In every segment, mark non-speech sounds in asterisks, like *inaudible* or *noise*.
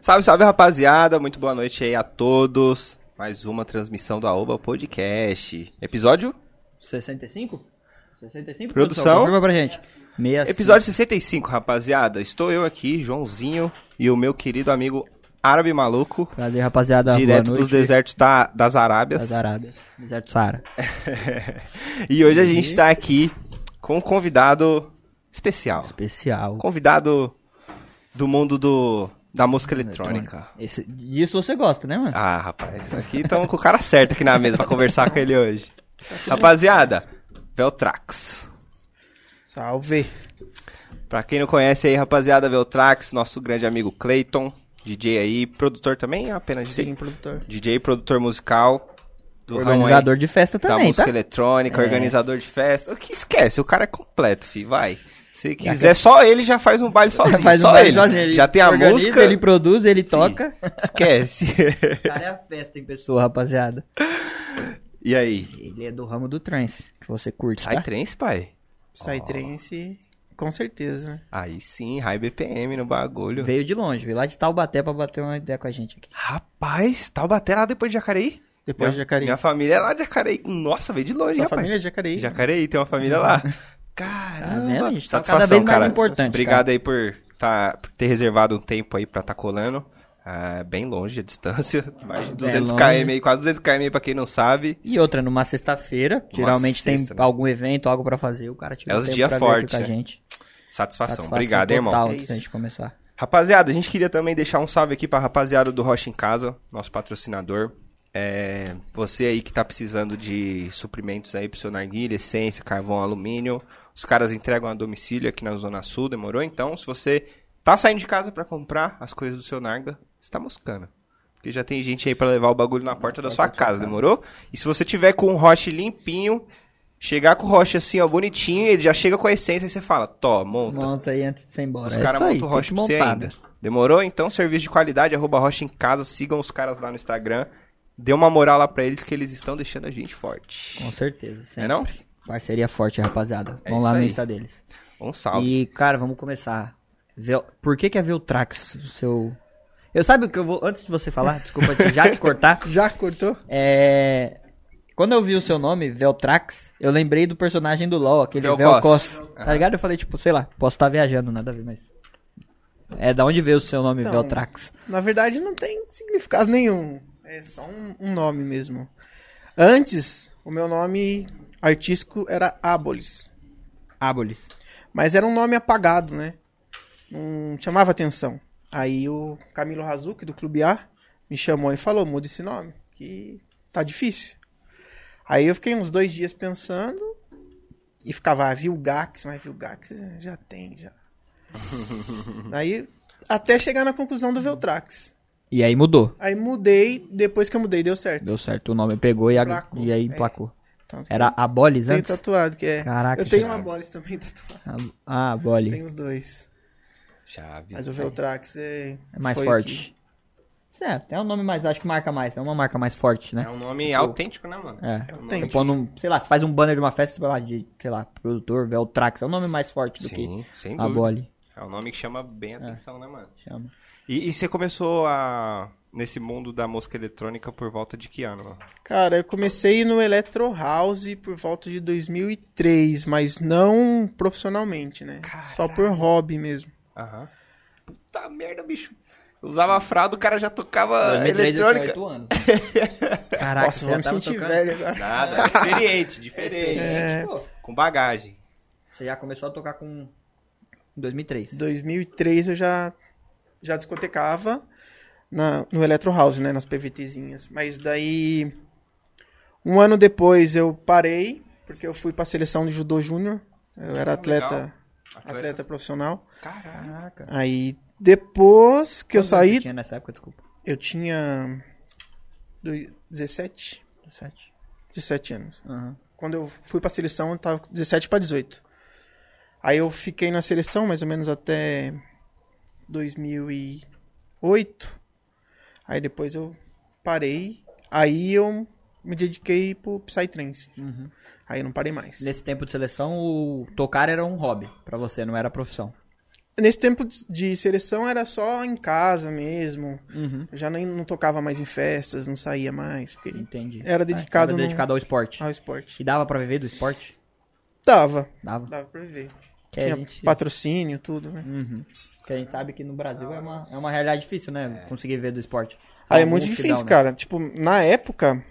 Salve, salve, rapaziada. Muito boa noite aí a todos. Mais uma transmissão do Aoba Podcast. Episódio? 65? 65? Produção? Confirma pra gente. 65. Episódio 65, rapaziada. Estou eu aqui, Joãozinho, e o meu querido amigo árabe maluco, Prazer, rapaziada. direto Tá, boa dos noite. desertos da- das Arábias. Das Arábias. Deserto Saara. *laughs* E hoje a gente tá aqui com um convidado especial. Especial. Convidado do mundo do, da música eletrônica. Esse, disso você gosta, né, mano? Ah, rapaz, aqui estamos com o cara certo aqui na mesa pra conversar com ele hoje. Rapaziada, Veltrax. Salve. Pra quem não conhece aí, rapaziada, Veltrax, nosso grande amigo Clayton, DJ aí, produtor também, apenas DJ. Sim, produtor. DJ, produtor musical. Do ramo aí Organizador de festa da também, música tá? eletrônica, É. organizador de festa. O que esquece, o cara é completo, fi, vai. Se quiser, só ele já faz um *laughs* baile sozinho. Faz um só baile ele. sozinho, ele já tem a organiza, música, Ele produz, *laughs* ele toca. esquece. O cara é a festa em pessoa, rapaziada. e aí? Ele é do ramo do trance, que você curte, Sai tá? trance, pai? Psytrance, com certeza. né? Aí sim, high BPM no bagulho. Veio de longe, veio lá de Taubaté pra bater uma ideia com a gente aqui. Rapaz, Taubaté lá depois de Jacareí? Depois minha, de Jacareí. Minha família é lá de Jacareí. Nossa, veio de longe, Sua rapaz. família é de Jacareí? Jacareí, tem uma família lá. Tá Caramba, vendo? A gente tá satisfação, cada vez mais cara. importante, Obrigado aí por, tá, por ter reservado um tempo aí pra tá colando. Ah, bem longe a distância, *laughs* mais de 200 É, longe. km aí, quase 200 km aí pra quem não sabe. E outra, numa sexta-feira, geralmente sexta, tem né? algum evento, algo pra fazer, o cara tira É um os tempo dia pra vir aqui forte, com a né? gente. Satisfação, Satisfação obrigado, hein, irmão. total É antes da isso. gente começar. Rapaziada, a gente queria também deixar um salve aqui pra rapaziada do Rocha em Casa, nosso patrocinador. É, você aí que tá precisando de suprimentos aí pro seu narguilha, essência, carvão, alumínio. Os caras entregam a domicílio aqui na Zona Sul, demorou? Então, se você tá saindo de casa pra comprar as coisas do seu narga, você tá moscando. Porque já tem gente aí pra levar o bagulho na porta da sua casa, demorou? E se você tiver com um roche limpinho, chegar com o roche assim, ó, bonitinho, ele já chega com a essência e você fala, tó, monta. Monta aí antes de você ir embora. Os É caras isso aí, montam o tem Rocha que pra você montar, ainda. né? Demorou? Então, serviço de qualidade, arroba Rocha em casa. Sigam os caras lá no Instagram. Dê uma moral lá pra eles que eles estão deixando a gente forte. Com certeza, sempre. É não? Parceria forte, rapaziada. É vamos lá isso no aí. Insta deles. Um salve. E, cara, vamos começar. Vel- Por que que é Veltrax o seu... Eu sabe o que eu vou... Antes de você falar, desculpa te- já *laughs* te cortar. Já cortou? É... Quando eu vi o seu nome, Veltrax, eu lembrei do personagem do LoL, aquele Vel Velcos. Costa. Tá ligado? Eu falei, tipo, sei lá, posso estar viajando, nada a ver, mas... É, da onde veio o seu nome, Então, Veltrax? Na verdade, não tem significado nenhum. É só um, um nome mesmo. Antes, o meu nome artístico era Abolis. Ábolis. Mas era um nome apagado, né? Não chamava atenção. Aí o Camilo Razuki, do Clube A, me chamou e falou: muda esse nome, que tá difícil. Aí eu fiquei uns dois dias pensando e ficava, ah, Vilgax, mas Vilgax já tem, *laughs* já. Aí até chegar na conclusão do Veltrax. E aí mudou. Aí mudei, depois que eu mudei deu certo. Deu certo, o nome pegou e, a- Placou, e aí é. emplacou. Tanto que Era Abolis eu tenho antes? tatuado, que é. Caraca, eu tenho já. uma Boris também *laughs* tatuada. Ah, Abolis. Tenho os dois. Chave. Mas o Veltrax é. É mais foi o forte. Certo, é um nome mais, acho que marca mais, é uma marca mais forte, É né? um nome autêntico, né, mano? É. que- É um Eu nome tenho. Você põe num- sei lá, você faz um banner de uma festa, sei lá, de, sei lá, produtor, Veltrax, é um nome mais forte do que Sim, sem a É. dúvida. Boli. É um nome que chama bem a atenção, né, mano? Chama. E, e você começou a... nesse mundo da música eletrônica por volta de que ano, mano? Cara, eu comecei no Electro House por volta de 2003, mas não profissionalmente, né? Só por hobby mesmo. Aham. Puta Tá merda, bicho. Eu usava fralda, o cara já tocava 2003 eu tinha eletrônica. oito anos. *laughs* Caraca, Ah, Nossa, Tá, você já vamos tava sentir tocando? velho agora. Nada, experiente, diferente. É, pô, Com bagagem. Você já começou a tocar com 2003. 2003 eu já, já discotecava na, no Electro House, né? Nas PVTzinhas. Mas daí, um ano depois eu parei, porque eu fui pra seleção de judô júnior. Hum, Eu era Ah, atleta, legal. atleta profissional. Caralho. Caraca. Aí, depois que eu Quantos anos saí, Você tinha nessa época, desculpa. eu tinha doi- 17, 17. 17 anos. Aham. Quando eu fui pra seleção, eu tava com 17 pra 18. Aí eu fiquei na seleção mais ou menos até 2008. Aí depois eu parei. Aí eu me dediquei pro Psytrance. Uhum. Aí eu não parei mais. Nesse tempo de seleção, o tocar era um hobby pra você, não era profissão. nesse tempo de- de seleção era só em casa mesmo. Eu já nem, não tocava mais em festas, não saía mais. Porque Entendi. Tá, então Era dedicado Era no- dedicado ao esporte. ao esporte. E dava pra viver do esporte? Dava. Dava. Dava pra viver. Que Tinha É, a gente... patrocínio, tudo, né? Uhum. Que a gente sabe que no Brasil é uma, é uma realidade difícil, né? Conseguir ver do esporte. Só Aí é alguns muito que difícil, dão, né? cara. Tipo, na época,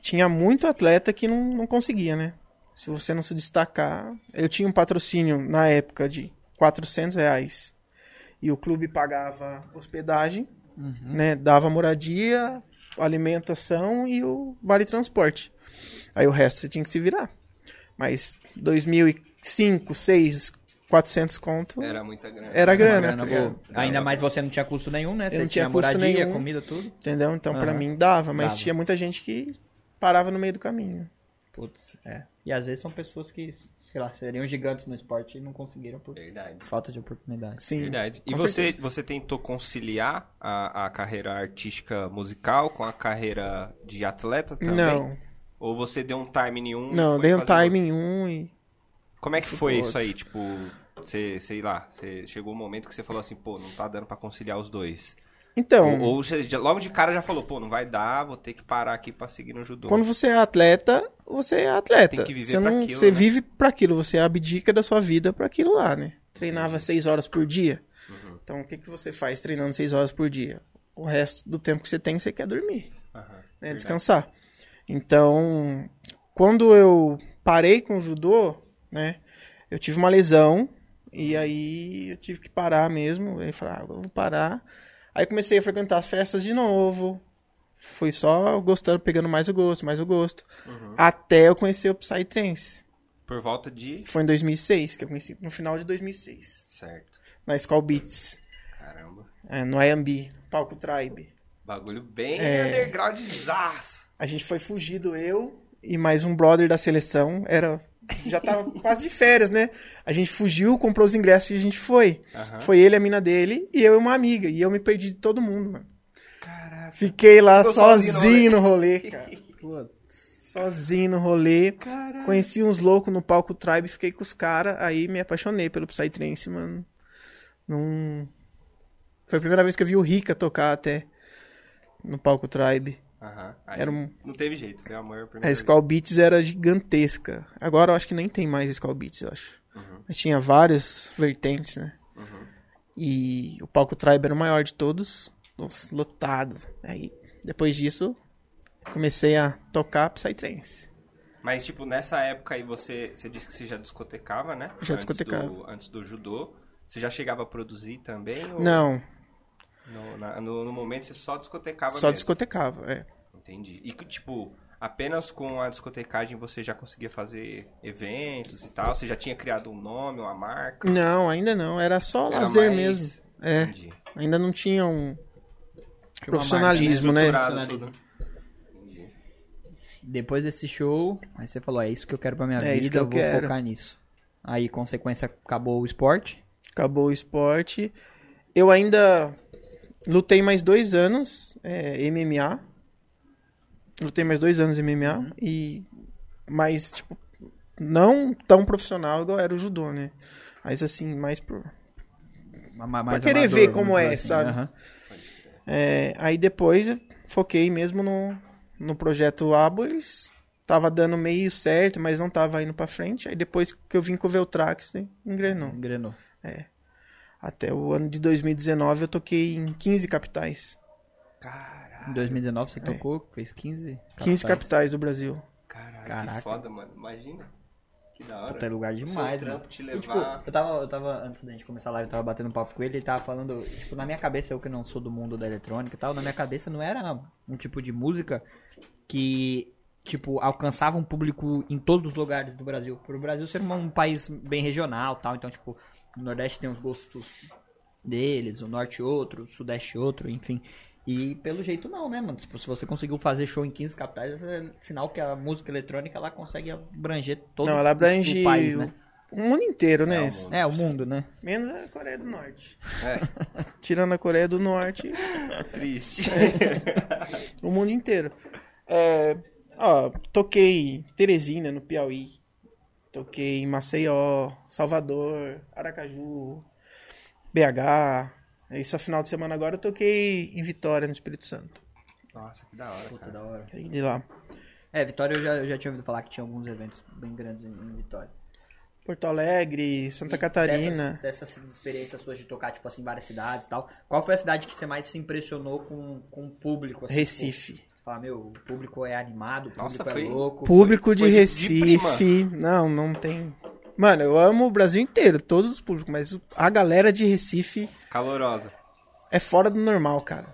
tinha muito atleta que não, não conseguia, né? Se você não se destacar. Eu tinha um patrocínio na época de 400 reais. E o clube pagava hospedagem, Uhum. né? Dava moradia, alimentação e o vale transporte. Aí o resto você tinha que se virar. Mas 2005, 6, 400 conto era, Era muita grana. É, Uma grana, tá boa. ligado? é, Ainda mais você não tinha custo nenhum, né? Você não tinha, tinha custo moradia, nenhum. comida, tudo. Entendeu? Então, pra Aham. mim, dava. Mas Dava. tinha muita gente que parava no meio do caminho. Putz, é. E às vezes são pessoas que, sei lá, seriam gigantes no esporte e não conseguiram por Verdade. falta de oportunidade. Sim. Verdade. E Com você, você tentou conciliar a, a carreira artística musical com a carreira de atleta também? Não, Ou você deu um time em um? e não, foi dei um fazendo- time em um e. Como é que foi outro. isso aí? Tipo, você, sei lá, você chegou um momento que você falou assim, pô, não tá dando pra conciliar os dois. Então, Ou, ou você já- logo de cara já falou, pô, não vai dar, vou ter que parar aqui pra seguir no judô. quando você é atleta, você é atleta. Tem que viver você pra não, aquilo, Você né? vive pra aquilo, você é abdica da sua vida pra aquilo lá, né? Treinava seis horas por dia. Uhum. Então, o que, que você faz treinando seis horas por dia? O resto do tempo que você tem, você quer dormir. Aham, né, verdade. descansar. Então, quando eu parei com o judô, né, eu tive uma lesão e aí eu tive que parar mesmo. Aí eu falei, ah, agora eu vou parar. Aí comecei a frequentar as festas de novo. Fui só gostando, pegando mais o gosto, mais o gosto. Até eu conhecer o Psytrance. Uhum. Por volta de... Foi em 2006 que eu conheci, no final de 2006, Certo. na Skull Beats, Caramba. é, no IMB, palco Tribe. Bagulho bem underground zaz. A gente foi fugido, eu e mais um brother da seleção. Era. Já tava quase de férias, né? A gente fugiu, comprou os ingressos e a gente foi. Aham. Foi ele, a mina dele, e eu e uma amiga. E eu me perdi de todo mundo, mano. Caraca. Fiquei lá Ficou sozinho, sozinho no rolê, cara. Putz. Sozinho no rolê. Caraca. Conheci uns loucos no palco Tribe, fiquei com os caras, aí me apaixonei pelo Psytrance, mano. Num... Foi a primeira vez que eu vi o Rica tocar até no palco Tribe. Aham. Aí Era um- É, Não teve jeito, foi amor. à primeira A Skull Beats era gigantesca. Agora eu acho que nem tem mais Skull Beats, eu acho. Uhum. Mas tinha várias vertentes, né? E o palco Tribe era o maior de todos. Nossa, lotado. Aí, depois disso, comecei a tocar Psytrance. Mas, tipo, nessa época aí você, você disse que você já discotecava, né? Já Antes discotecava. do- Antes do judô. Você já chegava a produzir também? ou Não, No, na- no, no momento você só discotecava só mesmo? discotecava, é. Entendi. E, que, tipo, apenas com a discotecagem você já conseguia fazer eventos e tal? Você já tinha criado um nome, uma marca? Não, ainda não. Era só Era lazer mais- mesmo. É. Entendi. Ainda não tinha um Tinha uma profissionalismo, né? Estruturado tudo. Entendi. né? Depois desse show, aí você falou, é isso que eu quero pra minha É vida, isso que eu vou quero. focar nisso. Aí, consequência, acabou o esporte. acabou o esporte. Eu ainda lutei mais dois anos é, MMA. Lutei mais dois anos MMA e mas tipo não tão profissional igual era o judô, né? Mas assim mais por ma- ma- mais querer amador, ver vamos como falar é, sabe? aham. É, aí depois eu foquei mesmo no, no projeto Abolis. Tava dando meio certo, mas não tava indo pra frente. Aí depois que eu vim com o Veltrax, né, engrenou. Engrenou. Até o ano de 2019 eu toquei em 15 capitais. Caraca, Em 2019 você tocou, fez 15? 15 É. capitais do Brasil. caraca, Caraca. que foda, mano. Imagina. Que da hora. Puta, é lugar demais, Seu trampo mano. te E, tipo, levar... eu tava, eu tava, antes da gente começar a live, eu tava batendo um papo com ele, ele tava falando, tipo, na minha cabeça, eu que não sou do mundo da eletrônica e tal, na minha cabeça não era um tipo de música que, tipo, alcançava um público em todos os lugares do Brasil. Pro Brasil ser um, um país bem regional e tal, então, tipo, o Nordeste tem os gostos deles, o Norte outro, o Sudeste outro, enfim... E pelo jeito não, né, mano? Tipo, se você conseguiu fazer show em 15 capitais, é sinal que a música eletrônica ela consegue abranger todo Não, ela o abrange país, o- né? o mundo inteiro, né? É, o Isso. mundo. É, o mundo, né? Menos a Coreia do Norte. É, Tirando a Coreia do Norte, triste. o mundo inteiro. É, ó, toquei em Teresina, no Piauí. Toquei em Maceió, Salvador, Aracaju. BH. Isso é final de semana agora eu toquei em Vitória, no Espírito Santo. *laughs* Nossa, que da hora, Puta, da hora. Aí De lá. É, Vitória eu já, eu já tinha ouvido falar que tinha alguns eventos bem grandes em, em Vitória. Porto Alegre, Santa E Catarina. Dessas, dessas experiências suas de tocar, tipo assim, várias cidades e tal. Qual foi a cidade que você mais se impressionou com, com o público? Assim, Recife. Tipo, você fala, meu, o público é animado, o público Nossa, é foi- louco. Público Foi- de foi de Recife. não, não tem. Mano, eu amo o Brasil inteiro, todos os públicos, mas o- a galera de Recife Calorosa. é fora do normal, cara.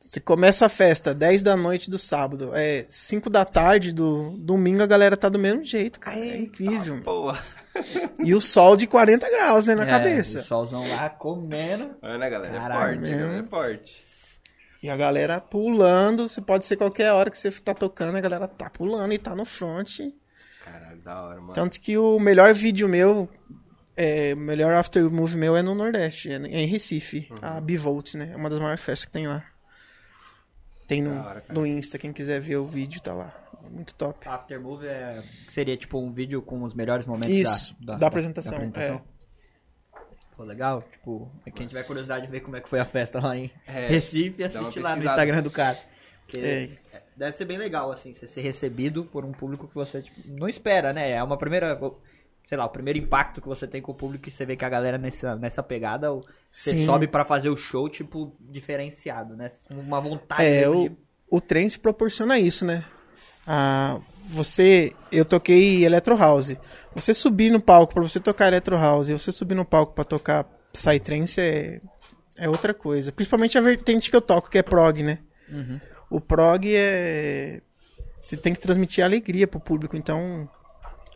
Você começa a festa 10 da noite do sábado, é 5 da tarde do domingo, a galera tá do mesmo jeito, cara. é incrível. mano. Boa. E o sol de 40 graus, né, na É, O cabeça. solzão lá comendo. Olha, né, galera? Caralho, é forte, meu. a galera é forte. E a galera pulando, você pode ser qualquer hora que você tá tocando, a galera tá pulando e tá no front. Caralho, da hora, mano. Então, Tanto que o melhor vídeo meu, é, o melhor after movie meu é no Nordeste, é em Recife, a Bivolt, né? É uma das maiores festas que tem lá. Tem no, Da hora, cara. no Insta, quem quiser ver o vídeo tá lá. Muito top. After Movie é, que seria tipo um vídeo com os melhores momentos Isso, da, da apresentação, é. Pô, legal, tipo, é quem tiver curiosidade de ver como é que foi a festa lá em É, Recife, dá uma assiste lá no pesquisada. Instagram do cara. Porque É. deve ser bem legal, assim, você ser recebido por um público que você tipo, não espera, né? É uma primeira, sei lá, o primeiro impacto que você tem com o público e você vê que a galera nessa, nessa pegada, ou você Sim. sobe pra fazer o show, tipo, diferenciado, né? Com uma vontade É, mesmo o, o trem se proporciona isso, né? Ah, você, eu toquei Electro House. Você subir no palco pra você tocar Electro House, e você subir no palco pra tocar Psytrance é, é outra coisa. Principalmente a vertente que eu toco, que é prog, né? de... Uhum. O prog é. Você tem que transmitir alegria pro público, então.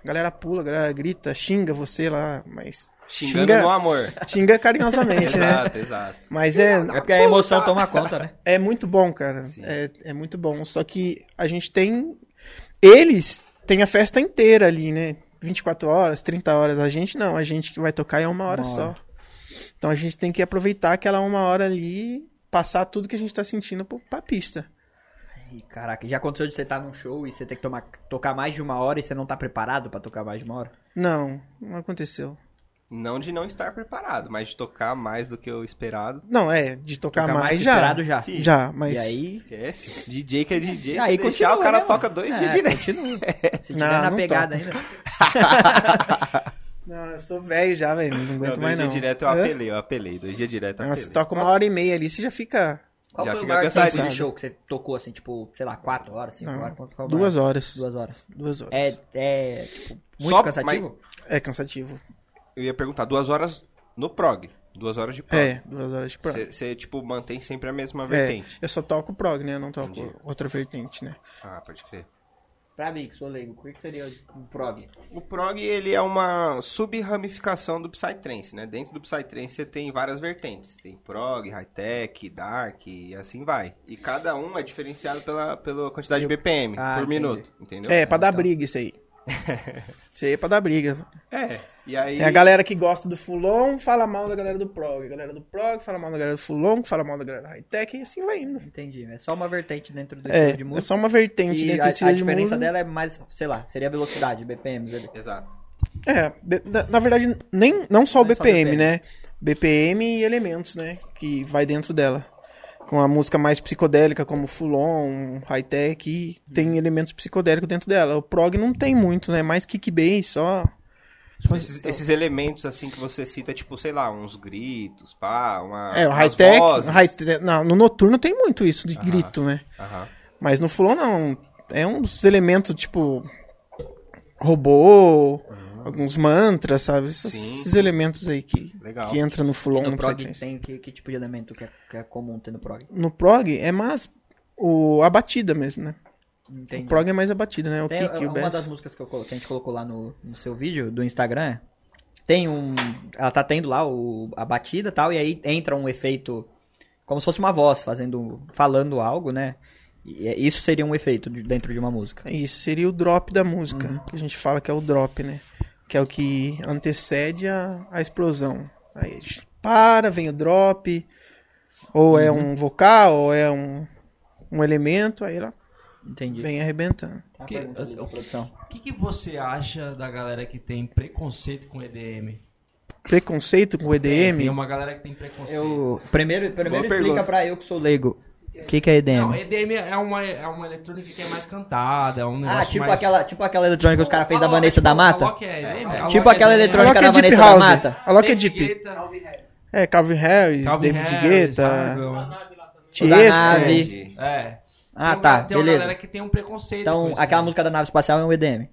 A galera pula, a galera grita, xinga você lá, mas. Xingando no *laughs* amor. xinga carinhosamente, né? exato, exato. Mas é, É porque a emoção toma conta, né? *laughs* é muito bom, cara. É, é muito bom. Só que a gente tem. Eles têm a festa inteira ali, né? 24 horas, 30 horas. A gente não. A gente que vai tocar é uma hora Uma só. Então a gente tem que aproveitar aquela uma hora ali, passar tudo que a gente tá sentindo pro- pra pista. Ih, caraca, já aconteceu de você estar num show e você ter que tomar, tocar mais de uma hora e você não tá preparado pra tocar mais de uma hora? Não, não aconteceu. Não de não estar preparado, mas de tocar mais do que o esperado. Não, é, de tocar, Tocar mais, mais que já. esperado já. Já, mas. E aí. Esquece. DJ que é DJ. E aí se deixar, continua, o cara né, toca dois É, dias *laughs* direto. *laughs* Continua. Se tiver Não, na não pegada toca. ainda. Não, eu sou velho já, velho. Não aguento dois mais dias não. direto tá eu Hã? apelei, eu apelei. Dois dias direto eu Não, você apelei. toca uma hora e meia ali, você já fica Qual Já foi o fica maior tempo cansadinho. de show que você tocou, assim, tipo, sei lá, quatro horas, cinco Não, horas? Quanto foi o maior? duas horas. Duas horas. Duas horas. É, é tipo, muito Só- cansativo? É cansativo. Eu ia perguntar, duas horas no prog. Duas horas de prog. É, duas horas de prog. Você, tipo, mantém sempre a mesma É, vertente. eu só toco prog, né? Eu não toco Entendi. outra vertente, né? Ah, pode crer. Pra mim, que sou leigo, o que que seria um prog? O prog, ele é uma sub-ramificação do Psytrance, né? Dentro do Psytrance você tem várias vertentes. Tem prog, high-tech, dark e assim vai. E cada um é diferenciado pela, pela quantidade de BPM Ah, por entendi. minuto, entendeu? É, pra dar Então, *laughs* briga isso aí. Isso aí é pra dar briga. É, e aí... Tem a galera que gosta do Fulon, fala mal da galera do Prog. A galera do Prog fala mal da galera do Fulon, fala mal da galera da Hightech, e assim vai indo. Entendi, é só uma vertente dentro do É, estilo de é música. só uma vertente E dentro a, do a estilo de diferença música. dela é mais, sei lá, seria a velocidade, BPM. Exato. É, be- na, na verdade, nem, não só o Não é só BPM, BPM. né? BPM e elementos, né? Que vai dentro dela. Com a música mais psicodélica, como Fulon, Hightech, e Uhum. tem elementos psicodélicos dentro dela. O prog não tem muito, né? Mais kick bass, só. Tipo, Esses, esses elementos, assim, que você cita, tipo, sei lá, uns gritos, pá, uma... Ah, É, o umas high-tech. vozes. high-tech- não, no noturno tem muito isso de grito, né? Aham. Mas no Fulon não. É uns elementos tipo. robô, Uhum. alguns mantras, sabe? Esses, Sim. esses elementos aí que, Legal. que entra no No Fulon. no Então, prog Psytrance. tem que, que tipo de elemento que é, que é comum ter no prog? No prog é mais o, a batida mesmo, né? O Entendi. prog é mais a batida, né? O Tem, kick, é, o uma das bass. músicas que, eu colo- que a gente colocou lá no, no seu vídeo do Instagram tem um. Ela tá tendo lá o, a batida e tal, e aí entra um efeito. Como se fosse uma voz fazendo. falando algo, né? E é- isso seria um efeito de- dentro de uma música. É Isso seria o drop da música, Uhum. que a gente fala que é o drop, né? Que é o que antecede a, a explosão. Aí a gente para, vem o drop, ou é Uhum. um vocal, ou é um, um elemento, aí ela Entendi. vem arrebentando. Uma Que- pergunta ali da produção. O que, que você acha da galera que tem preconceito com EDM? preconceito com o Tem É, EDM. uma galera que tem preconceito. Eu, primeiro Boa primeiro pergunta. explica pra eu que sou leigo. O que, que é EDM? Não, EDM é uma, é uma eletrônica que é mais cantada, é um negócio ah, tipo, mais... aquela, tipo aquela eletrônica que os caras fez da Alok, Vanessa tipo, da Mata? Alok é EDM, Alok Tipo é aquela A EDM. eletrônica Loki é da Vanessa Deep da House. Mata. A Loki é David Deep. Guetta, É, Calvin Harris, Calvin David Harris, Guetta, né? Argo. Tiesta. Danave. É. Ah, Tem uma- tá, Tem uma beleza. galera que tem um preconceito com Então, isso, aquela né? música da nave espacial é um EDM.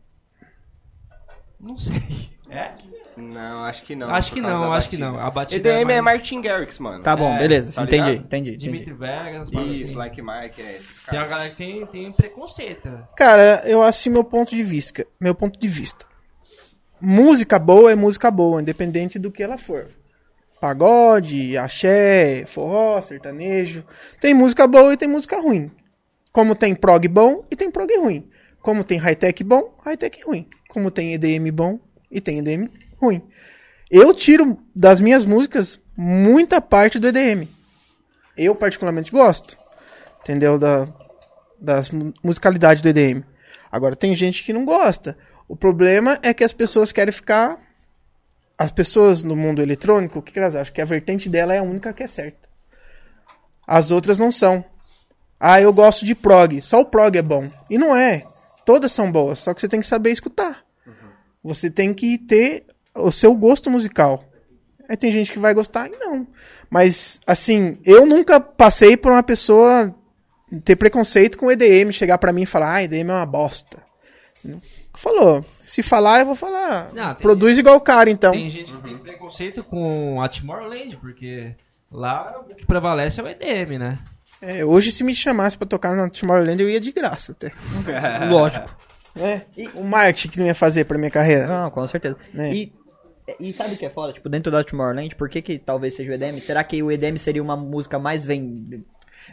Não sei. *laughs* É? Não, acho que não. acho por que causa não, da acho que batida. não. A batida EDM é mais- Martin Garrix, mano. Tá bom, É, beleza. tá entendi, ligado? entendi, entendi. Dimitri Vegas, Isso, assim. Like Mike, é esses *laughs* Tem uma caras. galera que tem, tem preconceito. Cara, eu assim meu ponto de vista. Meu ponto de vista. Música boa é música boa, independente do que ela for. Pagode, axé, forró, sertanejo. Tem música boa e tem música ruim. Como tem prog bom e tem prog ruim. Como tem high-tech bom, high-tech ruim. Como tem EDM bom e tem EDM ruim. Eu tiro das minhas músicas muita parte do EDM. Eu particularmente gosto. Entendeu? Da, das mu- musicalidades do EDM. Agora, tem gente que não gosta. O problema é que as pessoas querem ficar. As pessoas no mundo eletrônico, o que que elas acham? Que a vertente dela é a única que é certa. As outras não são. Ah, eu gosto de prog. Só o prog é bom. E não é. Todas são boas, só que você tem que saber escutar. Uhum. Você tem que ter o seu gosto musical. Aí tem gente que vai gostar e não. Mas, assim, eu nunca passei por uma pessoa ter preconceito com EDM, chegar pra mim e falar, ah, EDM é uma bosta. Falou. Se falar, eu vou falar. Não, tem Produz igual o cara, então. Tem gente que tem preconceito com a Tomorrowland, porque lá o que prevalece é o EDM, né? É, hoje, se me chamasse pra tocar na Tomorrowland, eu ia de graça até. Lógico. É. O marketing que não ia fazer pra minha carreira. Não, com certeza. É. E, e sabe o que é foda? Tipo, dentro da Tomorrowland, por que que talvez seja o EDM? Será que o EDM seria uma música mais vendida?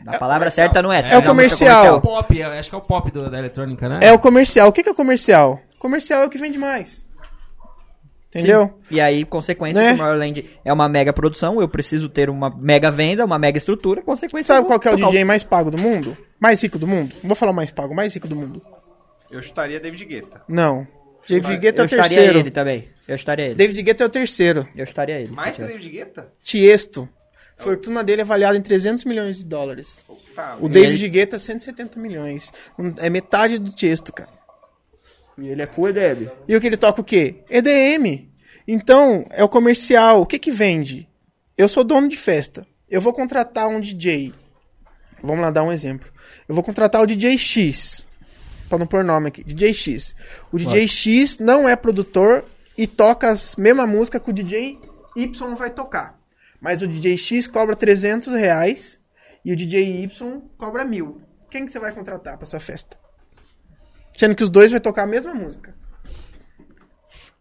A palavra certa não é. É o comercial. O pop, eu acho que é o pop do- da eletrônica, né? É o comercial. O que que é o comercial? Comercial é o que vende mais. Entendeu? Entendeu? E aí, consequência, Né? o Tomorrowland é uma mega produção, eu preciso ter uma mega venda, uma mega estrutura, consequência... eu Sabe vou qual que é o tocar DJ mais pago do mundo? Mais rico do mundo? Não vou falar o mais pago, o mais rico do mundo. *laughs* Eu chutaria David Guetta. Não. David Guetta é Eu o estaria terceiro. ele também. Eu estaria ele. David Guetta é o terceiro. Eu estaria ele. Mais se que eu tivesse. David Guetta? Tiesto. Fortuna dele é avaliada em 300 milhões de dólares. Tá, O David Guetta, é 170 milhões. Um- É metade do Tiesto, cara. E ele é full EDM. E o que ele toca o quê? EDM. Então, é o comercial. O que que vende? Eu sou dono de festa. Eu vou contratar um DJ. Vamos lá dar um exemplo. Eu vou contratar o DJ X. Pra não pôr nome Tá aqui. DJ X. O DJ X não é produtor e toca a mesma música que o DJ Y vai tocar. Mas o DJ X cobra 300 reais e o DJ Y cobra mil. Quem que você vai contratar pra sua festa? Sendo que os dois vai tocar a mesma música.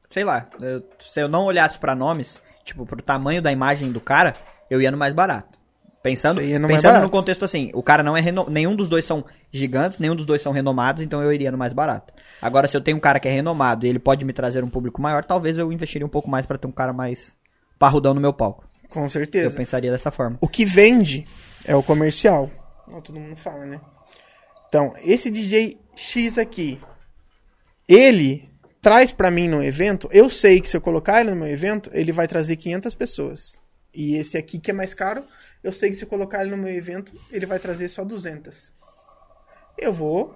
Sei lá, eu- se eu não olhasse pra nomes, tipo, pro tamanho da imagem do cara, eu ia no mais barato. Pensando, Você ia no mais pensando barato. no contexto assim, o cara não é reno... nenhum dos dois são gigantes, nenhum dos dois são renomados, então eu iria no mais barato. Agora se eu tenho um cara que é renomado e ele pode me trazer um público maior, talvez eu investiria um pouco mais pra ter um cara mais parrudão no meu palco. Com Eu certeza. pensaria dessa forma. O que vende é o comercial. Não, todo mundo fala, né? Então, esse DJ X aqui, ele traz pra mim no evento, eu sei que se eu colocar ele no meu evento, ele vai trazer 500 pessoas. E esse aqui que é mais caro, eu sei que se eu colocar ele no meu evento, ele vai trazer só 200. Eu vou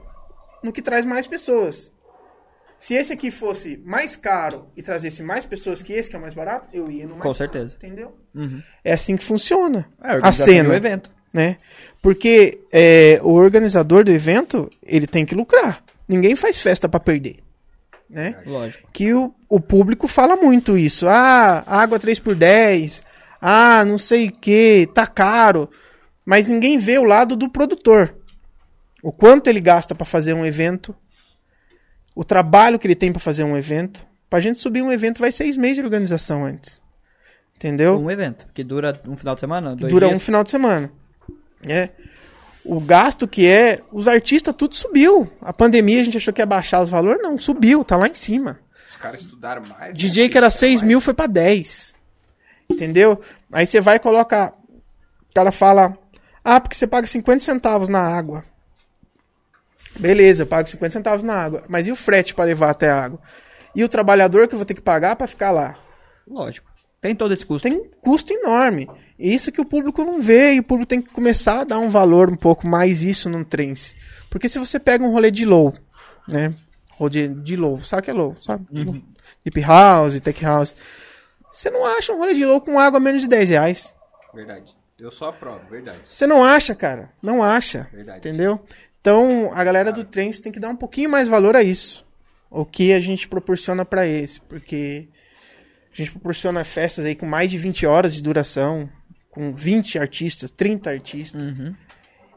no que traz mais pessoas. Se esse aqui fosse mais caro e trazesse mais pessoas que esse que é o mais barato, eu ia no mais Com caro, certeza. entendeu? Uhum. É assim que funciona É, a cena, evento. né? Porque é, o organizador do evento, ele tem que lucrar. Ninguém faz festa pra perder, né? Lógico. Que o, o público fala muito isso. Ah, água 3 por 10. Ah, não sei o que, tá caro. Mas ninguém vê o lado do produtor. O quanto ele gasta pra fazer um evento. O trabalho que ele tem pra fazer um evento. Pra gente subir um evento vai seis meses de organização antes. Entendeu? Um evento que dura um final de semana, que dois dura um dias. final de semana. É. O gasto que é, os artistas tudo subiu. A pandemia a gente achou que ia baixar os valores, não, subiu, tá lá em cima. Os caras estudaram mais. DJ né? que era 6 mil foi pra 10. Entendeu? Aí você vai e coloca. O cara fala: Ah, porque você paga 50 centavos na água. Beleza, eu pago 50 centavos na água. Mas e o frete pra levar até a água? E o trabalhador que eu vou ter que pagar pra ficar lá? Lógico. Tem todo esse custo. Tem um custo enorme. E isso que o público não vê, e o público tem que começar a dar um valor um pouco mais isso num trance. Porque se você pega um rolê de low, né? Rolê de low, sabe o que é low, sabe? Deep house, tech house. Você não acha um rolê de low com água a menos de 10 reais. Verdade. Eu só aprovo, verdade. Você não acha, cara. Não acha. Verdade. Entendeu? Então, a galera do trance tem que dar um pouquinho mais valor a isso. O que a gente proporciona pra esse. Porque a gente proporciona festas aí com mais de 20 horas de duração. Com 20 artistas, 30 artistas. Uhum.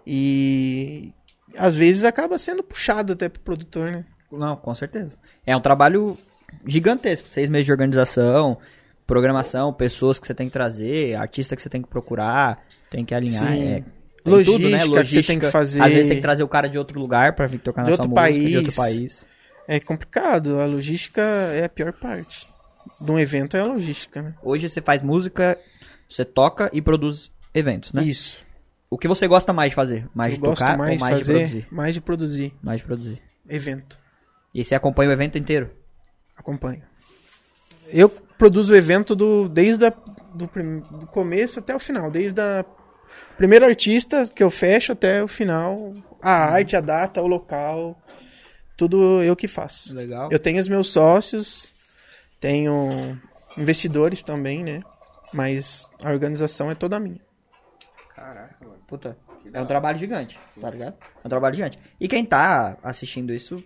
E às vezes acaba sendo puxado até pro produtor, né? Não, com certeza. É um trabalho gigantesco. Seis meses de organização, programação, pessoas que você tem que trazer, artista que você tem que procurar, tem que alinhar. Sim. é, tem Logística que você tem que fazer. Às vezes tem que trazer o cara de outro lugar pra vir tocar na De sua outro música, de outro país. país. É complicado. A logística é a pior parte. De um evento é a logística, né? Hoje você faz música, você toca e produz eventos, né? Isso. O que você gosta mais de fazer? Mais Eu de gosto tocar mais ou de mais fazer, de produzir? mais de produzir Mais de produzir. evento. E você acompanha o evento inteiro? Acompanho. Eu produzo o evento do, desde a, do, prim- do começo até o final, desde a primeira artista que eu fecho até o final, a Uhum. arte, a data, o local, tudo eu que faço. Legal. Eu tenho os meus sócios, tenho investidores também, né? Mas a organização é toda minha. Caraca, mano. Puta, é da um hora. trabalho gigante, tá ligado? É um trabalho gigante. E quem tá assistindo isso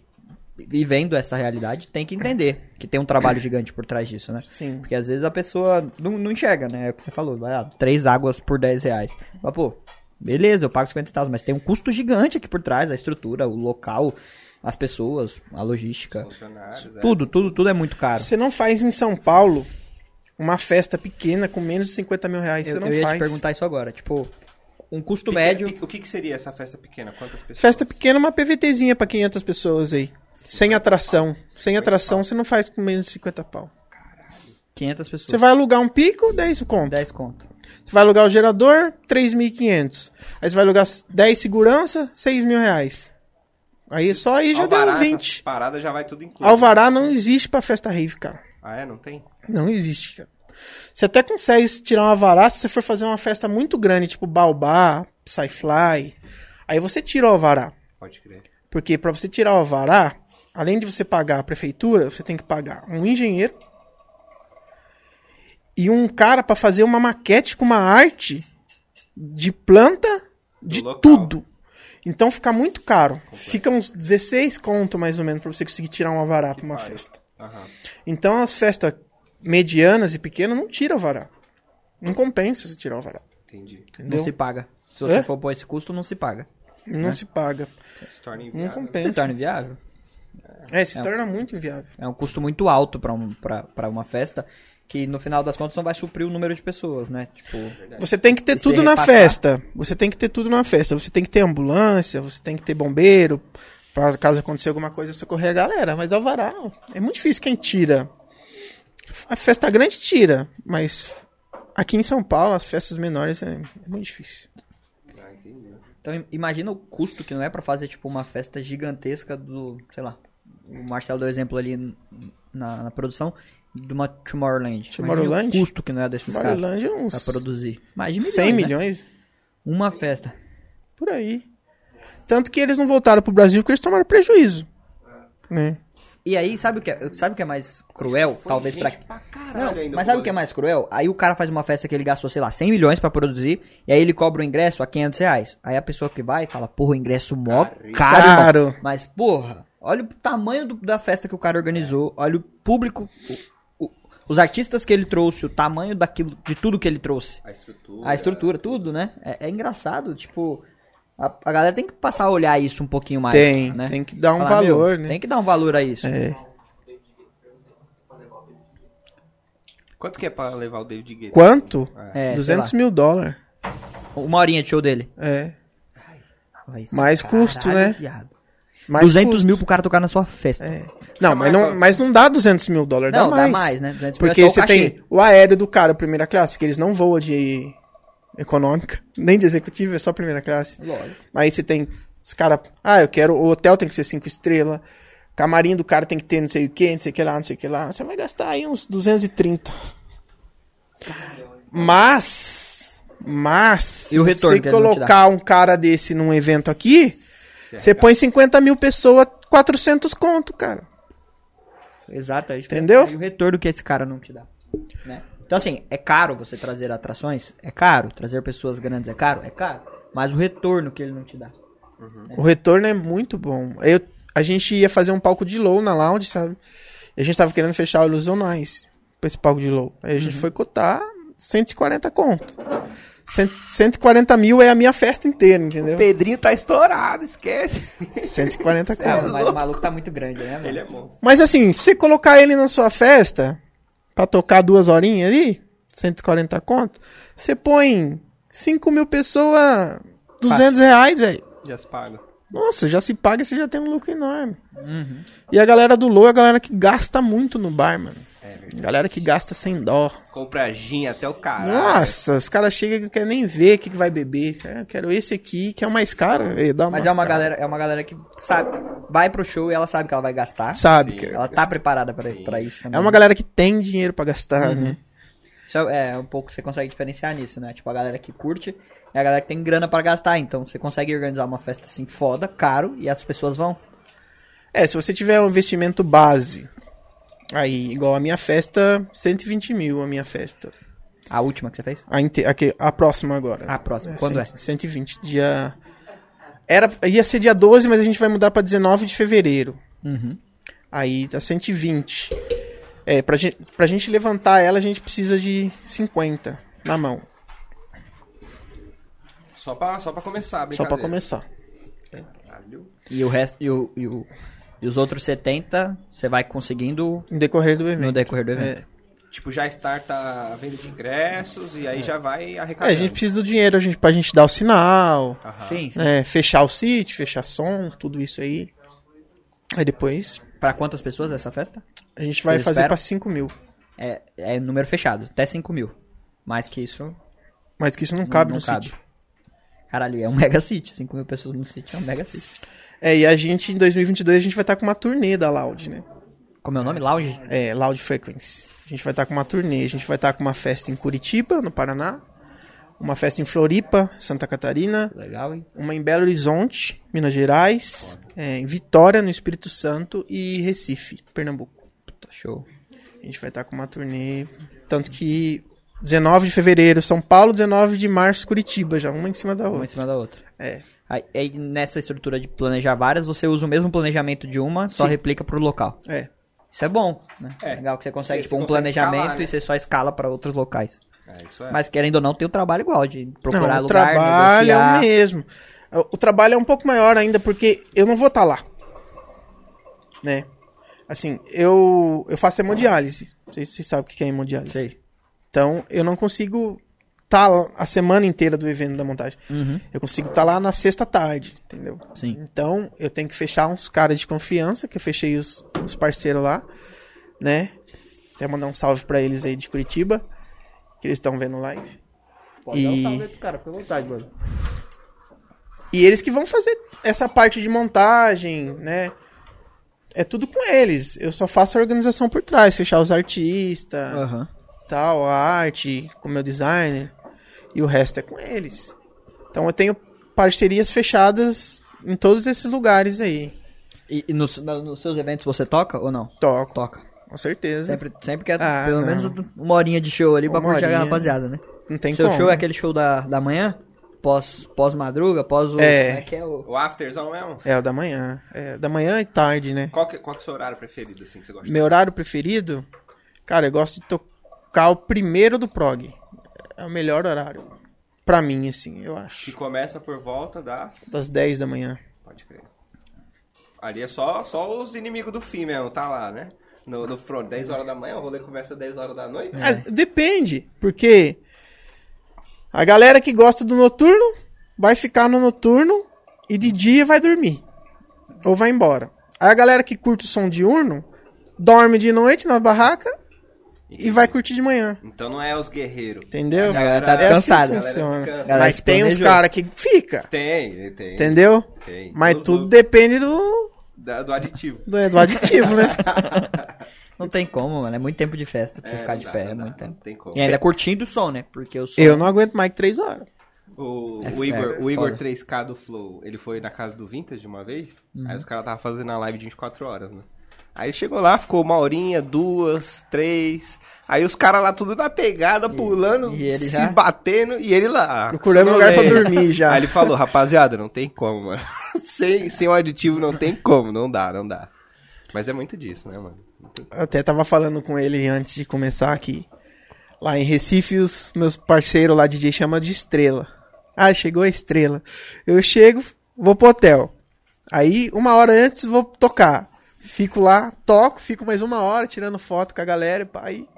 e vendo essa realidade tem que entender que tem um trabalho gigante por trás disso, né? Sim. Porque às vezes a pessoa não, não enxerga, né? É o que você falou, vai lá, três águas por 10 reais. Mas, pô, beleza, eu pago 50 centavos, mas tem um custo gigante aqui por trás, a estrutura, o local, as pessoas, a logística. Funcionários, é. Tudo, tudo, tudo é muito caro. Você não faz em São Paulo uma festa pequena com menos de 50 mil reais, Eu, você não eu ia faz. te perguntar isso agora, tipo, um custo Peque- médio. pe- O que, que seria essa festa pequena? Quantas pessoas? Festa pequena é uma PVTzinha pra 500 pessoas aí. Sem atração. Sem atração você não faz com menos de 50 pau. 500 pessoas. Você vai alugar um pico, 10 conto. 10 conto. Você vai alugar o gerador, 3.500. Aí você vai alugar 10 segurança, 6 mil reais. Aí só aí já Alvará, deu essas 20. Parada já vai tudo incluído. Alvará não existe pra festa rave, cara. Ah, é? Não tem? Não existe, cara. Você até consegue tirar um alvará se você for fazer uma festa muito grande, tipo Baobá, Psyfly. Aí você tira o alvará. Pode crer. Porque para você tirar o alvará, além de você pagar a prefeitura, você tem que pagar um engenheiro e um cara para fazer uma maquete com uma arte de planta de local. tudo. Então fica muito caro. Fica uns 16 conto mais ou menos para você conseguir tirar um alvará para uma pariu. festa. Aham. Então as festas medianas e pequenas não tiram alvará. Não compensa você tirar o alvará. Entendi. Entendeu? É? Não se paga. Se você Hã? for pôr esse custo, não se paga. Não se paga. Se torna Não inviável. Se compensa. torna inviável. É, se torna muito inviável. É um custo muito alto pra um, pra- pra uma festa que no final das contas não vai suprir o número de pessoas, né? Tipo, Você tem que E ter se tudo na repassar? festa. Você tem que ter tudo na festa. Você tem que ter ambulância, você tem que ter bombeiro, pra caso acontecer alguma coisa, socorrer a galera. Mas alvará, é muito difícil quem tira. A festa grande tira, mas aqui em São Paulo, as festas menores é, é muito difícil. Ah, entendi. então im- imagina o custo que não é pra fazer tipo uma festa gigantesca do, sei lá, o Marcelo deu exemplo ali n- na, na produção de uma Tomorrowland. Imagina Tomorrowland? O custo que não é desses caras Tomorrowland é uns pra produzir. Mais de milhões, 100 né? milhões, Uma festa. por aí. Tanto que eles não voltaram pro Brasil porque eles tomaram prejuízo. Né? E aí, sabe o que é, sabe o que é mais cruel? Foi Talvez pra gente caralho Não, ainda mas pro sabe o que é mais cruel? Aí o cara faz uma festa que ele gastou, sei lá, 100 milhões pra produzir, e aí ele cobra o ingresso a 500 reais. Aí a pessoa que vai fala, porra, o ingresso mó caro, Caro. irmão. Mas, porra, olha o tamanho do- da festa que o cara organizou, olha o público, o- o- os artistas que ele trouxe, o tamanho daquilo, de tudo que ele trouxe. A estrutura. A estrutura, tudo, né? É, é engraçado, tipo... A, a galera tem que passar a olhar isso um pouquinho mais, Tem, né? tem que dar um Falar, meu, valor, né? Tem que dar um valor a isso. É. Quanto que é pra levar o David Guetta? Quanto? É, sei 200 lá, mil dólares. Uma horinha de show dele. É. Vai, Mais custo, né? viado. Mais 200 custo. mil pro cara tocar na sua festa. É. Não, mas não, mas não dá 200 mil dólares, Não, dá dá mais. mais, né? 200 mil é Porque só o você cachê. tem o aéreo do cara, primeira classe, que eles não voam de econômica, *laughs* nem de executivo, é só primeira classe. Lógico. Aí você tem os caras, ah, eu quero, o hotel tem que ser cinco estrelas, camarim do cara tem que ter não sei o que, não sei o que lá, não sei o que lá. Você vai gastar aí uns 230. Mas, mas, se E o retorno você que eles vão te colocar um cara desse num evento aqui, você põe 50 mil pessoas, 400 conto, cara. Exato, é isso que Entendeu? eu- E o retorno que esse cara não te dá. né? Então, assim, é caro você trazer atrações? É caro. Trazer pessoas grandes é caro? É caro. Mas o retorno que ele não te dá. O retorno é muito bom. Eu, a gente ia fazer um palco de low na lounge, sabe? E a gente tava querendo fechar o Ilusionais pra esse palco de low. Aí a gente foi cotar 140 conto. Cento- 140 mil é a minha festa inteira, entendeu? Pedrinho tá estourado, esquece. 140 É, conto. mas o maluco tá muito grande, né, mano? Ele é monstro. Mas assim, se você colocar ele na sua festa, pra tocar duas horinhas ali, 140 conto, você põe 5 mil pessoas, 200 reais, velho. Já se paga. Nossa, já se paga e você já tem um lucro enorme. Uhum. E a galera do Low é a galera que gasta muito no bar, mano. É verdade. Galera que gasta sem dó. Compra gin até o caralho. Nossa, os caras chegam e não querem nem ver o que, que vai beber. É, eu quero esse aqui, que é o mais caro. Ei, dá Mas é uma mascada. galera, é uma galera que sabe, vai pro show e ela sabe que ela vai gastar. Sabe? Sim. que- Ela tá preparada pra, Sim. pra isso É também. uma galera que tem dinheiro pra gastar, Uhum. né? Isso é, é um pouco, você consegue diferenciar nisso, né? Tipo, a galera que curte é a galera que tem grana pra gastar. Então, você consegue organizar uma festa assim foda, caro, e as pessoas vão. É, se você tiver um investimento base, aí, igual a minha festa, 120 mil a minha festa. A última que você fez? A, inte- a que- a próxima agora. A próxima. Quando é? 120, dia... Era, ia ser dia 12, mas a gente vai mudar pra 19 de fevereiro. Uhum. Aí tá 120. É, pra gente, pra gente levantar ela, a gente precisa de 50 na mão. Só pra, só pra começar, Só pra brincadeira. começar. Caralho. E o resto. E, o, e, o- e os outros 70 você vai conseguindo No decorrer do no evento. É. decorrer do evento. Tipo, já starta a venda de ingressos e aí já vai É, arrecadando. a gente precisa do dinheiro a gente, pra gente dar o sinal. Aham. Sim, sim. né, fechar o sítio, fechar som, tudo isso aí. Aí depois Pra quantas pessoas é essa festa? a gente vai Vocês fazer esperam? pra 5 mil. É, é número fechado, até 5 mil. Mais que isso, Mas que isso não cabe não no cabe. sítio. Caralho, é um *laughs* mega city. 5 mil pessoas no sítio é um mega city. É, e a gente em 2022 a gente vai estar com uma turnê da Loud, né? Como é o nome? Lounge? É, Loud Frequency. A gente vai estar com uma turnê, a gente vai estar com uma festa em Curitiba, no Paraná, uma festa em Floripa, Santa Catarina, Legal, hein? uma em Belo Horizonte, Minas Gerais, é, em Vitória, no Espírito Santo e Recife, Pernambuco. Puta, show. A gente vai estar com uma turnê. Tanto que 19 de fevereiro, São Paulo, 19 de março, Curitiba, já uma em cima da Uma em outra. cima da outra. É. Aí, aí nessa estrutura de planejar várias, você usa o mesmo planejamento de uma, só replica pro local. É. Isso é bom, né? É. Legal que você consegue, Você- tipo, você um consegue planejamento escalar, né? e você só escala pra outros locais. É, isso é. Mas querendo ou não, tem o trabalho igual de procurar não, o lugar, trabalho é o negociar. mesmo. O- O trabalho é um pouco maior ainda, porque eu não vou estar lá. Né? Assim, eu, eu faço hemodiálise. Não sei se vocês sabem o que é hemodiálise. Sei. Então, eu não consigo estar a semana inteira do evento da montagem. Uhum. Eu consigo estar lá na sexta tarde, entendeu? Sim. Então, eu tenho que fechar uns caras de confiança, que eu fechei os, os parceiros lá, né? Até mandar um salve pra eles aí de Curitiba, que eles estão vendo live. Pode dar um E- salve aí cara, fica à vontade, mano. E eles que vão fazer essa parte de montagem, né? É tudo com eles. Eu só faço a organização por trás, fechar os artistas, Aham. tal, a arte, com o meu designer, e o resto é com eles. Então eu tenho parcerias fechadas em todos esses lugares aí. E, e nos, na- nos seus eventos você toca ou não? Toco, Toca. com certeza. Sempre, sempre quer Ah, pelo não. menos uma horinha de show ali pra Uma curtir a horinha. rapaziada, né? Não tem Seu como. show é aquele show da, da manhã? Pós, pós madruga? Pós o. É. Como é que é o. O afterzão mesmo? É, o da manhã. É, da manhã e tarde, né? Qual que, qual que é o seu horário preferido, assim, que você gosta? Meu horário preferido, cara, eu gosto de tocar o primeiro do prog. É o melhor horário. Pra mim, assim, eu Que acho. começa por volta das... Das 10 da manhã. Pode crer. Ali é só, só os inimigos do fim mesmo, tá lá, né? No, no front, 10 horas da manhã, o rolê começa às 10 horas da noite. É. Ah, depende, porque a galera que gosta do noturno vai ficar no noturno e de dia vai dormir. Ou vai embora. Aí a galera que curte o som diurno dorme de noite na barraca e vai curtir de manhã. Então não é os guerreiros. Entendeu? A galera tá É assim que descansada. funciona. Galera descansa. Galera Mas se tem uns planejou. cara que fica, Tem, tem. entendeu? tem. Mas Dos- tudo do, depende do, da- do aditivo. *laughs* do, do aditivo, né? Não tem como, mano. É muito tempo de festa pra você ficar de pé. é muito não tempo. tem como. E ainda curtindo o som, né? Porque o som. Eu não aguento mais que três horas. O, É o Igor, foda. o Igor 3K do Flow, ele foi na casa do Vintage uma vez, Uhum. aí os caras estavam fazendo a live de 24 horas, né? Aí chegou lá, ficou uma horinha, duas, três. Aí os caras lá tudo na pegada, pulando, e ele se já? batendo, e ele lá. Procurando lugar pra sonolento. dormir já. Aí ele falou, rapaziada, não tem como, mano. *laughs* sem, sem o aditivo não tem como, não dá, não dá. Mas é muito disso, né, mano? Até tava falando com ele antes de começar aqui. Lá em Recife, os meus parceiros lá, DJ, chama de estrela. Ah, chegou a estrela. Eu chego, vou pro hotel. Aí, uma hora antes, vou tocar. Fico lá, toco, fico mais uma hora tirando foto com a galera. e pá, Aí,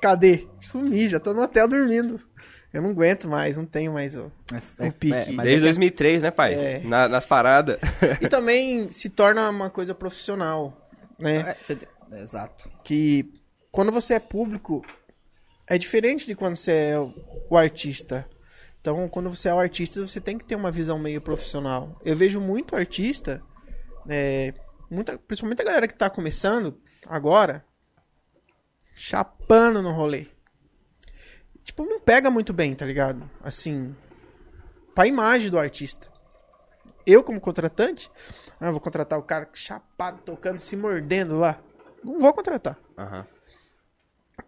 cadê? Sumi, já tô no hotel dormindo. Eu não aguento mais, não tenho mais. o- É, o um pique. mas Desde é que- 2003, né, pai? É. Na- nas paradas. E também se torna uma coisa profissional, né? é, você- é, Exato. que quando você é público é diferente de quando você é o o artista. Então, quando você é o artista, você tem que ter uma visão meio profissional. Eu vejo muito artista, é, muita, principalmente a galera que tá começando agora, chapando no rolê. Tipo, não pega muito bem, tá ligado? Assim, pra imagem do artista. Eu, como contratante, ah, vou contratar o cara chapado, tocando, se mordendo lá. Não vou contratar. Aham,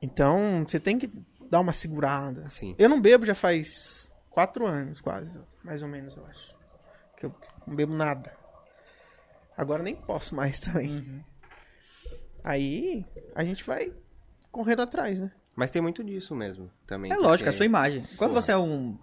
Então, você tem que dar uma segurada. sim. Eu não bebo já faz quatro anos, quase. Mais ou menos, eu acho. Que eu não bebo nada. Agora nem posso mais *laughs* também. Aí, a gente vai correndo atrás, né? Mas tem muito disso mesmo também. É lógico, é a porque- sua imagem. Quando Porra. você é um,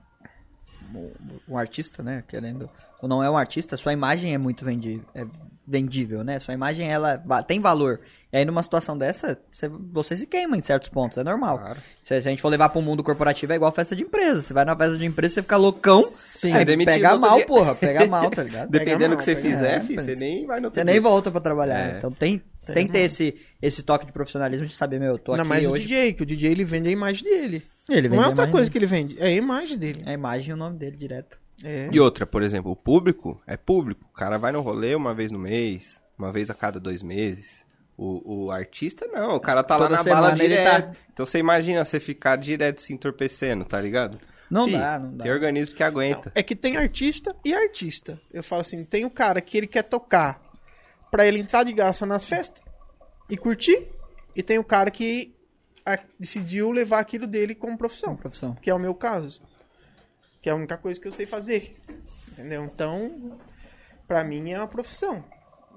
um, um artista, né? Querendo. Ou não é um artista, sua imagem é muito vendi- é vendível, né? Sua imagem, ela va- tem valor. E aí, numa situação dessa, você, você se queima em certos pontos, é normal. Claro. Se, se a gente for levar pro mundo corporativo, é igual festa de empresa. Você vai na festa de empresa, você fica loucão. Sim, é demitido pega outro mal, dia. porra. *laughs* Pega *laughs* mal, tá ligado? Dependendo Pega do que você mal, fizer, pega fi, mal. você nem vai no outro Você nem dia. volta pra trabalhar. É. Então tem, tem que ter esse, esse toque de profissionalismo de saber, meu, eu tô Ainda aqui mais o hoje. DJ, que o DJ ele vende a imagem dele. Ele não vende é a outra imagem dele. coisa que ele vende, é a imagem dele. A imagem e o nome dele direto. É. E outra, por exemplo, o público é público. O cara vai no rolê uma vez no mês, uma vez a cada dois meses. O, o artista não, o cara tá Toda lá na bala semana ele tá- direto. Então você imagina você ficar direto se entorpecendo, tá ligado? Não dá, não dá. Tem organismo que aguenta. É que tem artista e artista. Eu falo assim, tem o cara que ele quer tocar pra ele entrar de graça nas festas e curtir, e tem o cara que a- decidiu levar aquilo dele como Uma profissão, profissão. que é o meu caso. Que é a única coisa que eu sei fazer. Entendeu? Então, pra mim é uma profissão.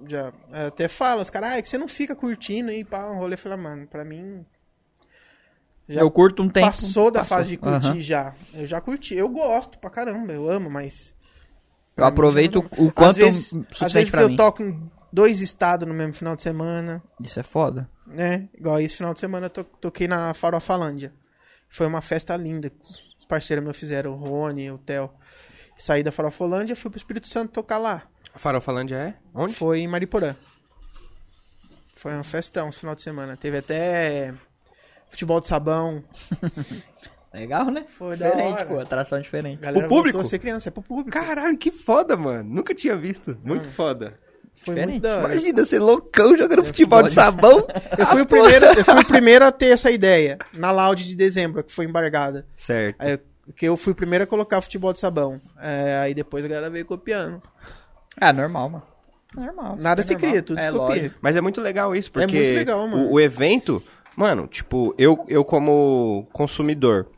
Já eu até falo, os caras, ah, é que você não fica curtindo e pá, um rolê. Eu falo, mano, pra mim Já eu curto um tempo. passou da fase de curtir Aham. já. Eu já curti, eu gosto pra caramba, eu amo, mas Eu aproveito o o às quanto vezes, às suficiente vezes pra eu mim. toco em dois estados no mesmo final de semana, Isso é foda. né? Igual esse final de semana eu to- toquei na Farofalândia. Foi uma festa linda que os parceiros meus fizeram, o Rony, o Theo. Saí da Farofolândia, fui pro Espírito Santo tocar lá. Farol falando é? Onde? Foi em Mariporã. Foi um festão esse final de semana. Teve até futebol de sabão. Legal, né? Foi da diferente, hora. pô. Atração diferente. Galera público? voltou a ser criança, é pro público. Caralho, que foda, mano. Nunca tinha visto. Muito Ah. foda. Foi diferente. muito da hora. Imagina você loucão *laughs* jogando futebol de sabão. Eu *laughs* Ah, fui, o primeiro, eu fui o primeiro a ter essa ideia, na Loud de dezembro, que foi embargada. *laughs* Certo. Aí, eu- que eu fui o primeiro a colocar futebol de sabão. É, aí depois a galera veio copiando. Ah, normal, mano. Normal. Nada é se normal. cria, tudo é, se copia. lógico. *laughs* Mas é muito legal isso, É porque muito legal, mano. O, o evento, mano, tipo, eu, eu como consumidor,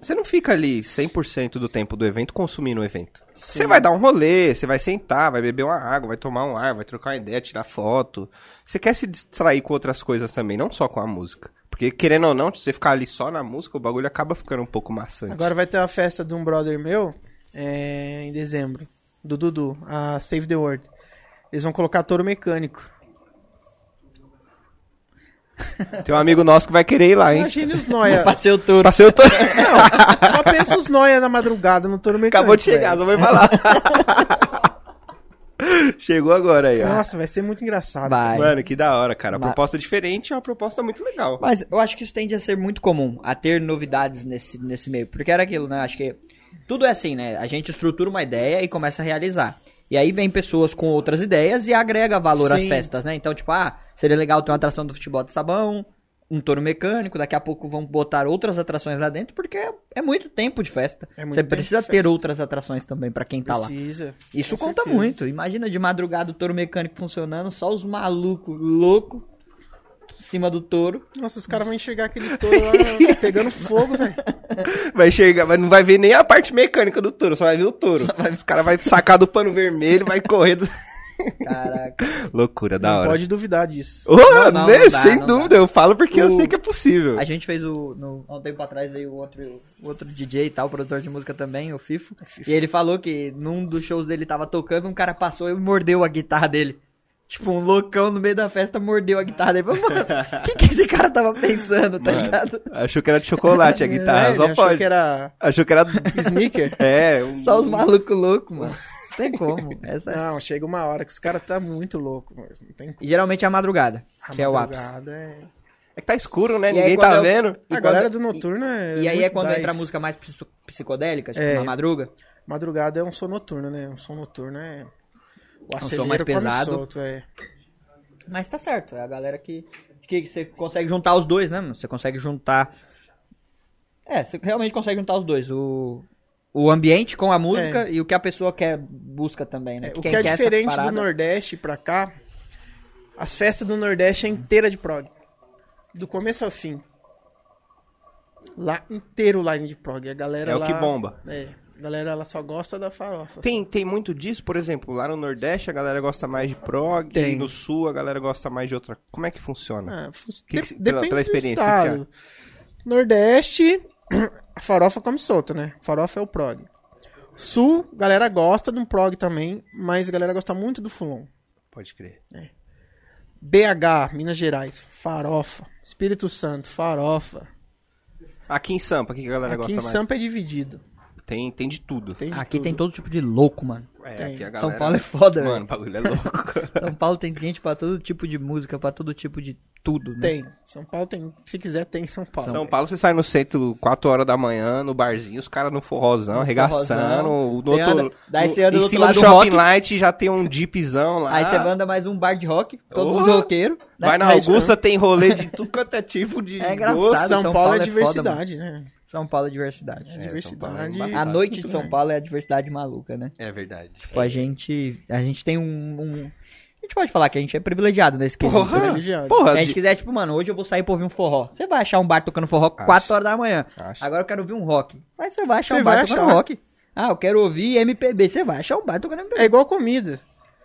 você não fica ali 100% do tempo do evento consumindo o evento. Você vai dar um rolê, você vai sentar, vai beber uma água, vai tomar um ar, vai trocar uma ideia, tirar foto. Você quer se distrair com outras coisas também, não só com a música. Porque, querendo ou não, se você ficar ali só na música, o bagulho acaba ficando um pouco maçante. Agora vai ter uma festa de um brother meu é, em dezembro, do Dudu, a Save the World. Eles vão colocar touro mecânico. Tem um amigo nosso que vai querer ir lá, hein? Imagine os *laughs* noia. Passei o touro. *laughs* Passei o to... Não, só pensa os noia na madrugada no touro mecânico. Acabou de chegar, velho. só vai falar. *laughs* Chegou agora aí, ó. Nossa, vai ser muito engraçado. Vai. Mano, que da hora, cara. A Mas- proposta diferente é uma proposta muito legal. Mas eu acho que isso tende a ser muito comum, a ter novidades nesse, nesse meio. Porque era aquilo, né? Acho que tudo é assim, né? A gente estrutura uma ideia e começa a realizar. E aí vem pessoas com outras ideias e agrega valor às Sim. festas, né? Então, tipo, ah, seria legal ter uma atração do futebol de sabão, um touro mecânico, daqui a pouco vão botar outras atrações lá dentro, porque é- é muito tempo de festa. É muito Você tempo de precisa ter festa. outras atrações também pra quem tá lá. Precisa. Isso com conta certeza. muito. Imagina de madrugada o touro mecânico funcionando, só os malucos loucos em cima do touro. Nossa, os caras vão *laughs* enxergar aquele touro lá pegando fogo, velho. Vai chegar, mas não vai ver nem a parte mecânica do touro, só vai ver o touro. *laughs* Os caras vão sacar do pano vermelho, vai correr. *laughs* Do... Caraca. Loucura, da Não hora. pode duvidar disso. Oh, Não, não, né? não dá, Sem não dúvida, eu falo porque eu O- sei que é possível. A gente fez o. No, há um tempo atrás veio outro, outro DJ e tal, produtor de música também, o Fifo. E ele falou que num dos shows dele tava tocando, um cara passou e mordeu a guitarra dele. Tipo, um loucão no meio da festa mordeu a guitarra dele. *laughs* Falei, Mano, o que, que esse cara tava pensando, tá Mano, ligado? Achou que era de chocolate a guitarra, É, só ele pode. Achou que era Achou *laughs* que era. sneaker. É, um... Só os malucos loucos, mano. Não tem como. Essa é. Não, chega uma hora que os caras tá muito louco, mas não tem E geralmente é a madrugada, A que é o ápice. madrugada é- É que tá escuro, né? E aí, Ninguém quando tá eu- vendo. E A quando- galera do noturno é. E aí é muito quando 10. entra a música mais psi- psicodélica, tipo É. na madruga. Madrugada é um som noturno, né? Um som noturno é. O Um som acelero mais come pesado. solto, é. Mas tá certo, é a galera que, que você consegue juntar os dois, né? mano? Você consegue juntar. É, você realmente consegue juntar os dois. O, o ambiente com a música e o que a pessoa quer, busca também, né? É, O que quem é quer essa diferente do parada- Nordeste pra cá, as festas do Nordeste é inteira de prog. Do começo ao fim. Lá inteiro line de prog. A galera É o lá- que bomba. É. A galera ela só gosta da Tá farofa. Tem, tem muito disso, por exemplo, lá no Nordeste a galera gosta mais de prog, Tem. no Sul a galera gosta mais de outra. Como é que funciona? Ah, fu- Que que de- se- pela- depende pela do experiência, que que você estado. Nordeste, *clears throat* a farofa come solta, né? Farofa é o prog. Sul, galera gosta de um prog também, mas a galera gosta muito do fulon. Pode crer. BH, Minas Gerais, farofa. Espírito Santo, farofa. Aqui em Sampa, o que que a galera Aqui gosta em mais? Sampa é dividido. Tem, tem de tudo. Tem de Aqui tudo. tem todo tipo de louco, *laughs* mano. É, Tem. aqui a São galera- Paulo é foda, Mano, o velho. bagulho é louco. *laughs* São Paulo tem gente pra todo tipo de música, pra todo tipo de tudo, né? Tem. São Paulo tem. Se quiser, tem São Paulo. É. São Paulo, você sai no centro 4 horas da manhã, no barzinho, os caras no forrozão, arregaçando. forrozão. No Você outro, anda- daí no- você anda do em outro cima lado do do shopping rock. light já tem um jeepzão lá. Aí você manda mais um bar de rock, todos os Porra! roqueiros. né? Vai na É isso Augusta, tem rolê *laughs* de tudo quanto é tipo de. É engraçado. gosto. São, São Paulo, Paulo é é foda, diversidade, né? São Paulo é diversidade. É, São Paulo é diversidade. embaçado. A noite de Muito São bem. Paulo é a diversidade maluca, né? É verdade. Tipo, a gente. A gente tem um. um- A gente pode falar que a gente é privilegiado nesse quesito. Porra! né? Privilegiado. Porra, Se a gente de- quiser, tipo, mano, hoje eu vou sair pra ouvir um forró. Você vai achar um bar tocando forró 4 horas da manhã. Acho. Agora eu quero ouvir um rock. Mas você vai achar Você um bar vai tocando achar. rock. Ah, eu quero ouvir MPB. Você vai achar um bar tocando MPB. É igual comida.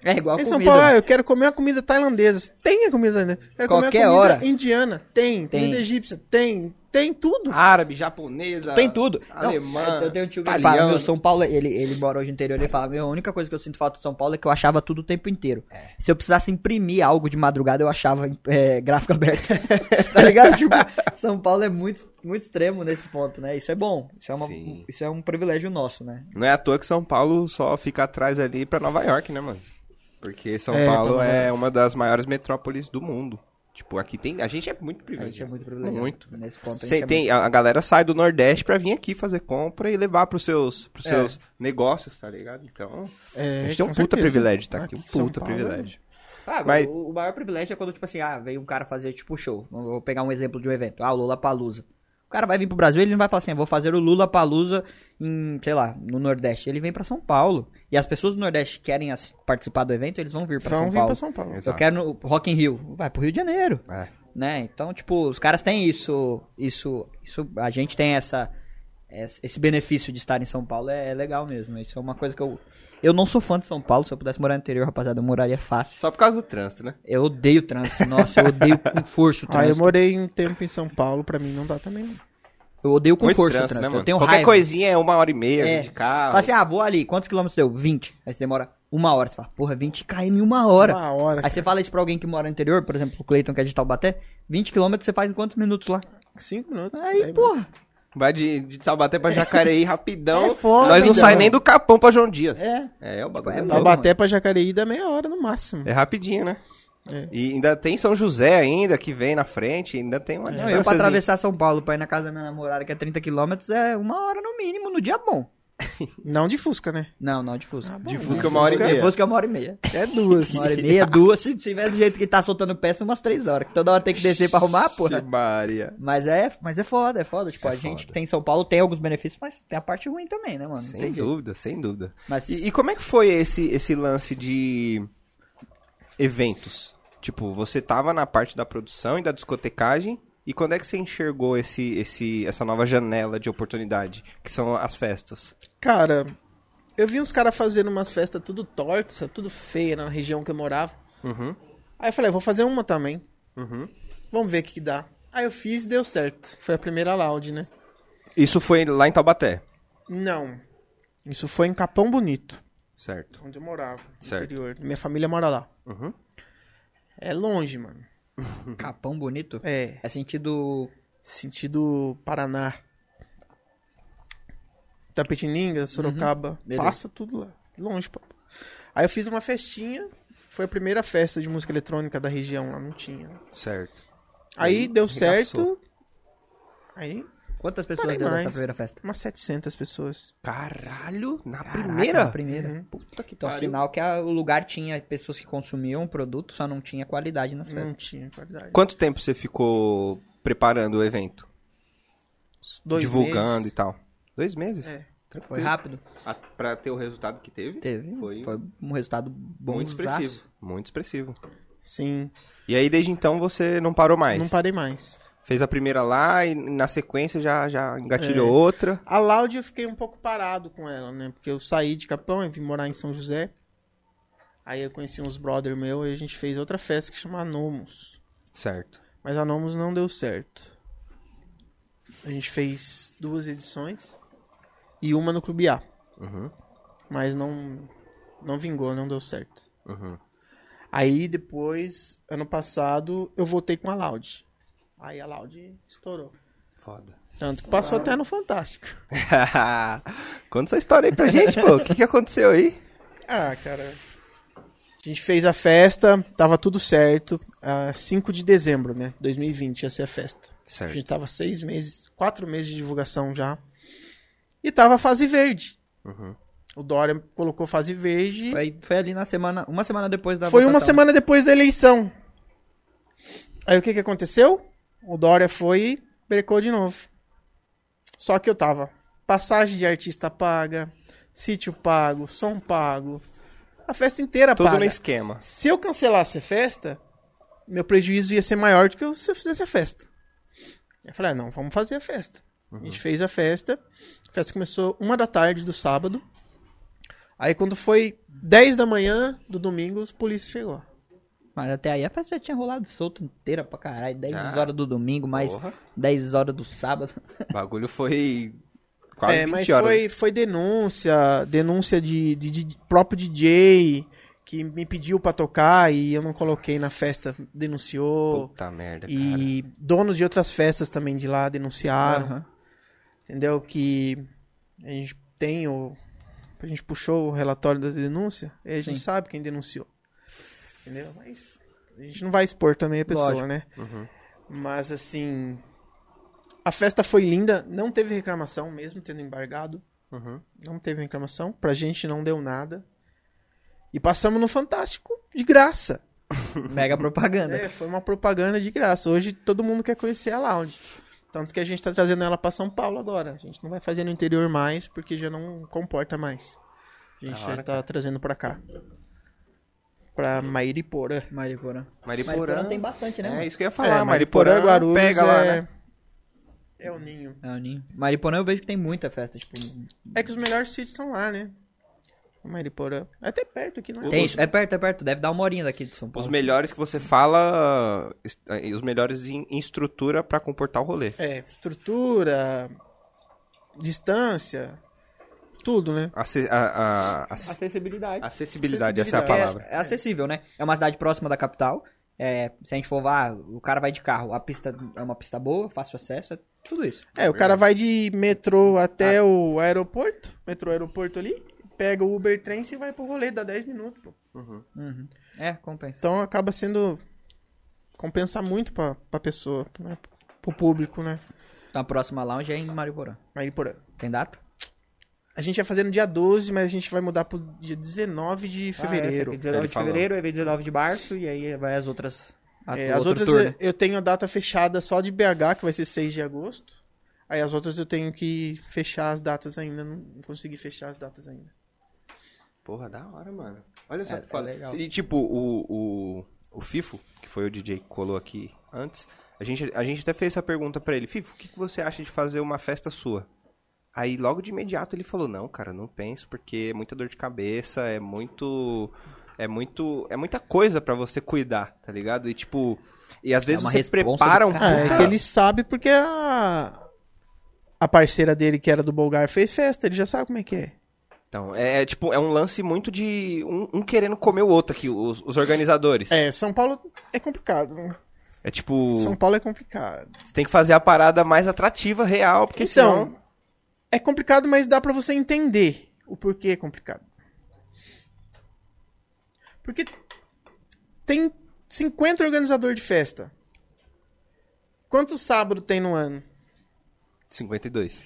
É igual Em comida. São Paulo, ah, eu quero comer a comida tailandesa. Tem a comida tailandesa. Quero Qualquer comer a comida hora. indiana. Tem. Tem. Ah, Comida egípcia. Tem. Tem tudo. Ah, Árabe, japonesa. Tem tudo. Tá Alemã. Não, eu tenho um tio que ele italiano. fala, meu, São Paulo, ele, ele mora hoje no interior, ele fala, meu, a única coisa que eu sinto falta de São Paulo é que eu achava tudo o tempo inteiro. É. Se eu precisasse imprimir algo de madrugada, eu achava é, gráfico aberto. *laughs* tá ligado? Tipo, São Paulo é muito, muito extremo nesse ponto, né? Isso é bom. Isso é, uma, Sim. isso é um privilégio nosso, né? Não é à toa que São Paulo só fica atrás ali pra Nova York, né, mano? Porque São É, Paulo pra Nova é uma das maiores metrópoles do mundo. Tipo, aqui tem. A gente é muito A gente é privilegiado. muito privilegiado. Muito. Nesse ponto, a Cê gente é tem, muito- a, a galera sai do Nordeste pra vir aqui fazer compra e levar pros seus, pros É. seus negócios, tá ligado? Então. É, a gente tem um com puta certeza. privilégio, tá aqui. Um Aqui em São puta é Paulo, privilégio. Ah, Mas- o, o maior privilégio é quando, tipo assim, ah, veio um cara fazer, tipo, show. Eu Vou pegar um exemplo de um evento. Ah, o Lula Palusa. O cara vai vir pro Brasil, ele não vai falar assim, "Eu vou fazer o Lula Palusa em, sei lá, no Nordeste. Ele vem pra São Paulo. E as pessoas do Nordeste que querem as- participar do evento, eles vão vir pra Vão São vir Paulo. pra São Paulo. Exato. Eu quero no Rock in Rio. Vai pro Rio de Janeiro, É. né? Então, tipo, os caras têm isso, isso, isso, a gente tem essa, essa- esse benefício de estar em São Paulo, é, é legal mesmo. Isso é uma coisa que eu, eu não sou fã de São Paulo, se eu pudesse morar no interior, rapaziada, eu moraria fácil. Só por causa do trânsito, né? Eu odeio trânsito, nossa, eu odeio com força o Ah, eu trânsito. morei um tempo em São Paulo, pra mim não dá também. não. eu odeio com Muito força trânsito, o né, trânsito. mano? eu tenho Qualquer raiva. coisinha é uma hora e meia É. de carro. Fala assim, ah, vou ali, quantos quilômetros deu? 20. Aí você demora uma hora, você fala, porra, 20 km em uma hora. Uma hora. Aí você fala isso pra alguém que mora no interior, por exemplo, o Cleiton que é de Taubaté, 20 km você faz em quantos minutos lá? Cinco minutos. Aí, porra, Vai de, de Taubaté pra *laughs* Jacareí rapidão. É foda, Nós não então. sai nem do Capão pra João Dias. É. É, é o bagulho. É É, louco. louco. Taubaté pra Jacareí dá meia hora no máximo. É rapidinho, né? É. E ainda tem São José ainda, que vem na frente, ainda tem uma Não, distância. eu pra atravessar São Paulo pra ir na casa da minha namorada, que é 30 km, é uma hora no mínimo, no dia bom. Não de Fusca, né? Não, não, de Fusca. De Fusca é uma hora e Fusca- meia. De Fusca é uma hora e meia. É duas. Uma hora e *laughs* meia, duas, se tiver do jeito que tá soltando peça, umas três horas. Que toda hora tem que descer pra arrumar, Ixi, porra. Maria. Mas é, mas é foda, é foda. Tipo, É a gente foda. que tem em São Paulo tem alguns benefícios, mas tem a parte ruim também, né, mano? Não Sem tem jeito. dúvida, sem dúvida. Mas E, e como é que foi esse, esse lance de eventos? Tipo, você tava na parte da produção e da discotecagem, e quando é que você enxergou esse, esse, essa nova janela de oportunidade, que são as festas? Cara, eu vi uns caras fazendo umas festas tudo tortas, tudo feia na região que eu morava. Uhum, Aí eu falei, "Ah, vou fazer uma também. uhum. Vamos ver o que, que dá. Aí eu fiz e deu certo. Foi a primeira loud, né? Isso foi lá em Taubaté, Não. Isso foi em Capão Bonito, certo? onde eu morava. no Certo. Interior. Minha família mora lá. Uhum. É longe, mano. capão bonito. É. É sentido. Sentido Paraná. Uhum. Tapetininga, Sorocaba. Beleza. Passa tudo lá. Longe, papo. Aí eu fiz uma festinha. Foi a primeira festa de música eletrônica da região lá, não tinha. Certo. Aí, Aí, deu arregaçou. certo. Aí, Quantas pessoas Falei deu nessa mais. primeira festa? umas 700 pessoas. Caralho, na Caraca, primeira? na primeira. Puta que Então, pariu. sinal que a- o lugar tinha pessoas que consumiam o produto, só não tinha qualidade Hum. nas festas. Não tinha qualidade. Quanto tempo você ficou preparando o evento? divulgando e tal? Dois meses? É. Foi rápido? A- Pra ter o resultado que teve? Teve. Foi Foi, um resultado bom. muito expressivo. Muito expressivo. Sim, E aí, desde então, você não parou mais? não parei mais. Fez a primeira lá e na sequência já, já engatilhou outra. A Loud eu fiquei um pouco parado com ela, né? Porque eu saí de Capão e vim morar em São José. Aí eu conheci uns brother meu e a gente fez outra festa que chama Anomos. Certo. Mas Anomos não deu certo. A gente fez duas edições e uma no Clube A. Uhum, Mas não, não vingou, não deu certo. uhum. Aí depois, ano passado, eu voltei com a Loud. Aí a Loud estourou. Foda. Tanto que passou até no Fantástico. *laughs* Conta essa história aí pra gente, pô. O que, que aconteceu aí? Ah, cara. A gente fez a festa, tava tudo certo. Ah, 5 de dezembro, né? 2020 ia ser a festa. A Certo. gente tava seis meses, quatro meses de divulgação já. E tava a fase verde. Uhum. O Dória colocou fase verde. Foi, Foi, foi ali na semana, uma semana depois da uma votação. semana depois da eleição. Aí o que que aconteceu? O Dória foi e brecou de novo. Só que eu tava. Passagem de artista paga, sítio pago, som pago. A festa inteira Tudo paga. no esquema. Se eu cancelasse a festa, meu prejuízo ia ser maior do que eu- se eu fizesse a festa. Eu falei, ah, não, vamos fazer a festa. A Uhum. gente fez a festa. A festa começou uma da tarde do sábado. Aí quando foi 10 da manhã do domingo, os polícia chegou. Mas até aí a festa já tinha rolado solto inteira pra caralho. 10 Já. horas do domingo, mais Porra. 10 horas do sábado. O bagulho foi quase é, 20 mas horas. né? foi, foi denúncia, denúncia de, de- de próprio DJ que me pediu pra tocar e eu não coloquei na festa, denunciou. Puta merda, cara. e donos de outras festas também de lá denunciaram. Aham. entendeu? Que a gente tem o. A gente puxou o relatório das denúncias e a gente Sim. sabe quem denunciou. Entendeu? Mas a gente não vai expor também a pessoa, Lógico. né? Uhum. Mas assim. A festa foi linda, não teve reclamação, mesmo tendo embargado. Uhum. Não teve reclamação. Pra gente não deu nada. E passamos no Fantástico de graça. Mega propaganda. né? É, foi uma propaganda de graça. Hoje todo mundo quer conhecer a Lounge. Tanto que a gente tá trazendo ela pra São Paulo agora. A gente não vai fazer no interior mais, porque já não comporta mais. A gente Da hora, já tá trazendo pra cá. Pra Mairipora. Mariporã. Mariporã. Mariporã tem bastante, né? É mano? isso que eu ia falar. É, Mariporã, Guarulhos pega é... lá, né? É o ninho. É o ninho. Mariporã eu vejo que tem muita festa, tipo... É que os melhores sítios são lá, né? Mairiporã. É até perto aqui, não é? Tem, é perto, é perto. Deve dar uma horinha daqui de São Paulo. Os melhores que você fala, est- eh, os melhores em em estrutura pra comportar o rolê. É, estrutura, distância, tudo, né? Ace- a- a- a- Acessibilidade. acessibilidade, essa é a Acessibilidade. palavra. É, é acessível, né? É uma cidade próxima da capital. É, se a gente for lá, o cara vai de carro. A pista é uma pista boa, fácil acesso, é tudo isso. É, o cara vai de metrô até Ah. o aeroporto, metrô aeroporto ali, pega o Uber Trens e vai pro rolê, dá 10 minutos, pô. Uhum. É, compensa. Então acaba sendo. compensa muito pra, pra pessoa, né? Pro público, né? Tá, Então a próxima lounge é em Mariporã. Mas por Tem data? A gente ia fazer no dia 12, mas a gente vai mudar pro dia 19 Ah, de fevereiro. é 19 Ele de falou. fevereiro, aí vem 19 de março e aí vai as outras. a- o É, as outro outras turno. eu- eu tenho data fechada só de BH, que vai ser 6 de agosto. Aí as outras eu tenho que fechar as datas ainda, não consegui fechar as datas ainda. Porra, da hora, mano. Olha só É, que foda. é legal. E tipo, o, o, o Fifo, que foi o DJ que colou aqui antes, a gente, a gente até fez essa pergunta pra ele. Fifo, o que, que você acha de fazer uma festa sua? Aí logo de imediato ele falou, não, cara, não penso, porque é muita dor de cabeça, é muito... É muito. É muita coisa pra você cuidar, tá ligado? E tipo. E às vezes É uma você responsa do prepara um Ah, Ah, é puta- que ele sabe porque a, a parceira dele, que era do Bulgar, fez festa, ele já sabe como é que é. Então, é, é, tipo, é um lance muito de. Um, um querendo comer o outro aqui, os, os organizadores. É, É, São Paulo é complicado. né? tipo. São Paulo é complicado. Você tem que fazer a parada mais atrativa, real, porque então, senão. é complicado, mas dá pra você entender o porquê é complicado. Porque tem 50 organizadores de festa. Quantos sábado tem no ano? *laughs* 52.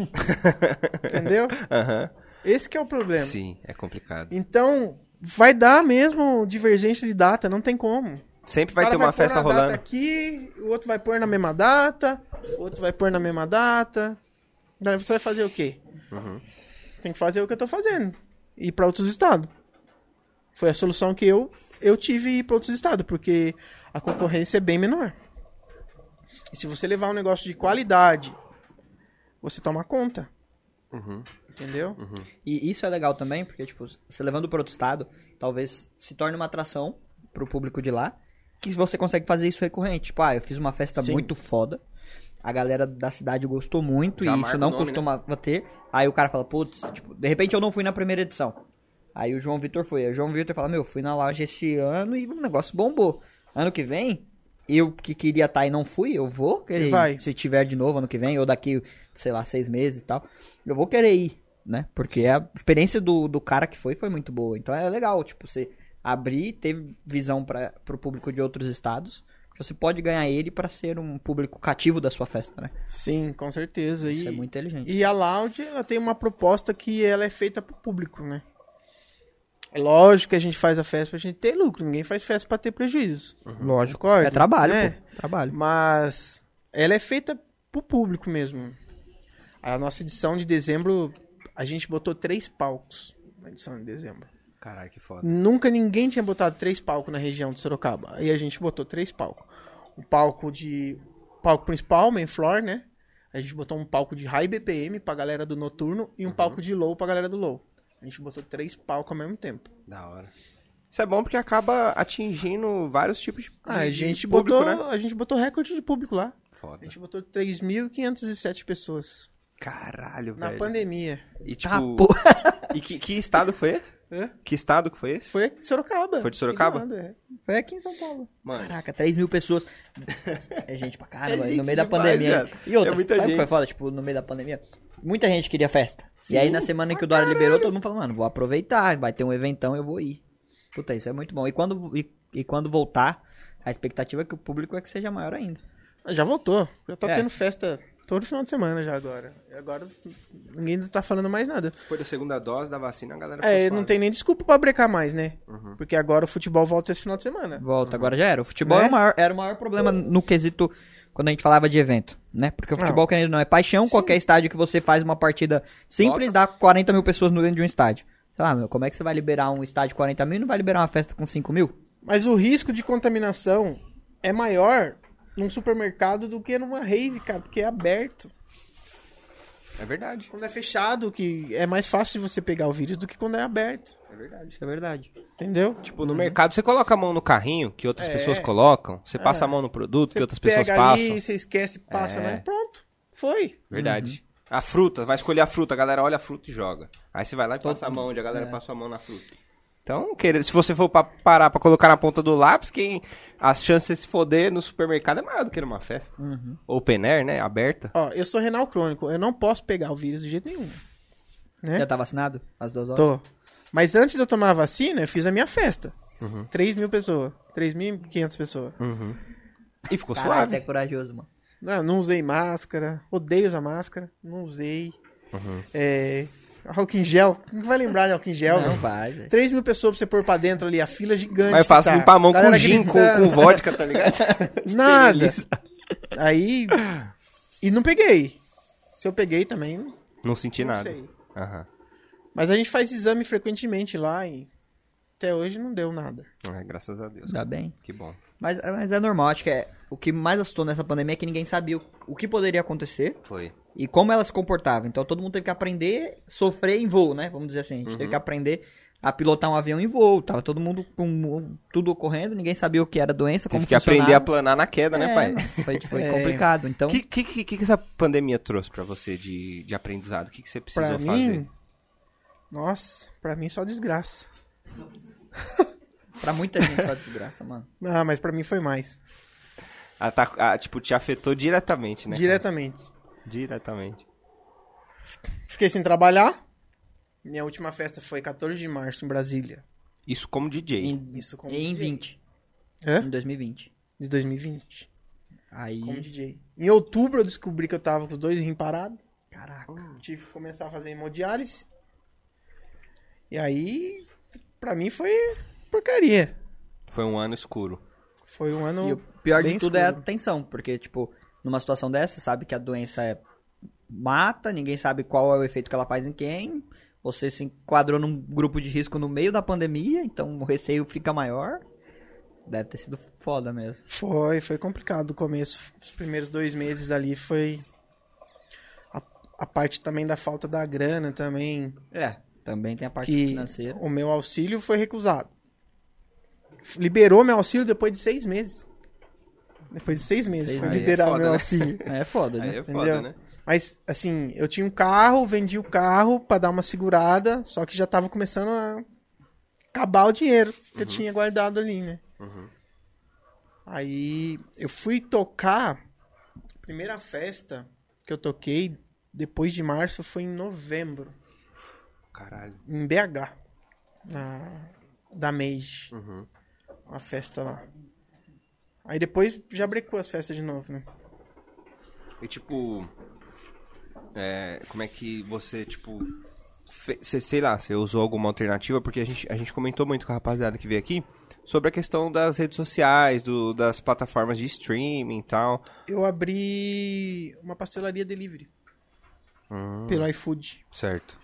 Entendeu? Aham. Esse que é o problema. Sim, é complicado. Então, vai dar mesmo divergência de data, não tem como. Sempre O vai cara ter uma pôr festa Data rolando. aqui, o outro vai pôr na mesma data, o outro vai pôr na mesma data. Daí você vai fazer o quê? Uhum. Tem que fazer o que eu tô fazendo. Ir pra outros estados. Foi a solução que eu, eu tive ir pra outros estados, porque a concorrência é bem menor. E se você levar um negócio de qualidade, você toma conta. Uhum. Entendeu? E isso é legal também, porque, tipo, você levando para outro estado, talvez se torne uma atração pro público de lá, que você consegue fazer isso recorrente. Tipo, ah, eu fiz uma festa Sim. muito foda, a galera da cidade gostou muito, Já e marca isso o não nome, né? costuma ter. Aí o cara fala, putz, tipo, de repente eu não fui na primeira edição. Aí o João Vitor foi. Aí o João Vitor fala, meu, fui na loja esse ano e o negócio bombou. Ano que vem, eu que queria estar e não fui, eu vou querer ir. vai. Se tiver de novo ano que vem, ou daqui, sei lá, seis meses e tal, eu vou querer ir, né? Porque a experiência do, do cara que foi foi muito boa. Então é legal, tipo, você abrir, ter visão para pro público de outros estados. que Você pode ganhar ele pra ser um público cativo da sua festa, né? Sim, com certeza. Isso E- é muito inteligente. E a Loud, ela tem uma proposta que ela é feita pro público, né? É lógico que a gente faz a festa pra gente ter lucro. Ninguém faz festa pra ter prejuízo. Lógico. Concorda? É trabalho, né? pô. Trabalho. Mas ela é feita pro público mesmo. A nossa edição de dezembro, a gente botou três palcos na edição de dezembro. Caralho, que foda. Nunca ninguém tinha botado três palcos na região de Sorocaba. Aí a gente botou três palcos. O palco de. palco principal, main floor, né? A gente botou um palco de high BPM pra galera do noturno e um Uhum. palco de low pra galera do low. A gente botou três palcos ao mesmo tempo. Da hora. Isso é bom porque acaba atingindo vários tipos de. Ah, a é de- gente de público, botou. né? É. A gente botou recorde de público lá. A Foda. gente botou 3.507 pessoas. Caralho, Na Ah, velho. pandemia. E tipo. e que, que estado foi esse? Que estado que foi esse? Foi aqui de Sorocaba. Foi de Sorocaba? Aqui do lado, é. *laughs* Foi aqui em São Paulo. Mano. Caraca, 3 mil pessoas. É gente pra caramba, *laughs* É no meio gente da demais, pandemia. cara. E outra, É muita sabe o que gente. foi foda? Tipo, no meio da pandemia, muita gente queria festa. e aí na semana que o Dória liberou, todo mundo falou, mano, vou aproveitar, vai ter um eventão, eu vou ir. Puta, isso é muito bom. E quando, e, e quando voltar, a expectativa é que o público é que seja maior ainda. Já voltou. Já tá É. tendo festa todo final de semana já agora. E agora ninguém tá falando mais nada. Depois da segunda dose da vacina, a galera. ficou É, não fora. Uhum. tem nem desculpa pra brecar mais, né? Porque agora o futebol volta esse final de semana. Volta, agora já era. O futebol Né? é o maior- era o maior problema no quesito quando a gente falava de evento, né? Porque o Não. futebol, querendo ou não, é paixão. Qualquer estádio que você faz uma partida simples, dá 40 mil pessoas no dentro de um estádio. Sei lá, meu, como é que você vai liberar um estádio com 40 mil e não vai liberar uma festa com 5 mil? Mas o risco de contaminação é maior num supermercado do que numa rave, cara, porque é aberto. É verdade, Quando é fechado, que é mais fácil de você pegar o vírus do que quando é aberto. é verdade. Isso é verdade. Entendeu? Tipo, no mercado você coloca a mão no carrinho que outras É. pessoas colocam, você passa a mão no produto que outras pessoas pega passam. ali, você esquece, passa, É. né? Pronto. Foi. Verdade. Uhum. A fruta, vai escolher a fruta, a galera olha a fruta e joga. Aí você vai lá e passa a mão onde a galera É. passa a mão na fruta. Então, querido, se você for pra parar pra colocar na ponta do lápis, quem as chances de se foder no supermercado é maior do que numa festa. Uhum. Ou pener, né? Aberta. Ó, eu sou renal crônico, eu não posso pegar o vírus de jeito nenhum. Né? Já tá vacinado? As duas horas? Tô. Mas antes de eu tomar a vacina, eu fiz a minha festa. Uhum. 3 mil pessoas. 3.500 pessoas. Uhum. E ficou Caralho, você é suave. corajoso, mano. Uhum. Ah, Não, não usei máscara. Odeio usar máscara. Não usei. É, Álcool em gel. Não vai lembrar de álcool em gel, Não né? vai, velho. 3 mil pessoas pra você pôr pra dentro ali, a fila é gigante. Mas eu faço tá. limpar a mão com Galera gin, com, *laughs* gritando. com vodka, tá ligado? Nada. Aí. E não peguei. Se eu peguei também, não Não senti nada. sei. Aham. Mas a gente faz exame frequentemente lá e até hoje não deu nada. É, graças a Deus. Ainda bem. Que bom. Mas, mas é normal, acho que é. O que mais assustou nessa pandemia é que ninguém sabia o, o que poderia acontecer Foi. e como ela se comportava. Então todo mundo teve que aprender, sofrer em voo, né? Vamos dizer assim. A gente Uhum. teve que aprender a pilotar um avião em voo. Tava todo mundo com tudo ocorrendo, ninguém sabia o que era a doença, como Tive que aprender a funcionava. planar na queda, né, É, pai? mano, *laughs* Foi, foi É. complicado. Então, O que, que, que, que essa pandemia trouxe pra você de, de aprendizado? O que, que você precisou Pra fazer? mim. Nossa, pra mim só desgraça. pra muita gente só desgraça, mano. Ah, mas pra mim foi Né, mais. Ah, tá- ah, tipo, te afetou diretamente, né? Diretamente. Diretamente. Fiquei sem trabalhar. Minha última festa foi 14 de março em Brasília. Isso como DJ. Em, Isso como em DJ. 20. Hã? Em 2020. De 2020. Aí. Como DJ. Em outubro eu descobri que eu tava com os dois rins parados. Caraca. Tive que começar a fazer hemodiálise. E aí, pra mim foi porcaria. Foi um ano escuro. Foi um ano. E o pior de bem tudo é a escuro. tensão, porque, tipo, numa situação dessa, você sabe que a doença é mata, ninguém sabe qual é o efeito que ela faz em quem. Você se enquadrou num grupo de risco no meio da pandemia, então o receio fica maior. Deve ter sido foda mesmo. Foi, foi complicado o começo. Os primeiros dois meses ali foi. A, a parte também da falta da grana também. É. Também tem a parte que financeira. o meu auxílio foi recusado. Liberou meu auxílio depois de seis meses. Depois de seis meses Seis foi meses. liberar Aí é foda, meu né? auxílio. É foda, né? Aí é foda, Entendeu? né? Mas, assim, eu tinha um carro, vendi o carro pra dar uma segurada, só que já tava começando a acabar o dinheiro Uhum. que eu tinha guardado ali, né? Aí eu fui tocar. A primeira festa que eu toquei depois de março foi em novembro, Caralho. em BH, na, da Mage, Uhum. uma festa lá. Aí depois já brecou as festas de novo, né? E tipo. é, como é que você, tipo. fe- cê- sei lá, você usou alguma alternativa? Porque a gente, a gente comentou muito com a rapaziada que veio aqui sobre a questão das redes sociais, do, das plataformas de streaming e tal. Eu abri uma pastelaria delivery Hum, pelo iFood. certo.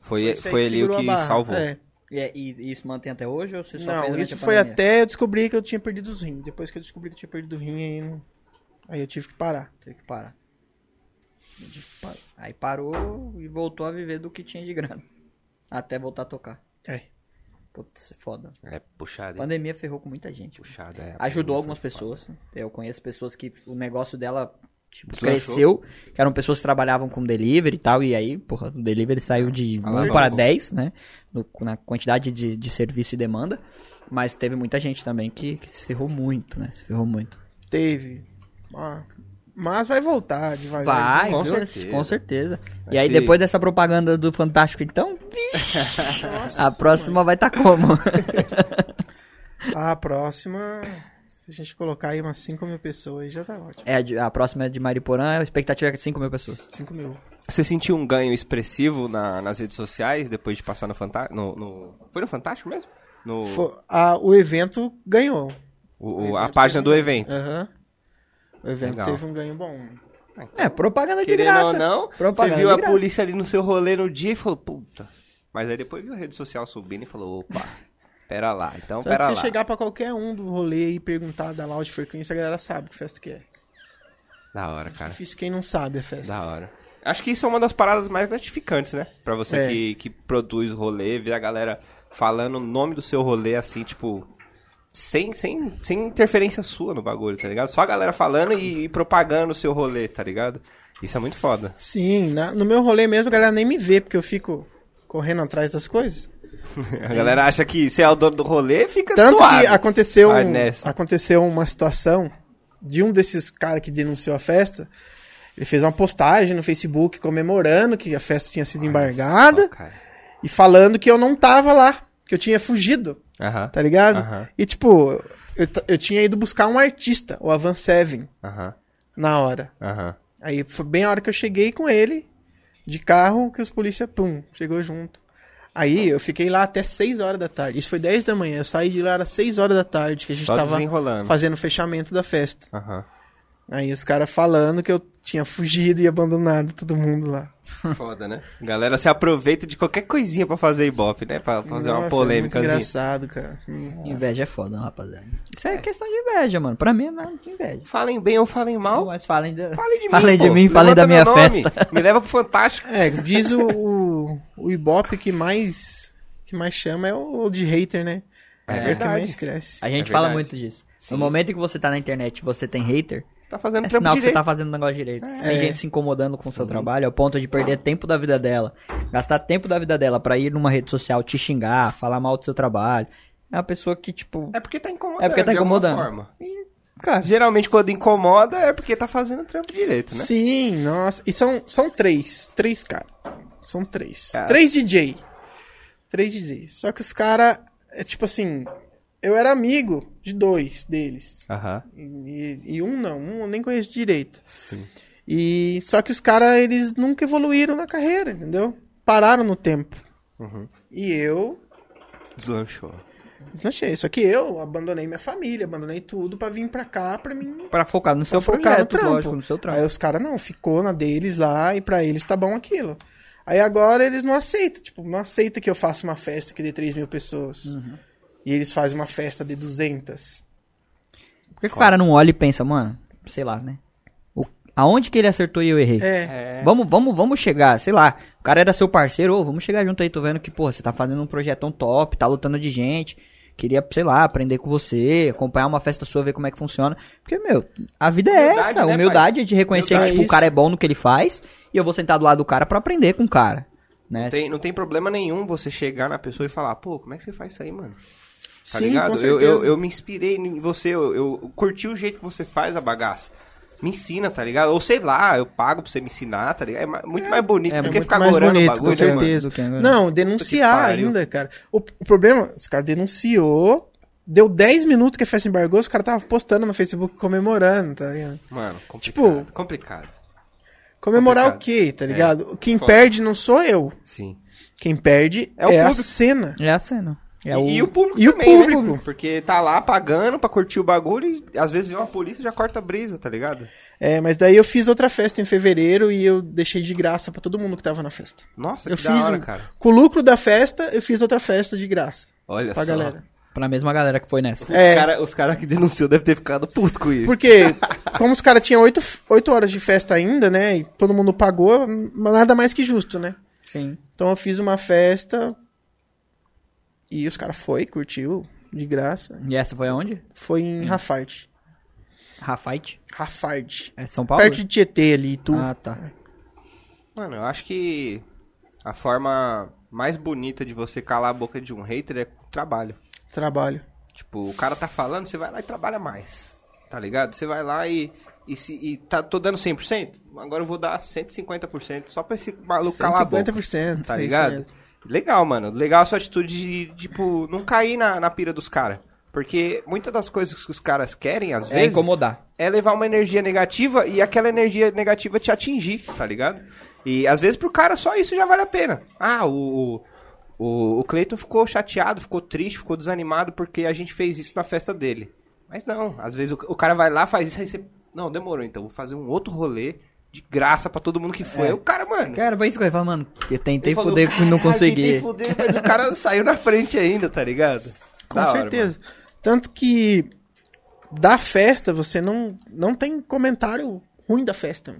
Foi, isso aí foi ali o segurou a que barra. salvou. É. E, é- e- e isso mantém até hoje ou você só fez Não, durante isso a foi pandemia? até eu descobrir que eu tinha perdido os rins. Depois que eu descobri que eu tinha perdido o rim, aí, não- aí eu tive que parar. Teve que parar. Tive que parar. Aí parou e voltou a viver do que tinha de grana. *laughs* Até voltar a tocar. É. Putz, foda. É A puxado. hein? pandemia ferrou com muita gente. mano. Puxado, é. Ajudou algumas Foi foda. pessoas. né? Eu conheço pessoas que o negócio dela tipo, Deslanchou. cresceu, que eram pessoas que trabalhavam com delivery e tal, e aí, porra, o delivery É, saiu de Alavancou. 1 para 10, né? no- na quantidade de, de serviço e demanda. Mas teve muita gente também que, que se ferrou muito, né? Se ferrou muito. Teve. Ah, mas vai voltar devagar. Vai, com com, certeza. certeza. com certeza. Vai E aí, ser- depois dessa propaganda do Fantástico, então, a próxima vai estar como? *laughs* A próxima. Se a gente colocar aí umas 5 mil pessoas, já tá ótimo. é, a de- a próxima é de Mariporã, a expectativa é de 5 mil pessoas. 5 mil. Você sentiu um ganho expressivo na- nas redes sociais depois de passar no Fantástico? No, no- Foi no Fantástico mesmo? No, Fo- ah, o evento ganhou. o- o- O a evento página do teve- evento. Aham. O evento Legal. Então, teve um ganho bom. É, propaganda de Tá Querendo graça. ou não, você Propaganda viu de a graça. polícia ali no seu rolê no dia e falou, puta. Mas aí depois viu a rede social subindo e falou, opa, pera lá, então Só pera que lá. se chegar pra qualquer um do rolê e perguntar da loud frequência, a galera sabe que festa que é. Da hora, cara, Difícil quem não sabe a festa. da hora. Acho que isso é uma das paradas mais gratificantes, né? Pra você É. que, que produz rolê, ver a galera falando o nome do seu rolê assim, tipo... Sem, sem, sem interferência sua no bagulho, tá ligado? Só a galera falando e, e propagando o seu rolê, tá ligado? Isso é muito foda. *laughs* Sim, na- no meu rolê mesmo a galera nem me vê, porque eu fico correndo atrás das coisas. A galera acha que você é o dono do rolê, fica Tanto É suave. que aconteceu, um- Vai nessa. aconteceu uma situação de um desses caras que denunciou a festa. Ele fez uma postagem no Facebook comemorando que a festa tinha sido embargada Ó, cara. e falando que eu não tava lá, que eu tinha fugido, Aham, tá ligado? Aham. E tipo, eu, t- eu tinha ido buscar um artista, o Avan Seven, aham, na hora. aham. Aí foi bem a hora que eu cheguei com ele. de carro que os polícia, pum, chegou junto. Aí eu fiquei lá até 6 horas da tarde. Isso foi 10 da manhã. Eu saí de lá às 6 horas da tarde, que a gente Só tava desenrolando. fazendo o fechamento da festa. Aham. Aí os caras falando que eu tinha fugido e abandonado todo mundo lá. Foda, né? A galera se aproveita de qualquer coisinha pra fazer ibope, né? Pra fazer Nossa, uma é polêmica. assim. Muito engraçado, cara. Hum. Inveja é foda, rapaziada. Isso é questão de inveja, mano. Pra mim é nada de inveja. Falem bem ou falem Não, mal, mas falem *laughs* de, *laughs* falem de mim. falem, de pô. mim, falem da minha Levanta meu nome, festa. *laughs* Me leva pro Fantástico. É, diz o, o, o Ibope que mais, que mais chama é o, o de hater, né? É o que verdade. mais cresce. A gente É fala verdade. muito disso. Sim. No momento em que você tá na internet e você tem hater, Você tá fazendo é trampo sinal que você direito. tá fazendo o negócio direito. Se Tem É. gente se incomodando com o seu trabalho ao ponto de perder tempo da vida dela, gastar tempo da vida dela pra ir numa rede social te xingar, falar mal do seu trabalho. É uma pessoa que, tipo, É porque tá incomodando. É porque tá de alguma incomodando. forma. E, cara, geralmente quando incomoda é porque tá fazendo trampo direito, né? Sim, nossa. E são, são três. Três, cara. São três. Cara. Três DJ. Três DJ. Só que os caras, é tipo assim, eu era amigo de dois deles. Aham. E, e- e um não, um eu nem conheço direito. Sim. E só que os caras, eles nunca evoluíram na carreira, entendeu? Pararam no tempo. Uhum. E eu Deslanchou. deslanchei. Só que eu abandonei minha família, abandonei tudo pra vir pra cá, pra mim. pra focar no seu focar no projeto, trampo. lógico, no seu Aí trampo. É os caras não, ficou na deles lá e pra eles tá bom aquilo. Aí agora eles não aceitam, tipo, não aceita que eu faça uma festa que dê 3 mil pessoas. Uhum. E eles fazem uma festa de 200. Por que que o cara não olha e pensa, mano, sei lá, né? O- aonde que ele acertou e eu errei? tá É, Vamos, vamos, vamos chegar, sei lá. O cara era seu parceiro, ô, vamos chegar junto aí, tô vendo que, porra, você tá fazendo um projetão top, tá lutando de gente. Queria, sei lá, aprender com você, acompanhar uma festa sua, ver como é que funciona. Porque, meu, a vida é Humildade, essa. né, humildade é de reconhecer que, Humildade, tipo, o isso. cara é bom no que ele faz e eu vou sentar do lado do cara pra aprender com o cara. Né? Tem- não tem problema nenhum você chegar na pessoa e falar, pô, como é que você faz isso aí, mano? Tá sim, com ligado? certeza. É Eu, eu, eu me inspirei em você, eu, eu curti o jeito que você faz a bagaça. Me ensina, tá ligado? Ou sei lá, eu pago pra você me ensinar, tá ligado? É ma- muito mais bonito do que muito ficar mais gorando o bonito, bagulho, com né, mano? certeza. Do que agora. Não, Puta denunciar que pariu. ainda, cara. O, o problema, os caras denunciou, deu 10 minutos que a festa embargou, os caras tava postando no Facebook comemorando, tá ligado? Mano, complicado. Tipo- complicado. Comemorar Complicado. É, o quê, tá ligado? Quem Foda. perde não sou eu. Sim. Quem perde É o é, a público. cena. É a cena. É e, e o público e o também, né? público. Porque tá lá pagando pra curtir o bagulho e às vezes vê uma polícia e já corta a brisa, tá ligado? É, mas daí eu fiz outra festa em fevereiro e eu deixei de graça pra todo mundo que tava na festa. Nossa, eu que fiz da hora, um- cara. Com o lucro da festa, eu fiz outra festa de graça Olha pra só. galera. É. Pra mesma galera que foi nessa. Os caras que denunciou devem ter ficado puto com isso. Porque, como os caras tinham oito oito horas de festa ainda, né? E todo mundo pagou, mas nada mais que justo, né? Sim. Então eu fiz uma festa e os caras foi, curtiu, de graça. E essa foi aonde? Foi Hum. em Rafard. Rafite? Rafard. É São Paulo? Perto de Tietê ali, tu. Ah, tá. Mano, eu acho que a forma mais bonita de você calar a boca de um hater é com trabalho. Trabalho. Tipo, o cara tá falando, você vai lá e trabalha mais. Tá ligado? Você vai lá e. E, se, e tá, tô dando 100%? Agora eu vou dar 150% só pra esse maluco calar a boca. 150%, Tá *laughs* é isso ligado? mesmo. Legal, mano. Legal a sua atitude de, tipo, não cair na, na pira dos caras. Porque muitas das coisas que os caras querem, às É vezes. incomodar. é levar uma energia negativa e aquela energia negativa te atingir, tá ligado? E às vezes pro cara só isso já vale a pena. Ah, o. O, o Cleiton ficou chateado, ficou triste, ficou desanimado porque a gente fez isso na festa dele. Mas não, às vezes o, o cara vai lá, faz isso, aí você. Não, demorou, então vou fazer um outro rolê de graça pra todo mundo que foi. É. Aí O cara, mano. Cara, foi isso que eu ia falar, mano. Eu tentei ele falou, foder e "Caralho, não tentei consegui. foder, *laughs* mas o cara saiu na frente ainda, tá ligado? Com Da hora, certeza. Tanto que da festa você não, não tem comentário ruim da festa.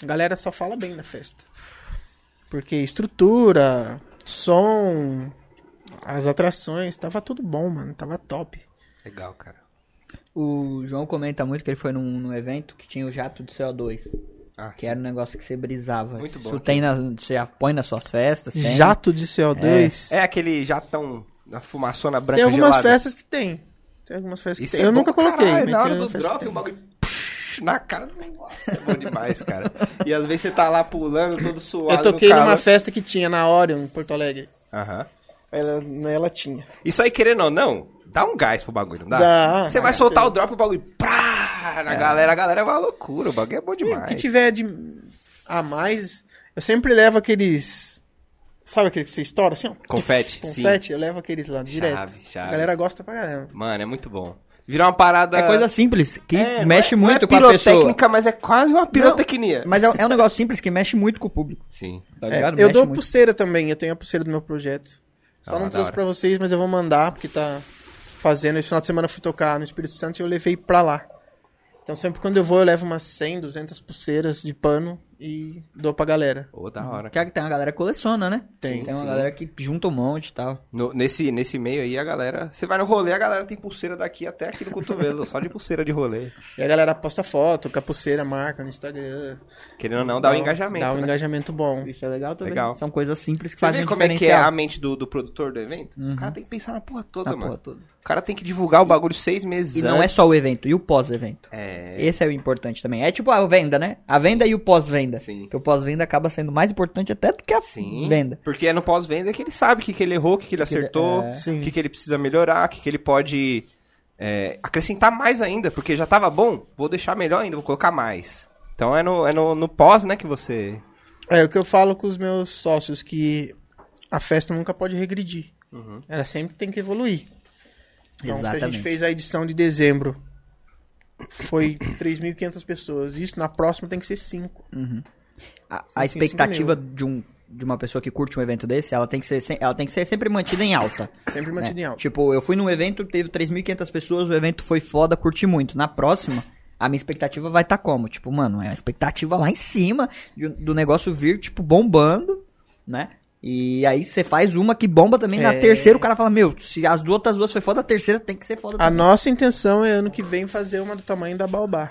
A galera só fala bem da festa. Porque estrutura, som, as atrações, tava tudo bom, mano. Tava top. mano. Legal, cara. O João comenta muito que ele foi num, num evento que tinha o jato de CO2. Ah, Que sim. era um negócio que você brisava. Muito bom Isso tem na, você já põe nas suas festas? Tem. Jato de CO2. É aquele jatão, a fumaçona branca tem algumas gelada. festas que tem. Tem algumas festas que Isso tem. é Eu bom nunca pra coloquei. caralho, mas na tem hora do algumas festas que drop, tem. o bagulho psh, na cara. Nossa, é bom demais, cara. E às vezes você tá lá pulando, todo suado. Eu no toquei calor. numa festa que tinha na Orion, em Porto Alegre. Aham. Ela, ela tinha. Isso aí, querendo ou não, dá um gás pro bagulho, não dá? Dá, você dá, vai soltar o drop, o bagulho. Prá, na galera, a galera vai à loucura. O bagulho é bom O demais. que tiver de a mais Eu sempre levo aqueles. Sabe aquele que você estoura assim, ó? Confete, sim. Confete, eu levo aqueles lá direto. chave. A galera gosta pra caramba. Mano, é muito bom. Virar uma parada. É coisa simples, que É, não mexe é- não muito é com a pessoa. Pirotecnica, mas é quase uma pirotecnia. Mas é, é um negócio simples que mexe muito com o público, Sim. tá É, ligado? eu Mexe dou muito. pulseira também, eu tenho a pulseira do meu projeto. Só Ah, não da trouxe hora. pra vocês, mas eu vou mandar, porque tá fazendo. Esse final de semana eu fui tocar no Espírito Santo e eu levei pra lá. Então sempre quando eu vou, eu levo umas 100, 200 pulseiras de pano e dou pra galera. Ô, da hora. Que é que tem uma galera que coleciona, né? Tem, Tem uma sim. galera que junta um monte e tal. No- nesse, nesse meio aí, a galera. Você vai no rolê, a galera tem pulseira daqui até aqui no cotovelo, *laughs* só de pulseira de rolê. E a galera posta foto com a pulseira, marca no Instagram. Querendo ou não, dá um engajamento. Dá um né? engajamento bom. Isso é legal também. Legal. São coisas simples que Você fazem vê um como é que é a diferencial. mente do, do produtor do evento? O cara tem que pensar Uhum. na porra toda, Na mano. porra toda. O cara tem que divulgar o bagulho seis meses E não é antes. só o evento, e o pós-evento. É. Esse é o importante também. É tipo a venda, né? A venda e o pós-venda. Sim. Que o pós-venda acaba sendo mais importante até do que a Sim. venda. Porque é no pós-venda que ele sabe o que, que ele errou, o que, que ele ele- acertou, é. o que, que ele precisa melhorar, o que, que ele pode é, acrescentar mais ainda, porque já tava bom, vou deixar melhor ainda, vou colocar mais. Então é no, é no, no pós, né, que você. É o que eu falo com os meus sócios, que a festa nunca pode regredir. Uhum. Ela sempre tem que evoluir. Então, se a gente Exatamente. fez a edição de dezembro, foi 3.500 pessoas. Isso, na próxima tem que ser 5. A, Sim, a sim, sim, expectativa de, um, de uma pessoa que curte um evento desse, ela tem que ser, sem- ela tem que ser sempre mantida em alta. Sempre né? mantido em alta. Tipo, eu fui num evento, teve 3.500 pessoas, o evento foi foda, curti muito. Na próxima, a minha expectativa vai estar como? Tipo, mano, é a expectativa lá em cima de- um, do negócio vir, tipo, bombando, né? E aí você faz uma que bomba também, na É. terceira o cara fala, meu, se as duas- outras duas foi foda, a terceira tem que ser foda A também. nossa intenção é ano que vem fazer uma do tamanho da Baobá.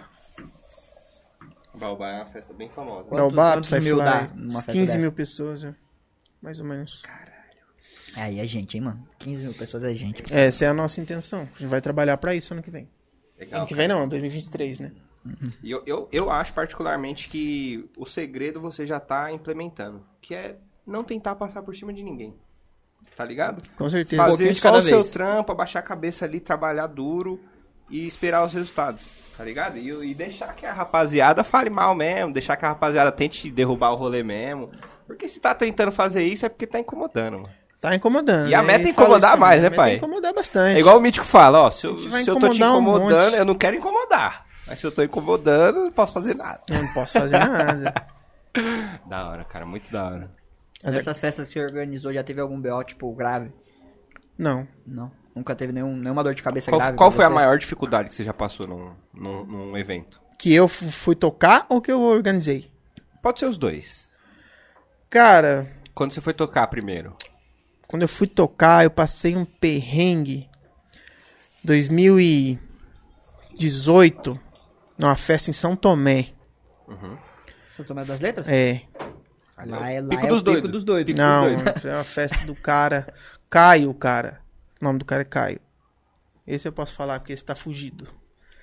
Baobá é uma festa bem famosa. Quantos- Baobá, quantos mil dá numa uns festa 15 dessa? mil pessoas, né? mais ou menos. Aí é gente, hein, mano? 15 mil pessoas é gente. Essa é a nossa intenção. A gente vai trabalhar pra isso ano que vem. Legal. Ano que vem não, 2023, né? E eu, eu, eu acho particularmente que o segredo você já tá implementando, que é não tentar passar por cima de ninguém. Tá ligado? Com certeza. Fazer um de só cada o seu vez. trampo, abaixar a cabeça ali, trabalhar duro e esperar os resultados, tá ligado? E, e deixar que a rapaziada fale mal mesmo, deixar que a rapaziada tente derrubar o rolê mesmo. Porque se tá tentando fazer isso é porque tá incomodando, mano. Tá incomodando. E a né? meta é fala incomodar isso também, mais, né, a meta é pai? incomodar bastante. É igual o Mítico fala, ó, se eu, A gente vai se eu tô te incomodar um incomodando, monte. eu não quero incomodar. Mas se eu tô incomodando, eu não posso fazer nada. Eu não posso fazer *laughs* nada. Da hora, cara, muito da hora. Mas é- Essas festas que você organizou, já teve algum BO, tipo, grave? Não. Não. Nunca teve nenhum, nenhuma dor de cabeça Qual, grave? qual pra foi a você? maior dificuldade que você já passou num, num, num evento? Que eu fu- fui tocar ou que eu organizei? Pode ser os dois. Cara, Quando você foi tocar primeiro? quando eu fui tocar, eu passei um perrengue. 2018, numa festa em São Tomé. São Tomé das Letras? É. Ali Lá é é, o lá Pico é dos o pico Doidos. dos doidos. Não, é uma festa do cara. Caio, cara. O nome do cara é Caio. Esse eu posso falar, porque esse tá fugido.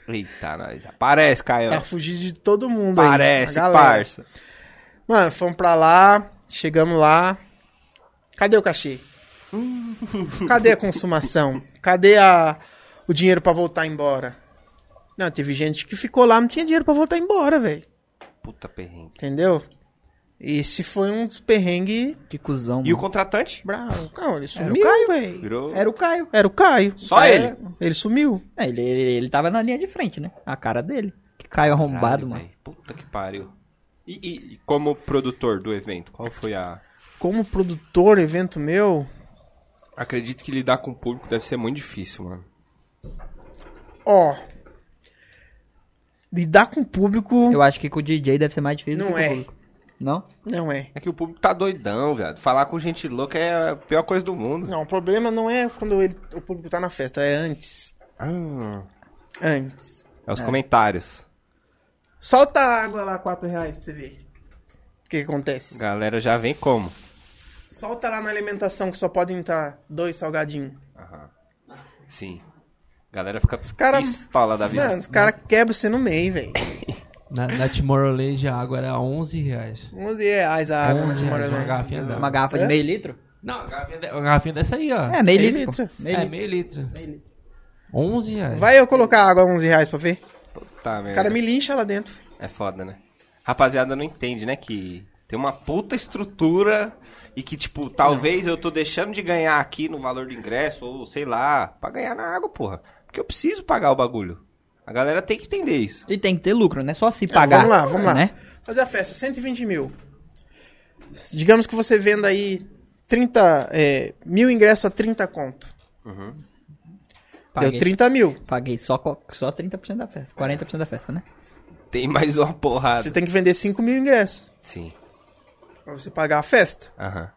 Eita, nós. Aparece, Caio. Tá fugido de todo mundo aí. a É. Parece, galera. parça. Mano, fomos pra lá, chegamos lá. Cadê *laughs* o cachê? Cadê a consumação? Cadê a, o dinheiro pra voltar embora? Não, teve gente que ficou lá, não tinha dinheiro pra voltar embora, velho. Puta perrengue. Entendeu? Esse foi um dos perrengues Que cuzão, E o contratante? bravo. Não, ele o sumiu, Caio. velho. Virou. Era o Caio. Era o Caio. Só Era- ele? Ele sumiu. É, Ele, ele, ele tava na linha de frente, né? A cara dele. Que Caio arrombado, Caralho, mano. velho. Puta que pariu. E, e- e como produtor do evento, qual foi a. Como produtor, evento meu, Acredito que lidar com o público deve ser muito difícil, mano. ó. Lidar com o público Eu acho que com o DJ deve ser mais difícil do não que com o é. público. Não? Não é. É que o público tá doidão, viado. Falar com gente louca é a pior coisa do mundo. Não, o problema não é quando ele- o público tá na festa, é antes. Ah, Antes. é os comentários. Solta a água lá, 4 reais pra você ver. O que, que acontece? Galera já vem como? Solta lá na alimentação que só podem entrar dois salgadinhos. Aham. Sim. Galera fica Os cara- pistola Tá da vida. Mano, os caras quebram você no meio, velho. Na, na Tomorrowland a água era 11 reais. 11 reais a água. né, 11 reais, uma mano. garrafinha Uma d'água. garrafa de meio litro? Não, a garrafinha, de- uma garrafinha dessa aí, Ah. ó. É, meio É? Meio litro. pô. litro. Meio É, litro. meio litro. 11 reais. Vai eu colocar água a 11 reais pra ver? Tá, merda. É. Os caras me lincham lá dentro. É foda, né? Rapaziada não entende, né? Que Tem uma puta estrutura e que, tipo, talvez eu tô deixando de ganhar aqui no valor do ingresso, ou sei lá, pra ganhar na água, porra. Porque eu preciso pagar o bagulho. A galera tem que entender isso. E tem que ter lucro, não é só se pagar. vamos lá, vamos lá. Né? Fazer a festa, 120 mil. Digamos que você venda aí 30, é, mil ingressos a 30 conto. Paguei, Deu 30 mil. paguei só, co- só 30% da festa, 40% da festa, né? Tem mais uma Você porrada. tem que vender 5 mil ingressos Sim. pra você pagar a festa, Aham.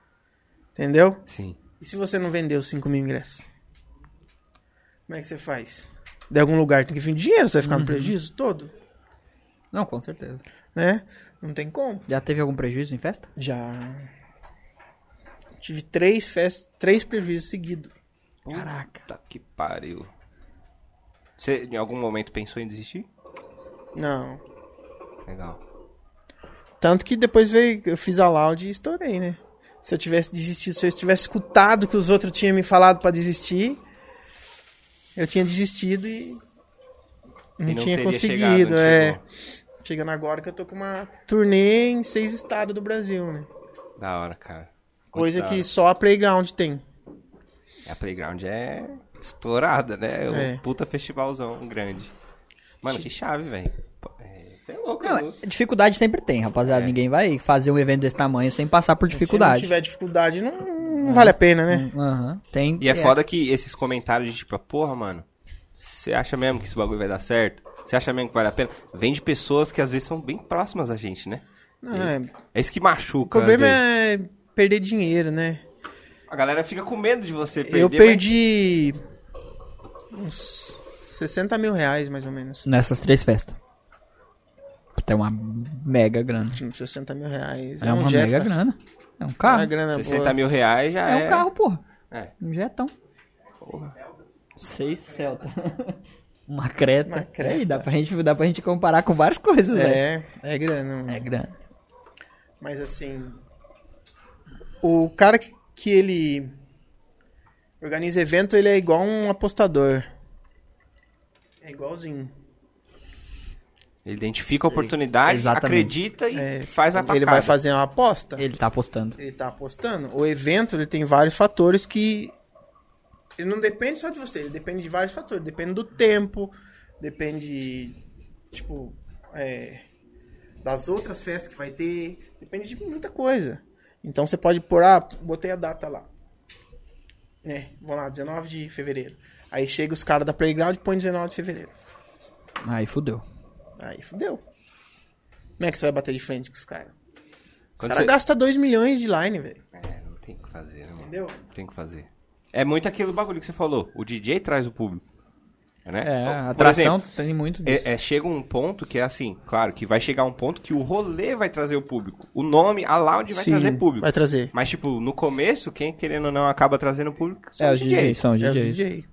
entendeu? Sim. E se você não vendeu 5 mil ingressos? Como é que você faz? De algum lugar tem que vir dinheiro, você vai ficar no prejuízo todo, Não, com certeza. né? Não tem como. Já teve algum prejuízo em festa? Já. Tive três festas, três prejuízos seguidos. Caraca. Puta Tá que pariu. Você em algum momento pensou em desistir? Não. Legal. Tanto que depois veio, eu fiz a loud e estourei, né? Se eu tivesse desistido, se eu tivesse escutado que os outros tinham me falado pra desistir, eu tinha desistido e não, E tinha teria conseguido. chegado onde é. chegou. Chegando agora que eu tô com uma turnê em seis estados do Brasil, né? Da hora, cara. Muito Coisa da que só a Playground tem. hora. A Playground é estourada, né? É um É. puta festivalzão grande. Mano, que chave, velho. É, Você é louco, Não, é louco. é- dificuldade sempre tem, É. rapaziada. Ninguém vai fazer um evento desse tamanho sem passar por Se dificuldade. É. Hum. não tiver dificuldade, não, não vale a pena, né? Aham, Tem, E é, foda que esses comentários de tipo, porra, mano, você acha mesmo que esse bagulho vai dar certo? Você acha mesmo que vale a pena? Vem de pessoas que às vezes são bem próximas a gente, né? Não, é- É isso que O machuca. às problema vezes. é perder dinheiro, né? A galera fica com medo de você perder. eu mas- perdi uns 60 mil reais, mais ou menos. Nessas três festas. Tem uma mega grana. Uns 60 mil reais. É, uma um Jetta. mega grana. É um É uma carro. grana 60 boa. mil reais já É, é. um carro, porra. É. Um jetão. Seis Celta. *laughs* Uma creta. Uma Creta. Aí, É, dá, pra gente, dá pra gente comparar com várias coisas, né? velho. né? É, é grana. mano. É grana. Mas assim, o cara que, que ele organiza evento, ele é igual um apostador. É igualzinho. Ele identifica a oportunidade, Exatamente. acredita e É, faz a tacada. Ele vai fazer uma aposta. Ele tá apostando. ele tá apostando, o evento ele tem vários fatores que ele não depende só de você, ele depende de vários fatores, depende do tempo, depende tipo é, das outras festas que vai ter, depende de muita coisa. Então você pode pôr, ah, botei a data lá. Né? Vamos lá, 19 de fevereiro. Aí chega os caras da Playground e põe 19 de fevereiro. Aí fudeu. Aí fudeu. Como é que você vai bater de frente com os caras? Os Quando caras você- gastam 2 milhões de line, velho. É, não tem o que fazer, né, mano? Entendeu? Não tem o que fazer. É muito aquele bagulho que você falou. O DJ traz o público. Né? É, Por atração exemplo, tem muito disso. é, é, chega um ponto que é assim, claro, que vai chegar um ponto que o rolê vai trazer o público. O nome, a loud vai Sim, trazer público. Vai trazer. Mas, tipo, no começo, quem querendo ou não acaba trazendo público são É, os os DJs, DJs. são os É o DJs. DJ.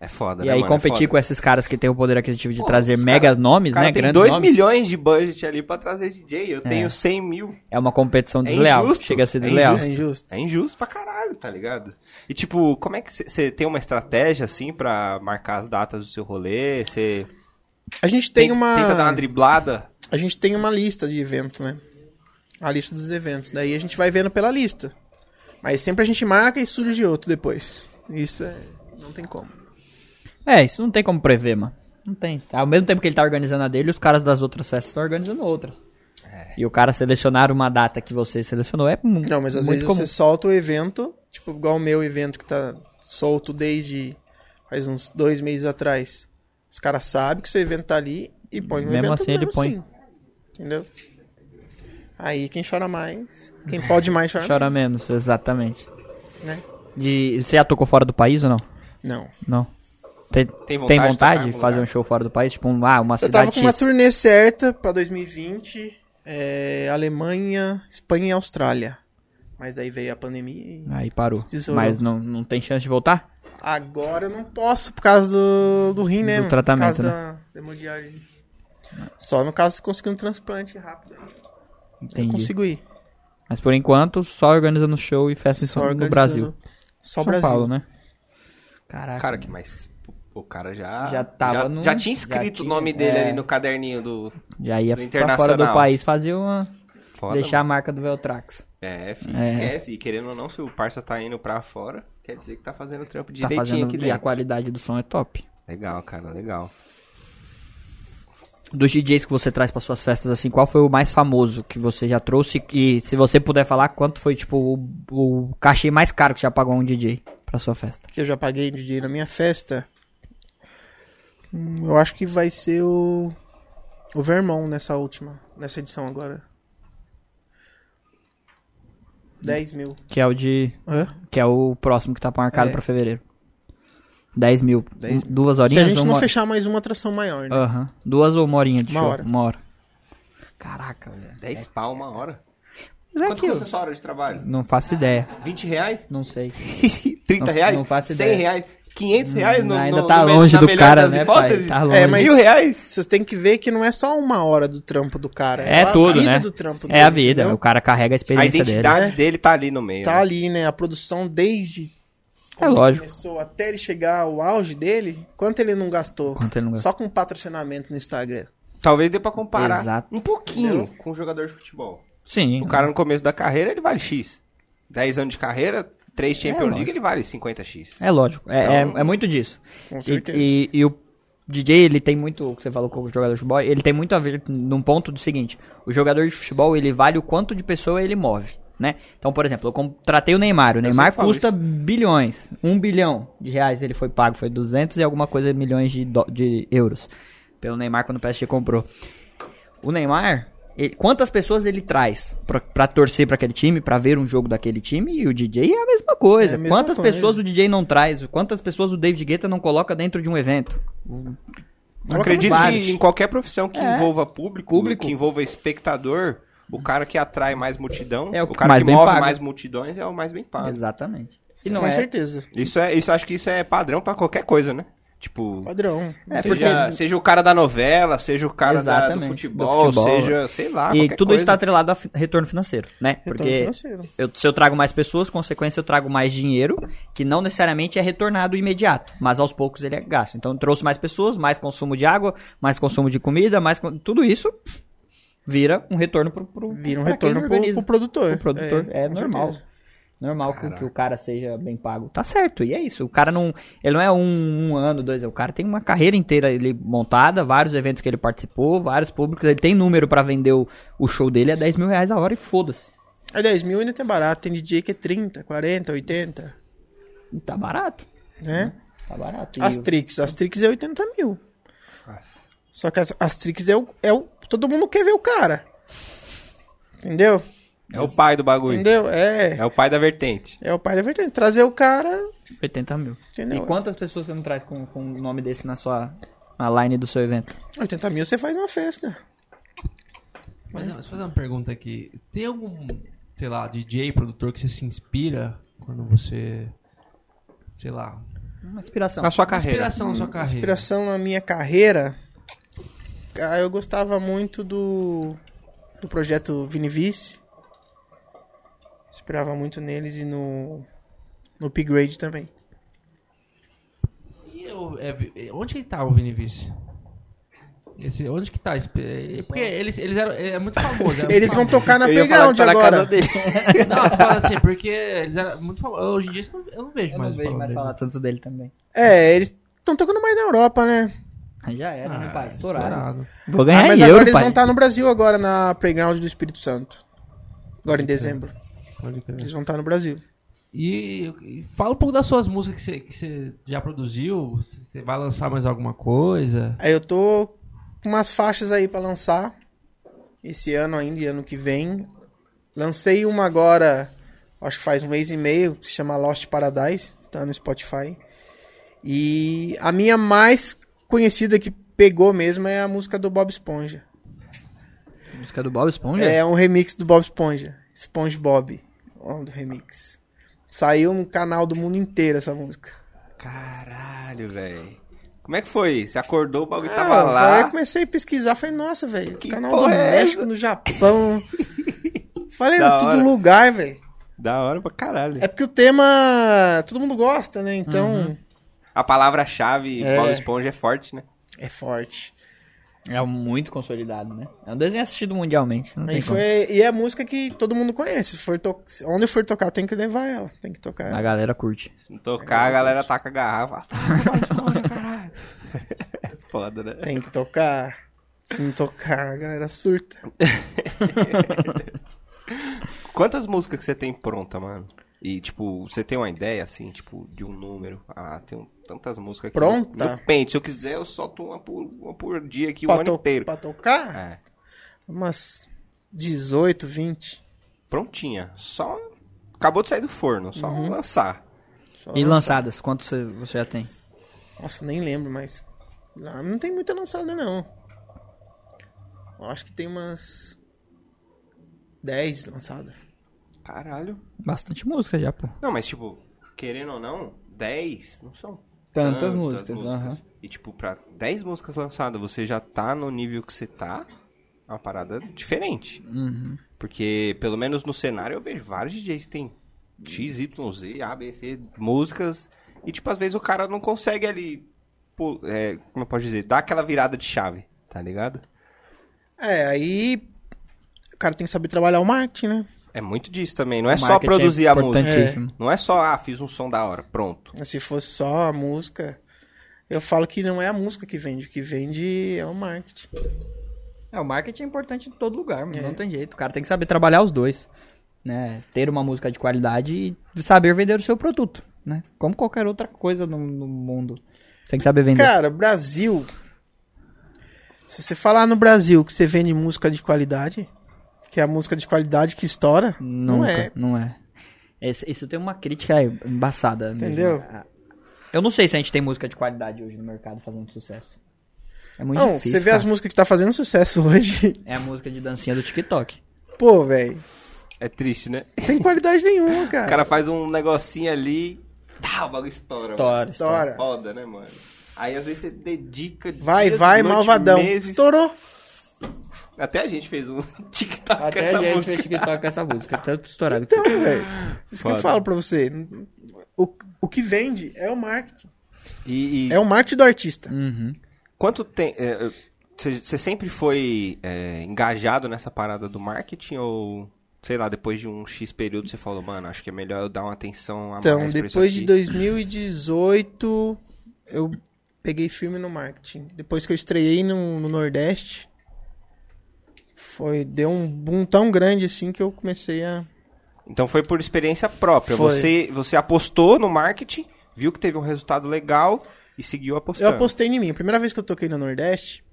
É foda, E né, aí mano? competir é com esses caras que têm o poder aquisitivo de Pô, trazer os mega cara- nomes, O cara né? tem Grandes 2 nomes. milhões de budget ali pra trazer DJ. Eu tenho 100 mil. É uma competição É desleal. injusto, Chega a ser é desleal. É injusto. É injusto pra caralho, tá ligado? E tipo, como é que você tem uma estratégia assim pra marcar as datas do seu rolê? Você A gente tem tenta, uma tenta dar uma driblada? a gente tem uma lista de evento, né? A lista dos eventos. Daí a gente vai vendo pela lista. Mas sempre a gente marca e surge outro depois. Isso é não tem como. É, isso não tem como prever, mano. Não tem. Ao mesmo tempo que ele tá organizando a dele, os caras das outras festas estão organizando outras. É. E o cara selecionar uma data que você selecionou é muito Não, mas às muito vezes comum. você solta o evento, tipo igual o meu evento que tá solto desde faz uns dois meses atrás. Os caras sabem que o seu evento tá ali e põe um Mesmo evento assim, ele mesmo põe. assim. Entendeu? Aí quem chora mais, quem pode mais chora. Chora menos, exatamente. Né? De, você já tocou fora do país ou não? Não. Não. Tem, Tem tem vontade vontade, de tocar em algum de fazer lugar? um show fora do país? Tipo, um, ah, uma Eu tava cidade com uma X. turnê certa pra 2020, é, Alemanha, Espanha e Austrália. Mas aí veio a pandemia e Aí parou. Tesouro. Mas não, não tem chance de voltar? agora eu não posso por causa do, do rim, né? Do mano? tratamento, né? por causa da hemodiálise. Só no caso se conseguir um transplante rápido. Eu Entendi. consigo ir. Mas por enquanto, só organizando show e festa em Só São, é no organizando- Brasil. Só São Brasil. Paulo, né? Caraca. Cara, que mais. O cara já. Já tava já, no- já tinha já escrito o tinha, nome dele é. ali no caderninho do. Já ia Do pra fora do internacional. país fazer uma Foda, deixar a marca do Tá Veltrax. É, filho, É. esquece. E querendo ou não, se o parça tá indo pra fora, quer dizer que tá fazendo o Tá trampo direitinho fazendo aqui e a dentro. qualidade do som é top. Legal, cara, legal. Dos DJs que você traz para suas festas, assim, qual foi o mais famoso que você já trouxe? E se você puder falar, quanto foi, tipo, o, o cachê mais caro que você já pagou a um DJ pra sua festa? que eu já paguei de DJ na minha festa, hum, eu acho que vai ser o, o Vermont nessa última, nessa edição agora. 10 mil. Que é o de. Hã? Que é o próximo que tá marcado É. pra fevereiro. 10 mil. 10 mil. Duas Se horinhas a gente ou não uma hora? fechar mais uma atração maior, né? Aham. Duas ou uma horinha de Uma show? hora. Uma hora. Caraca, velho. 10 pau uma hora. Mas é Quanto aquilo. custa essa hora de trabalho? Não faço ideia. 20 *laughs* reais? Não sei. 30 Não- reais? não faço 100 ideia. reais? 500 reais? No, ainda no- tá no- longe na do melhor cara, das né, hipóteses? pai? Tá É, longe. mas Mil reais? vocês têm que ver que não é só uma hora do trampo do cara. É, a tudo, vida né? do trampo é a dele, vida. entendeu? O cara carrega a A experiência dele. identidade né? dele. tá ali no meio. Tá né? ali, né? A produção desde quando É lógico. começou até ele chegar ao auge dele, quanto ele não gastou? Quanto ele não gastou. Só com patrocinamento no Instagram. Talvez dê pra comparar Exato. um pouquinho com o jogador de futebol. Sim. O cara no começo da carreira, ele vale X. 10 anos de carreira, 3 Champions League, É, lógico. ele vale 50X. É lógico. É, Então- é, é muito disso. Com E- certeza. E, e o DJ, ele tem muito, o que você falou com o jogador de futebol, ele tem muito a ver num ponto do seguinte: o jogador de futebol, ele vale o quanto de pessoa ele move, né? Então, por exemplo, eu contratei o Neymar. O Neymar sempre falo custa isso. bilhões, um bilhão de reais ele foi pago, foi 200 e alguma coisa milhões de, dó- de euros pelo Neymar quando o PSG comprou. O Neymar, ele- quantas pessoas ele traz pra, pra torcer pra aquele time, pra ver um jogo daquele time? E o DJ é a mesma coisa. É a mesma quantas coisa. pessoas o DJ não traz? Quantas pessoas o David Guetta não coloca dentro de um evento? Eu Acredito vários. que em qualquer profissão que envolva público, É. Público. que envolva espectador, o cara que atrai mais multidão, É o o, que cara mais que bem move paga. mais multidões é o mais bem pago. Exatamente. E com não é. certeza. Isso é, isso acho que isso é padrão pra qualquer coisa, né? Tipo, Padrão. É, seja, porque- seja o cara da novela, seja o cara da- do, Exatamente, do futebol, futebol. seja, sei lá, E qualquer tudo coisa. isso está atrelado a fi- retorno financeiro, né? Retorno Porque financeiro. eu- se eu trago mais pessoas, consequência, eu trago mais dinheiro, que não necessariamente é retornado imediato, mas aos poucos ele é gasto. Então eu trouxe mais pessoas, mais consumo de água, mais consumo de comida, mais con- tudo isso pff, vira um retorno pro, pro Vira um pra quem retorno pro, organiza. pro produtor. Pro produtor, é, com normal. certeza. Normal que, que o cara seja bem pago. Tá certo, e é isso. O cara não. Ele não é um, um ano, dois. O cara tem uma carreira inteira ele montada, vários eventos que ele participou, vários públicos. Ele tem número pra vender o, o show dele a 10 mil reais a hora e foda-se. É 10 mil ainda tem barato. Tem DJ que é 30, 40, 80, E tá barato. né? Tá barato. E As o- Trix. As Trix é 80 mil. Só que as, as Trix é o, é o... Todo mundo quer ver o cara. Entendeu? É o pai do bagulho. Entendeu? É... É o pai da vertente. É o pai da vertente. Trazer o cara... 80 mil. Entendeu? E quantas pessoas você não traz com, com um nome desse na sua. na line do seu evento? 80 mil você faz uma festa. Mas ó, deixa eu fazer uma pergunta aqui. Tem algum, sei lá, DJ, produtor que você se inspira quando você. Sei lá. Então, Uma inspiração. Na sua carreira. Inspiração na sua carreira. Inspiração na minha carreira... Ah, eu gostava muito do... Do projeto Vinivice. Inspirava muito neles e no... No P-Grade também. E eu- é- é- onde que ele tá o Vinivice? Esse, onde que tá? esse- é- Porque eles, eles eram. É muito famoso. era Eles vão muito famoso. tocar na Eu ia falar Playground que tá na casa agora. dele. *laughs* Não, tô falando assim, porque eles eram muito famosos. Hoje em dia eu não- eu não vejo Eu não mais. vejo mais dele. falar tanto dele também. É, eles estão tocando mais na Europa, né? Já era, né, Ah, pai? Estourado. estourado. Vou Ah, ganhar mas agora euro, eles pai. vão estar no Brasil agora na Playground do Espírito Santo. Agora em dezembro. Pode crer. Eles vão estar no Brasil. E, e fala um pouco das suas músicas que você, que você já produziu. Você vai lançar mais alguma coisa? Aí eu tô com umas faixas aí pra lançar. Esse ano ainda e ano que vem. Lancei uma agora, acho que faz um mês e meio, que se chama Lost Paradise, tá no Spotify. E a minha mais conhecida que pegou mesmo é a música do Bob Esponja. Música do Bob Esponja? tá- É um remix do Bob Esponja. SpongeBob. O nome do remix. Saiu no canal do mundo inteiro essa música. Caralho, velho. Como é que foi? Você acordou, o bagulho Ah, tava Aí eu lá. comecei a pesquisar. Falei, nossa, velho. Que Canal do porra é México, essa? *laughs* no Japão. falei, Da tudo hora. lugar, velho. Da hora pra caralho. É porque o tema. Todo mundo gosta, né? Uhum. é Então. A palavra-chave Paulo Esponja é forte, né? É forte. É muito consolidado, né? É um desenho assistido mundialmente. Não tem E, foi- e é música que todo mundo conhece. For to- Onde for tocar, tem que levar ela. Tem que tocar como. ela. A galera curte. Se É, tocar, a galera taca a garrafa. *laughs* um É foda, né? Tem que tocar. Se não tocar, a galera surta. Quantas músicas que você tem pronta, mano? E, tipo, você tem uma ideia, assim, tipo, de um número? Ah, tem um- tantas músicas aqui. Pronta? No, no pente, se eu quiser, eu solto uma por, uma por dia aqui o Pra, ano to- inteiro. pra tocar, É, umas 18, 20. prontinha. Só... Acabou de sair do forno, só Uhum. lançar. Só E lança- lançadas, quantos você- você já tem? Nossa, nem lembro, mas. Não, não tem muita lançada, não. Eu acho que tem umas. 10 lançadas. Caralho. Bastante música já, pô. Não, mas, tipo, querendo ou não, 10 não são Tantas músicas, aham. E, tipo, pra 10 músicas lançadas, você já tá no nível que você tá, é uma parada diferente. Uhum. Porque, pelo menos no cenário, eu vejo vários DJs que tem X, Y, Z, A, B, C, músicas. E, tipo, às vezes o cara não consegue ali, pô, é, como eu posso dizer, dar aquela virada de chave, tá ligado? É, aí. O cara tem que saber trabalhar o marketing, né? É muito disso também, não é O só marketing produzir é a música. importantíssimo. Não é só, ah, fiz um som da hora, pronto. Se fosse só a música. Eu falo que não é a música que vende, o que vende é o marketing. É, o marketing é importante em todo lugar, mano. É. Não tem jeito. O cara tem que saber trabalhar os dois. Né? Ter uma música de qualidade e saber vender o seu produto, né? Como qualquer outra coisa no, no mundo. Tem que saber vender. Cara, Brasil. Se você falar no Brasil que você vende música de qualidade, que é a música de qualidade que estoura, não Nunca, é. Não é. Esse- isso tem uma crítica é, embaçada. mesmo. Entendeu? Eu não sei se a gente tem música de qualidade hoje no mercado fazendo sucesso. É muito Não, difícil. você vê cara. as músicas que tá fazendo sucesso *laughs* hoje. É a música de dancinha do TikTok. Pô, velho. É triste, né? Não tem qualidade nenhuma, cara. O cara faz um negocinho ali, tá, o bagulho estoura. Estoura, estoura. Mano. Foda, né, mano? Aí às vezes você dedica. Vai, dias, vai, noite, malvadão. meses. Estourou. Até a gente fez um *laughs* TikTok com Até essa a gente música. fez TikTok com essa música. Tanto estourado que Então, velho. Isso que eu Foda. falo pra você. O, o que vende é o marketing. E, e É o marketing do artista. Uhum. quanto tem. é, Você você sempre foi é, engajado nessa parada do marketing ou. Sei lá, depois de um X período você falou, mano, acho que é melhor eu dar uma atenção a Então, mais pra isso depois de aqui." 2018, eu peguei filme no marketing. Depois que eu estreiei no, no Nordeste, foi deu um boom tão grande assim que eu comecei a. Então foi por experiência própria. Foi. Você, você apostou no marketing, viu que teve um resultado legal e seguiu Eu apostando. apostei em mim. A primeira vez que eu toquei no Nordeste,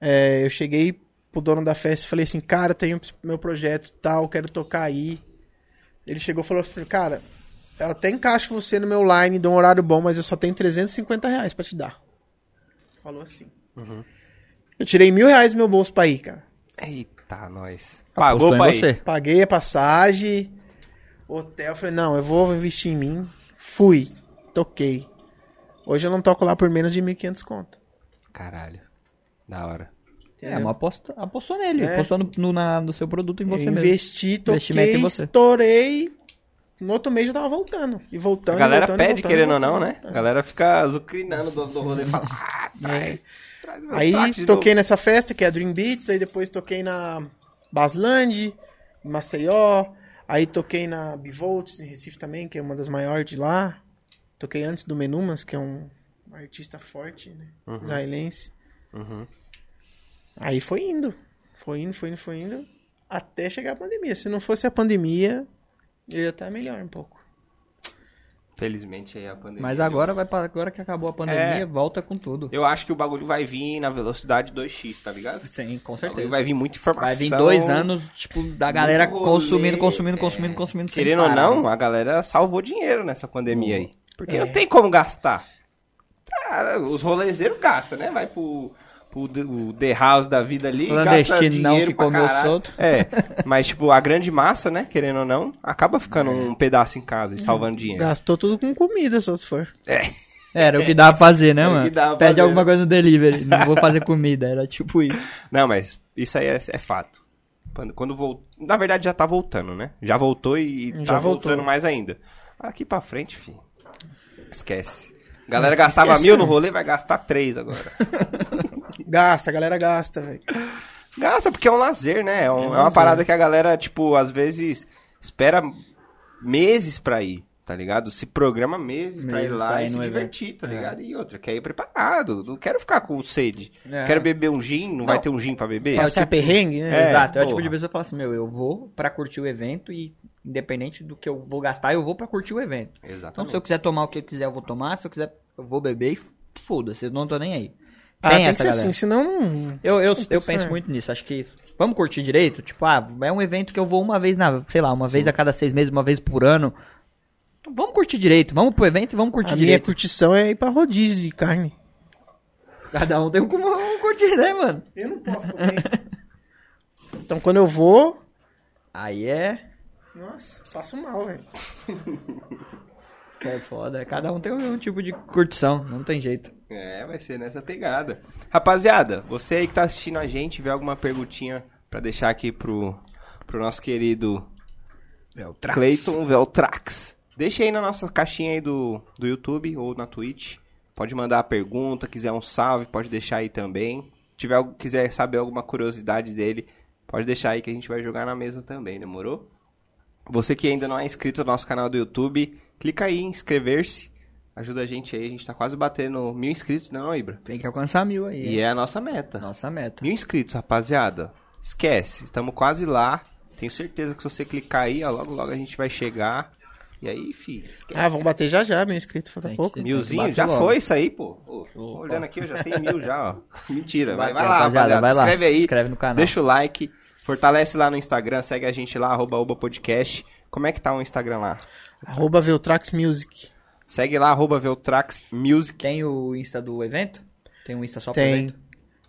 é, eu cheguei pro dono da festa e falei assim, cara, tenho meu projeto e tal, quero tocar aí. Ele chegou e falou assim, cara, eu até encaixo você no meu line, dou um horário bom, mas eu só tenho 350 reais pra te dar. Falou assim. Eu tirei mil reais do meu bolso pra ir, cara. Eita, nós. Apostou Pagou em pra ir. você. Paguei a passagem, hotel, falei, não, eu vou investir em mim. Fui, toquei. Hoje eu não toco lá por menos de 1.500 conto. Caralho. Da hora. É, uma aposta, apostou nele. É. Apostou no, no- na- no seu produto em você eu mesmo. investi, toquei, Investimento em você. estourei. No outro mês eu tava voltando. E voltando. a galera voltando, pede, voltando, querendo ou voltando, não, né? A voltando. galera fica zucrinando o dono do rolê e fala, ah, É. traz, traz meu track de Aí novo." toquei nessa festa, que é a Dream Beats, aí depois toquei na Basland, em Maceió, aí toquei na Bivolts, em Recife também, que é uma das maiores de lá. Toquei antes do Menumas, que é um artista forte, né? Israelense. Uhum. Aí foi indo. Foi indo, foi indo, foi indo. Até chegar a pandemia. Se não fosse a pandemia, eu ia estar melhor um pouco. Felizmente aí a pandemia. Mas deu- agora, vai pra, agora que acabou a pandemia, É. volta com tudo. Eu acho que o bagulho vai vir na velocidade 2x, tá ligado? Sim, com O bagulho vai vir muita informação. Vai vir dois anos, tipo, da galera Muito consumindo, rolê, consumindo, é. consumindo, consumindo. sem Querendo ou parar, não, né? a galera salvou dinheiro nessa pandemia aí. Porque é. não tem como gastar. Cara, os rolezeiros gastam, né? Vai pro, pro The- o The House da vida ali. gasta Clandestinão dinheiro que pra comeu caralho. solto. É, mas tipo, a grande massa, né? Querendo ou não, acaba ficando um pedaço em casa e salvando dinheiro. Gastou tudo com comida, só se for. Era o que dá pra fazer, né, Era É o mano? que dá pra Pede fazer. alguma coisa no delivery. Não vou fazer comida. Era tipo isso. Não, mas isso aí é, é fato. Quando, quando vol... Na verdade já tá voltando, né? Já voltou e, e Já tá voltou. voltando mais ainda. Aqui pra frente, filho. Esquece. Galera gastava mil no rolê, vai gastar três agora. Gasta, a galera gasta, velho. Gasta porque é um lazer, né? É, um- é uma parada que a galera, tipo, às vezes espera meses pra ir, tá ligado? Se programa meses pra ir Meses lá pra ir e se no evento. É. divertir, tá ligado? E outra, quer ir preparado. Não quero ficar com sede. É. Quero beber um gin, não, vai ter um gin pra beber? Passar perrengue, né? É, Exato, é o tipo porra. de pessoa que fala assim, meu, eu vou pra curtir o evento e independente do que eu vou gastar, eu vou pra curtir o evento. Então Tá se Exatamente. eu quiser tomar o que eu quiser, eu vou tomar, se eu quiser, eu vou beber e foda-se, eu não tô nem aí. Tem Ah, tem que essa ser galera. assim, senão não- Eu, eu, eu pensar. penso muito nisso, acho que isso. Vamos curtir direito? Tipo, ah, é um evento que eu vou uma vez na, sei lá, uma vez a cada seis meses, uma vez por ano. Então, vamos curtir direito, vamos pro evento e vamos a curtir minha direito. curtição é ir pra rodízio de carne. Cada um tem como curtir, né, mano? Eu não posso comer. *laughs* então quando eu vou, Aí é. nossa, faço mal, velho. É foda, cada um tem um, um tipo de curtição, não tem jeito. É, vai ser nessa pegada. Rapaziada, você aí que tá assistindo a gente, tiver alguma perguntinha pra deixar aqui pro, pro nosso querido Cleiton Veltrax. Deixa aí na nossa caixinha aí do, do YouTube ou na Twitch. Pode mandar a pergunta, quiser um salve, pode deixar aí também. Tiver, algo- quiser saber alguma curiosidade dele, pode deixar aí que a gente vai jogar na mesa também, demorou? Você que ainda não é inscrito no nosso canal do YouTube, clica aí em inscrever-se. Ajuda a gente aí, a gente tá quase batendo mil inscritos, né, não, Ibra? Tem que alcançar mil aí. E é a nossa meta. Nossa meta. Mil inscritos, rapaziada. Esquece, estamos quase lá. Tenho certeza que se você clicar aí, ó, logo logo a gente vai chegar. E aí, filho, esquece. Ah, vamos bater já já, meu inscrito, falta Tem que- pouco. tem Milzinho, que bater já logo. foi isso aí, pô. Ô, tô Opa. olhando aqui, eu já tenho mil já, *laughs* ó. Mentira, vai, Bateu, vai lá, rapaziada. vai lá. Escreve aí, Escreve no canal. deixa o like, fortalece lá no Instagram, segue a gente lá, arroba Oba Podcast. Como é que tá o Instagram lá? Arroba Veltrax Music. Segue lá, arroba Veltrax Music. Tem o Insta do evento? Tem um Insta só pro Tem. evento?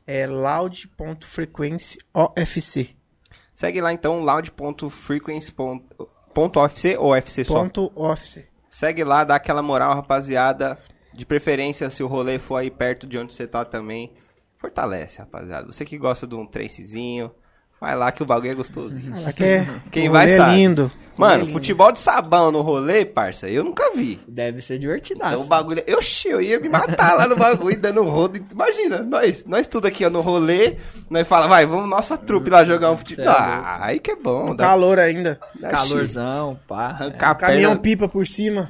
É loud.frequency OFC. Segue lá então, loud.frequency.ofc ou FC só? Ponto OFC. Segue lá, dá aquela moral, rapaziada. De preferência, se o rolê for aí perto de onde você tá também, fortalece, rapaziada. Você que gosta de um tracezinho, vai lá que o bagulho é gostosinho. Ela quer. Quem o vai rolê é sabe. lindo. Mano, futebol de sabão no rolê, parça, eu nunca vi. Deve ser divertidaço. Então o bagulho. Eu, eu ia me matar lá no bagulho, *laughs* dando rodo. Imagina, nós, nós tudo aqui ó, no rolê, nós fala, vai, vamos nossa trupe lá jogar um futebol. Sério? Ah, aí que é bom, dá, Calor ainda. tá dá xixi. Calorzão, pá. Arrancar a É, um Caminhão perna. pipa por cima.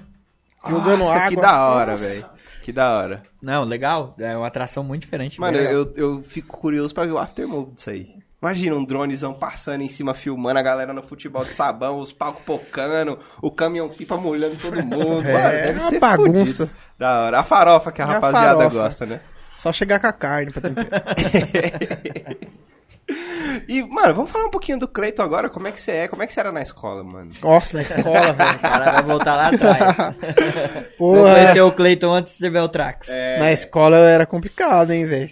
Jogando Nossa, água. que da hora, Nossa. velho. Que da hora. Não, legal. É uma atração muito diferente. Mano, legal. eu, eu fico curioso pra ver o aftermove disso aí. Imagina um dronezão passando em cima, filmando a galera no futebol de sabão, os palcos pocando, o caminhão pipa molhando todo mundo. *laughs* É, Mano, deve é uma ser bagunça. fudido. Da hora. A farofa que a É a rapaziada farofa. gosta, né? *laughs* Só chegar com a carne pra temperar. E, mano, vamos falar um pouquinho do Cleiton agora. Como é que você é? Como é que você era na escola, mano? *laughs* Nossa, na escola, velho. O cara vai voltar lá *laughs* atrás. Você *laughs* Porra. é. conheceu o Cleiton antes de ver o Trax. É. Na escola era complicado, hein, velho.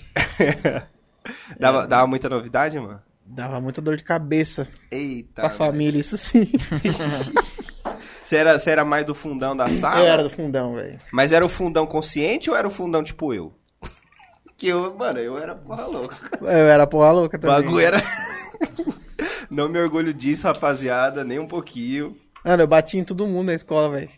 Dava, dava muita novidade, mano? Dava muita dor de cabeça Eita. pra né? família, isso sim. Você era, você era mais do fundão da sala? eu era do fundão, velho. Mas era o fundão consciente ou era o fundão tipo eu? *laughs* que eu, mano, eu era porra louca. Eu era porra louca O também. bagulho era. *laughs* Não me orgulho disso, rapaziada, nem um pouquinho. Mano, eu bati em todo mundo na escola, velho.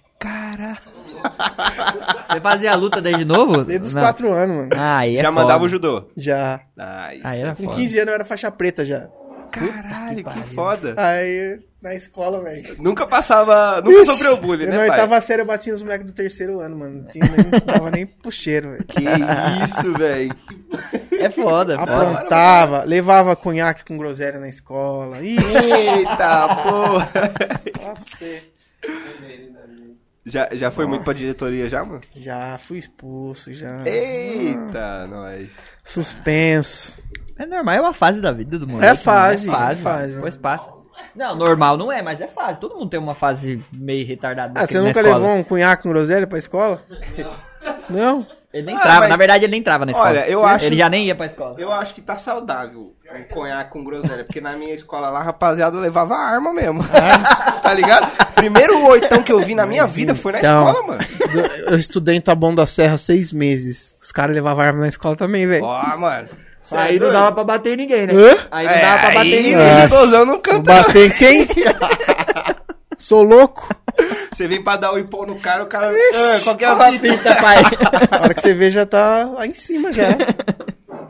Você fazia a luta desde novo? Desde os Não. 4 anos, mano. Ah, aí é já foda. mandava o judô. Já. Ah, isso Aí é era Com foda. 15 anos eu era faixa preta já. Caralho, que, foda. Aí, na escola, velho. Nunca passava. Nunca sofreu bullying, eu né, na pai? oitava série eu bati nos moleques do terceiro ano, mano. Não tinha nem, tava nem puxeiro, velho. Que isso, velho. É Ah, foda, é foda. Aprontava, levava cunhaque com groselha na escola. Ixi, Eita, porra. *laughs* fala pra você. Já, já foi muito pra diretoria já, mano? Já fui expulso, já. Eita, nós. Suspenso. É normal, é uma fase da vida do moleque. É mano. fase, é fase. é fase. Depois passa. Não, normal não é, mas é fase. Todo mundo tem uma fase meio retardada. Ah, daquele você na nunca escola. levou um cunhaque com groselha pra escola? Não? Ele nem Ah, trava, mas- na verdade ele nem trava na escola. Olha, eu ele acho- Ele já nem ia pra escola. Eu acho que tá saudável um conhaque com groselha, porque na minha escola lá, rapaziada, eu levava arma mesmo. *laughs* tá ligado? Primeiro oitão que eu vi na minha vida foi na então. escola, mano. Do- Eu estudei em Taboão da Serra seis meses. Os caras levavam arma na escola também, velho. Ó, mano. Cê é Aí não doido? dava pra bater em ninguém, né? Hã? Aí não dava pra É, bater em aí- ninguém. Ele Nossa, gozando no vou canto, Bater em quem? *laughs* Sou louco. Você vem pra dar o impão no cara, o cara. Ah, qual que é a Uma fita? fita, pai. A hora que você vê já tá lá em cima já.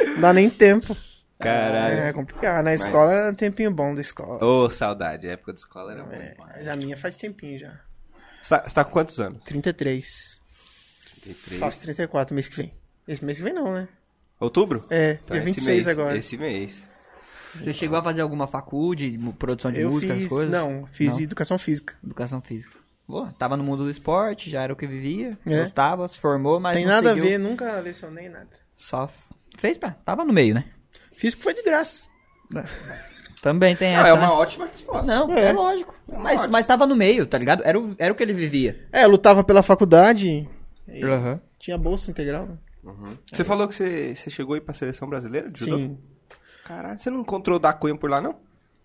Não dá nem tempo. Caralho. É complicado. Na escola é um tempinho bom da escola. Ô, saudade. A época de escola era É, bom. mas a minha faz tempinho já. Você tá, você tá com quantos anos? 33. 33. Faço 34 mês que vem. Esse mês que vem não, né? Outubro? É, Então, dia esse 26 mês, agora. Esse mês. *laughs* Você chegou a fazer alguma faculdade, mu- produção de Eu música, essas fiz. coisas? Não, fiz Não. educação física. Educação física. Boa, tava no mundo do esporte, já era o que vivia, É. gostava, se formou, mas Tem não nada seguiu. a ver, nunca lecionei nada. Só f- fez, pá, tava no meio, né? Fiz porque foi de graça. Também tem Não, essa, é né? uma ótima resposta. Não, é, lógico. Mas, mas tava no meio, tá ligado? Era o, era o que ele vivia. É, eu lutava pela faculdade. É. e Aham. Tinha bolsa integral. né? Você falou que você, você chegou aí pra seleção brasileira de judô? Sim. Caralho, você não encontrou o da Cunha por lá, não?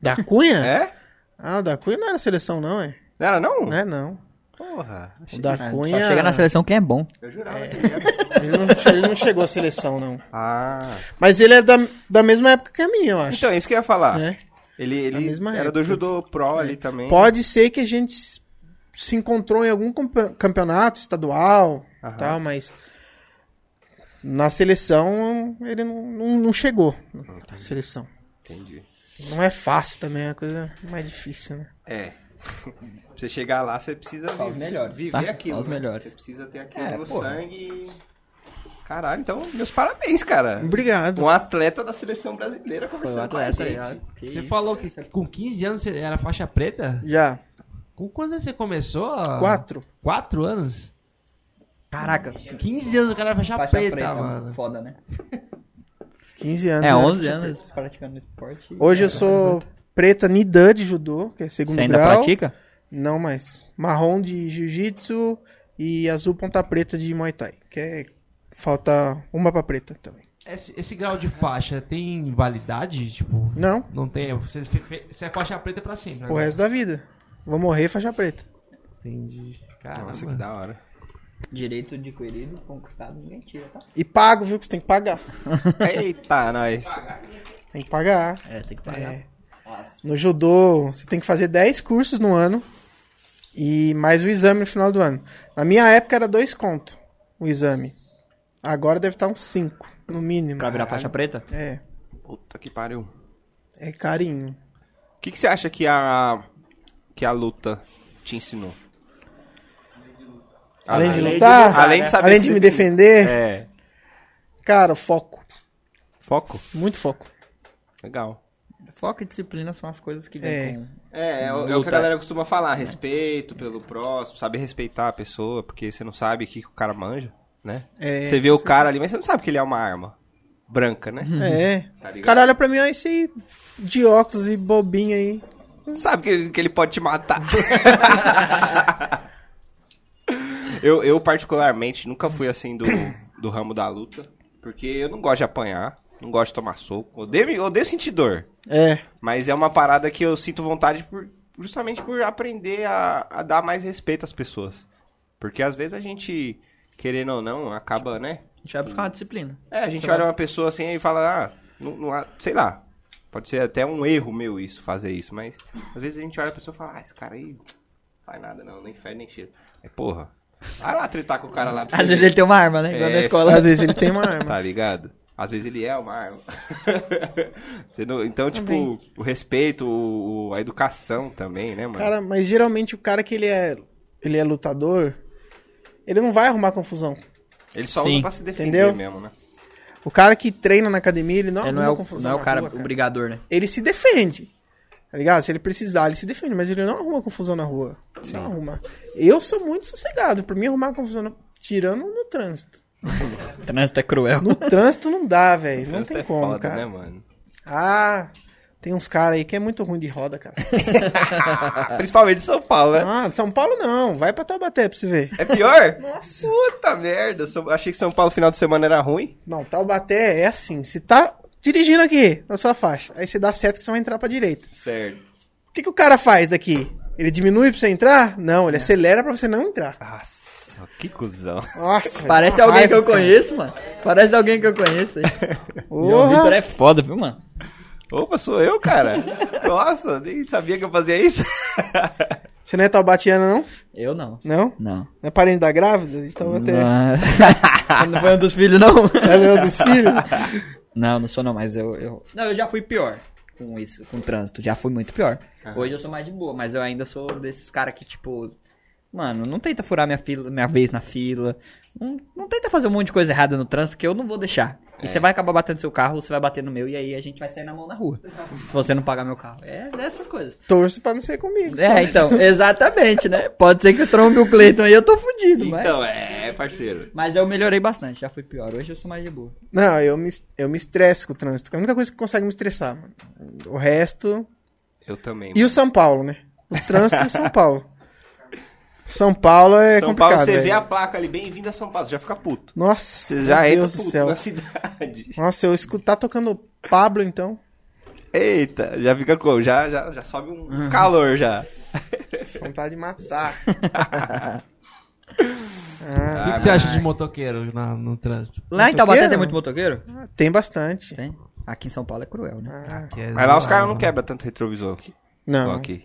Da Cunha? *laughs* É? Ah, o da Cunha não era seleção, não, é? Não era, não? Não é, não. Porra. O da Ah, Cunha. Só chega na seleção quem é bom. Eu jurava que era. Ele não, che- ele não chegou à seleção, não. Ah. Mas ele é da, da mesma época que a minha, eu acho. Então, é isso que eu ia falar. né? Ele, ele Na mesma era época. do judô pro ali também. Pode ser que a gente s- se encontrou em algum compa- campeonato estadual, Aham. tal, mas na seleção ele não, não, não chegou. Na seleção. Entendi. Não é fácil também, é uma coisa mais difícil, né? É. *laughs* pra você chegar lá, você precisa Só os viver- melhores, viver tá? Só aquilo. os né? melhores. Você precisa ter aquilo É, no porra. sangue. Caralho, então, meus parabéns, cara. Obrigado. Um atleta da seleção brasileira um conversando com a gente. tá Você falou que com 15 anos você era faixa preta? Já. Com quantos anos você começou? Quatro. Quatro anos? Caraca, 15 anos o cara era faixa, faixa preta, preta, mano. foda, né? 15 anos. É, né? 11 anos praticando esporte. Hoje eu sou preta Nidan de judô, que é segundo Você ainda grau. pratica? Não mais. Marrom de jiu-jitsu e azul ponta preta de muay thai. Que é... Falta uma pra preta também. Esse, esse grau de faixa tem validade? Tipo, Não, não tem. Você, fe- fe- você é faixa preta pra sempre. o agora. resto da vida. Vou morrer faixa preta. Entendi. Caramba. Nossa, que da hora. Direito de querido, conquistado, ninguém tira, tá? E pago, viu? Porque você tem que pagar. Eita, nós. Tem que pagar. É, tem que pagar. É. No judô, você tem que fazer 10 cursos no ano. E mais o exame no final do ano. Na minha época era dois conto o exame. Agora deve estar uns 5, no mínimo. Pra virar faixa preta? É. Puta que pariu. É carinho. O que, que você acha que a que a luta te ensinou? Além de além de lutar, lutar, além né? de, saber além de se- me defender, É. cara, foco. Foco? Muito foco. Legal. Foco e disciplina são as coisas que vêm É. com... É, é, o- é o que a galera costuma falar, respeito pelo próximo, saber respeitar a pessoa, porque você não sabe o que, que o cara manja, né? É. você vê o cara ali, mas você não sabe que ele é uma arma branca, né? É. Tá ligado? O cara olha pra mim, ó, esse de óculos e bobinho aí. Sabe que ele, que ele pode te matar. *laughs* eu, eu, particularmente, nunca fui assim do, do ramo da luta. Porque eu não gosto de apanhar, não gosto de tomar soco. Odeio, odeio sentir dor. É. Mas é uma parada que eu sinto vontade por, justamente por aprender a, a dar mais respeito às pessoas. Porque às vezes a gente, querendo ou não, acaba, né? A gente vai buscar uma disciplina. É, a gente olha uma pessoa assim e fala, ah, não, não há- sei lá. Pode ser até um erro meu isso, fazer isso, mas às vezes a gente olha a pessoa e fala, ah, esse cara aí não faz nada não, nem fede nem cheiro. É porra. Vai lá tretar com o cara lá pra Às você vezes ele tem uma arma, né? Igual É, na escola. Às vezes ele tem uma ver, *laughs* arma. Tá ligado? Às vezes ele é uma arma. *laughs* Você não- então, tipo, o respeito, o- o- a educação também, né, mano? Cara, mas geralmente o cara que ele é, ele é lutador, ele não vai arrumar confusão. ele só sim, usa pra se defender entendeu? mesmo, né? O cara que treina na academia, ele não Ele arruma não é, o, não confusão. é o na cara, rua, o brigador, *laughs* né? Ele se defende. Tá ligado? Se ele precisar, ele se defende, mas ele não arruma confusão na rua. Não arruma. Eu sou muito sossegado. Pra mim, arrumar confusão no- tirando no trânsito. Trânsito é cruel. *laughs* No trânsito não dá, velho. Não Trânsito tem é como, foda, cara. né, mano? *laughs* Ah, tem uns caras aí que é muito ruim de roda, cara. Principalmente em São Paulo, né? Ah, de São Paulo não. Vai pra Taubaté pra você ver. É pior? Nossa. Puta merda, São- achei que São Paulo final de semana era ruim. Não, Taubaté é assim. Você tá dirigindo aqui, na sua faixa. Aí você dá seta que você vai entrar pra direita. Certo. O que, que o cara faz aqui? Ele diminui pra você entrar? Não, É. ele acelera pra você não entrar. Nossa, que cuzão. Nossa, velho, Parece dá uma alguém que raiva, eu cara. conheço, mano. Parece alguém que eu conheço. hein? João Vitor Porra, é foda, viu, mano? Opa, sou eu, cara. Nossa, nem sabia que eu fazia isso. Você não é taubatiana, não? Eu não. Não? Não. Não é parente da grávida? A gente tava até... Não, não foi um dos filhos, não? É meu dos filhos? Não, não sou não, mas eu, eu. Não, eu já fui pior com isso, com o trânsito. Já fui muito pior. Hoje eu sou mais de boa, mas eu ainda sou desses caras que, tipo. Mano, não tenta furar minha, fila, minha vez na fila. Não, não tenta fazer um monte de coisa errada no trânsito que eu não vou deixar. É. E você vai acabar batendo seu carro, ou você vai bater no meu, e aí a gente vai sair na mão na rua. se você não pagar meu carro. É dessas coisas. Torço pra não ser comigo. É, então, exatamente, né? Pode ser que eu trombe o Cleiton aí, eu tô fudido, mas. Então, é, parceiro. Mas eu melhorei bastante, já fui pior. Hoje eu sou mais de boa. Não, eu me, eu me estresso com o trânsito. É a única coisa que consegue me estressar, mano. O resto. Eu também. E o São Paulo, né? O trânsito e *laughs* o São Paulo. São Paulo é São complicado. Paulo, você vê velho. a placa ali, bem-vindo a São Paulo, você já fica puto. Nossa, Você já meu entra Deus do puto né? céu. na cidade. Nossa, eu escutar tocando Pablo, então. Eita, já fica com, já, já, já sobe um calor *laughs* já. Vontade de *laughs* matar. O Ah, que, que você acha de motoqueiro na- no trânsito? Lá em Motoqueiro? Taubaté tem muito motoqueiro? tem bastante. Tem. Aqui em São Paulo é cruel, né? Ah, Que é Mas lá os caras não zoado, quebram tanto retrovisor aqui. igual não. aqui.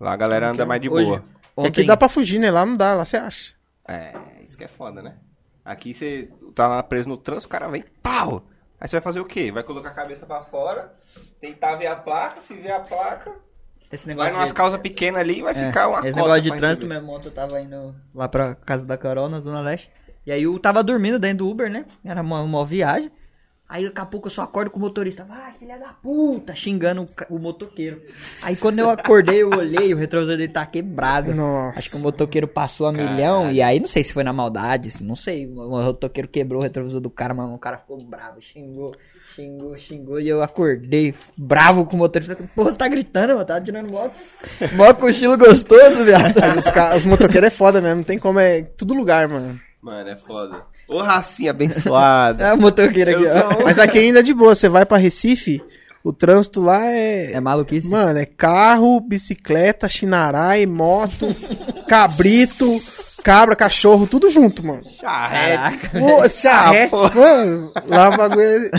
Lá a galera anda mais de Hoje- boa. Porque Aqui Ontem- dá pra fugir, né? Lá não dá, lá você acha. É, isso que é foda, né? Aqui você tá lá preso no trânsito, o cara vem, pau! Aí você vai fazer o quê? Vai colocar a cabeça pra fora, tentar ver a placa, se ver a placa, Esse vai negócio numas de... causas pequenas ali e vai É, ficar uma Esse cota negócio de pra trânsito, receber. minha moto tava indo lá pra casa da Carol, na Zona Leste. E aí eu tava dormindo dentro do Uber, né? Era uma, uma viagem. Aí daqui a pouco eu só acordo com o motorista. Vai, filha da puta! Xingando o, ca- o motoqueiro. Aí quando eu acordei, eu olhei, o retrovisor dele tá quebrado. Nossa. Acho que o motoqueiro passou a milhão. E aí não sei se foi na maldade, se- não sei. O motoqueiro quebrou o retrovisor do cara, mas o cara ficou bravo. Xingou, xingou, xingou. E eu acordei f- bravo com o motorista. Porra, você tá gritando, mano. Tá tirando mó, mó cochilo gostoso, *laughs* viado. Mas os, ca- os motoqueiros é foda mesmo, não tem como, é em todo lugar, mano. Mano, é foda. Ô racinha abençoada. *laughs* É o motoqueiro aqui, Eu ó. sou- um- Mas aqui ainda é de boa, você vai pra Recife, o trânsito lá é. É maluquice. Mano, é carro, bicicleta, chinarai, moto, cabrito, cabra, cachorro, tudo junto, mano. é Charrete. Pô, charrete, porra. mano. Lá o bagulho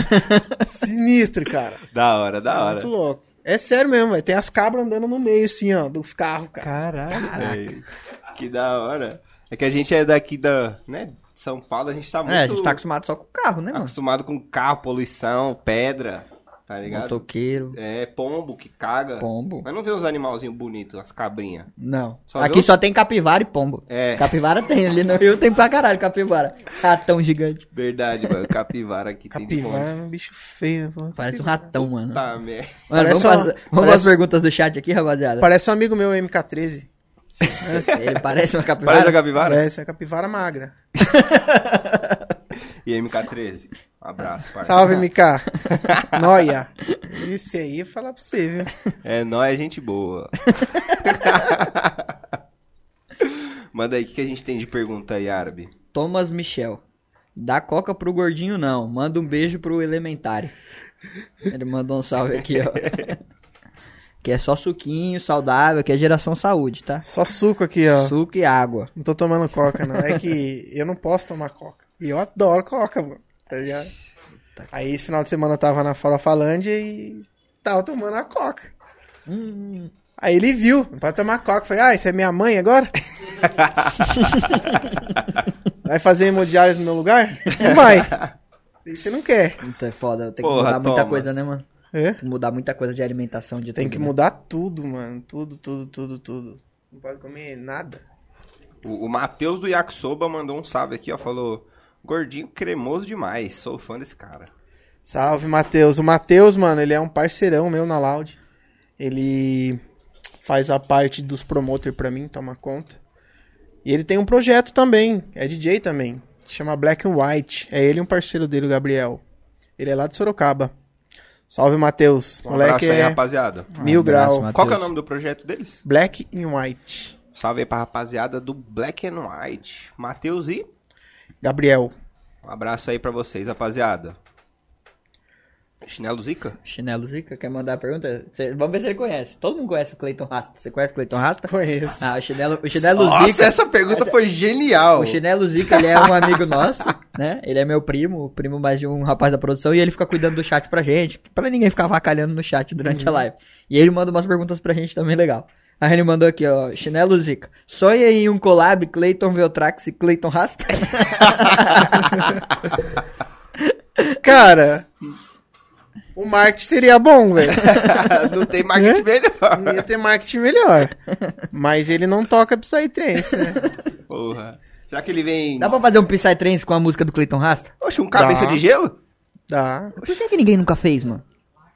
é sinistro, cara. Da hora, da hora. Muito louco. É sério mesmo, velho. Tem as cabras andando no meio, assim, ó, dos carros, cara. Caralho. É, Que da hora. É que a gente é daqui da, né, de São Paulo, a gente tá muito Tá É, a gente tá acostumado só com o carro, né, mano? acostumado com carro, poluição, pedra, tá ligado? Motoqueiro, É, pombo que caga. pombo. Mas não vê uns animalzinhos bonitos, as cabrinhas. Não. Só aqui viu? só tem capivara e pombo. É. Capivara tem, ali no Rio tem pra caralho capivara. Ratão gigante. Verdade, mano. Capivara aqui Capivara é um bicho feio, mano. Parece um ratão, mano. tem de monte. Tá, merda. Mano, Parece vamos, uma- passar- vamos parece- às perguntas do chat aqui, rapaziada. *laughs* Parece um amigo meu, MK13. Ele parece uma capivara. Parece a capivara? Parece, é capivara magra. E MK13. Um abraço, parça. Salve, MK. Noia. Esse aí eu vou falar pra você, viu? É, nós é gente *laughs* boa. Manda aí, o que, que a gente tem de pergunta aí, árabe? Thomas Michel. Dá coca pro gordinho, não. Manda um beijo pro elementário. Ele mandou um salve aqui, *laughs* ó. que é só suquinho, saudável, que é geração saúde, tá? Só suco aqui, ó. Suco e água. Não tô tomando coca, não. É que eu não posso tomar coca. E eu adoro coca, mano. Tá ligado? Aí esse final de semana eu tava na Farofalândia e tava tomando a coca. Hum, Aí ele viu, não pode tomar coca. Eu Falei, ah, isso é minha mãe agora? vai fazer hemodiálise no meu lugar? Não vai. Isso você não quer. então é foda. Tem que Porra, mudar muita Thomas. coisa, né, mano? É? Tem que Mudar muita coisa de alimentação, de Tem tudo, que né? mudar tudo, mano. Tudo, tudo, tudo, tudo. Não pode comer nada. O, o Matheus do Yakisoba mandou um salve aqui, ó. Falou, gordinho cremoso demais. Sou fã desse cara. Salve, Matheus. O Matheus, mano, ele é um parceirão meu na Loud. Ele faz a parte dos promoter pra mim, toma conta. E ele tem um projeto também, é DJ também, chama Black and White. É ele e um parceiro dele, o Gabriel. Ele é lá de Sorocaba. Salve, Matheus. Um Moleque abraço aí, é rapaziada. mil Um abraço, grau. Matheus. Qual que é o nome do projeto deles? Black and White. Salve aí pra rapaziada do Black and White. Matheus e... Gabriel. Um abraço aí pra vocês, rapaziada. Chinelo Zica? Chinelo Zica, quer mandar a pergunta? Cê- vamos ver se ele conhece. Todo mundo conhece o Cleiton Rasta. Você conhece o Cleiton Rasta? Conheço. Ah, o Chinelo, o chinelo Zica. pergunta foi genial. O Chinelo Zica, ele é um amigo nosso, *laughs* né? Ele é meu primo, o primo mais de um rapaz da produção, e ele fica cuidando do Uhum. chat pra gente, pra ninguém ficar vacalhando no chat durante a live. E ele manda umas perguntas pra gente também legal. Aí ele mandou aqui, ó, chinelo zica. Sonha em um collab Cleiton Veltrax e Cleiton *laughs* Rasta? Cara, o marketing seria bom, velho. *laughs* não tem marketing Não melhor. Ia ter marketing melhor. Mas ele não toca Psytrance, né? Porra. Será que ele vem. Dá pra fazer um Psytrance com a música do Cleiton Rasta? Oxe, um cabeça Dá. de gelo? Dá. Por que, que ninguém nunca fez, mano?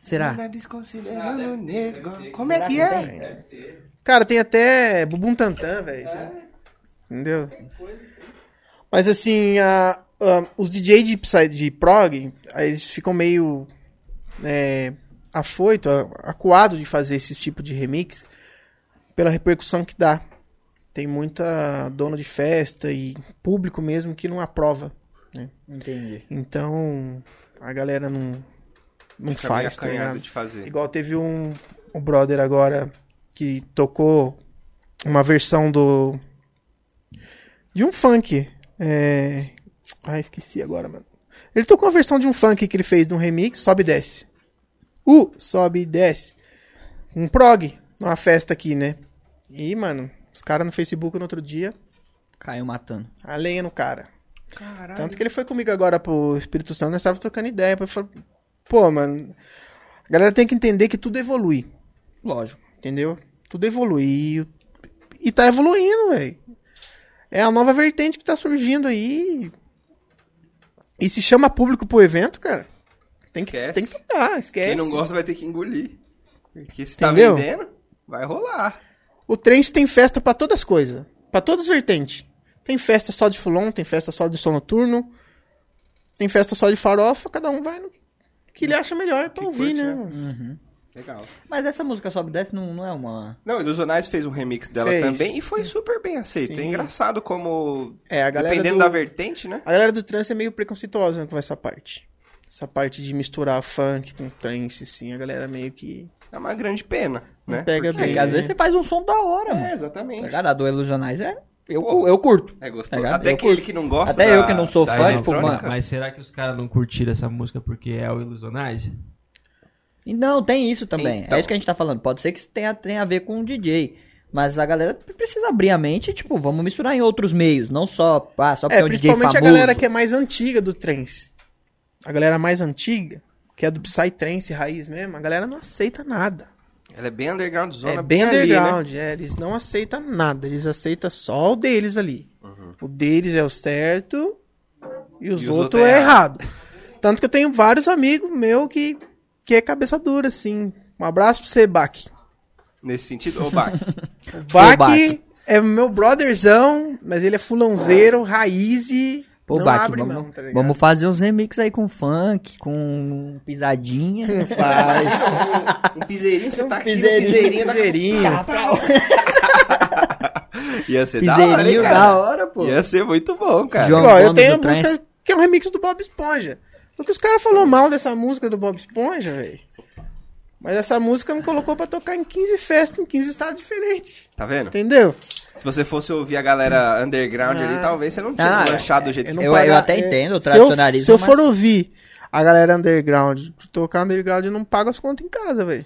Será? Desconsiderando o negro. Como é que é? Cara, tem até Bubum Tantan, velho. Entendeu? Mas assim, a- a- os DJ de, Psy- de prog, aí eles ficam meio é, afoito, a- acuado de fazer esse tipo de remix pela repercussão que dá. Tem muita dona de festa e público mesmo que não aprova. Entendi. Então, a galera não, não Fica meio faz, tá ligado? acanhado de fazer. Igual teve um, um brother agora que tocou uma versão do. De um funk. É... Ai, esqueci agora, mano. Ele tocou uma versão de um funk que ele fez de um remix, sobe e desce. Uh, sobe e desce. Um prog, numa festa aqui, né? E, mano, os caras no Facebook no outro dia, Caiu matando. a lenha no cara. Caralho. Tanto que ele foi comigo agora pro Espírito Santo, nós tava trocando ideia. Eu falei, pô, mano, a galera tem que entender que tudo evolui. Lógico. Entendeu? Tudo evoluiu. E tá evoluindo, velho. É a nova vertente que tá surgindo aí. E se chama público pro evento, cara. Tem que, Esquece. tem que tocar, esquece. Quem não gosta vai ter que engolir. Porque se tá Entendeu? vendendo, vai rolar. O trance tem festa pra todas as coisas. Pra todas as vertentes. Tem festa só de fulon, tem festa só de som noturno. Tem festa só de farofa. Cada um vai no que- que ele acha melhor pra Que ouvir, curte, né? né? mano? Legal. Mas essa música sobe e desce não, não é uma. Não, Ilusionais fez um remix dela Fez. também e foi super bem aceito. Sim. É engraçado como. É, a galera Dependendo do- da vertente, né? A galera do trance é meio preconceituosa né, com essa parte. Essa parte de misturar funk com trance, assim, a galera meio que É uma grande pena, né? pega Porque- bem. Porque às vezes você faz um som da hora, É, mano. Tá exatamente. ligado? A do Ilusionais é. Eu, Pô. eu curto. É gostoso. Tá ligado? Até Eu aquele curto. que não gosta Até da- eu que não sou da fã, tipo, eletrônica. mano. Mas será que os caras não curtiram essa música porque é o Ilusionais? E Não, tem isso também. Então. É isso que a gente tá falando. Pode ser que isso tenha, tenha a ver com o DJ. Mas a galera precisa abrir a mente, e, tipo, vamos misturar em outros meios, não só, ah, só porque É, é, um DJ famoso. principalmente a galera que é mais antiga do trance. A galera mais antiga, que é do Psytrance raiz mesmo, a galera não aceita nada. Ela é bem underground zona. é bem ali, né? underground, é, eles não aceitam nada, eles aceitam só o deles ali. O deles é o certo e os os outros outros é é errado. Tanto que eu tenho vários amigos meu que, que é cabeça dura, assim. Um abraço pra você, Baque. Nesse sentido, ô *laughs* Bach. Baque, Baque. é meu brotherzão, mas ele é fulãozeiro, raiz e Pô, não Bach, abre vamos, mão, tá ligado? vamos fazer uns remix aí com funk, com *laughs* pisadinha. Não faz. um piseirinho, você tá aqui, um Piseirinho, piseirinho. piseirinho. Ia ser da hora, hein, Piseirinho cara? da hora, pô. é- Ia ser muito bom, cara. João- Ó, eu Dono tenho a do música trance. que é um remix do Bob Esponja. Só que os caras falaram mal dessa música do Bob Esponja, velho. Mas essa música me colocou pra tocar em 15 festas, em 15 estados diferentes. Tá vendo? Entendeu? Se você fosse ouvir a galera underground ali, Ah. talvez você não tinha Ah, deslanchado do jeito Eu, que não Eu- parar- eu até é, entendo o se eu- tradicionalismo, Se eu, for mas- ouvir a galera underground, tocar underground, eu não pago as contas em casa, velho.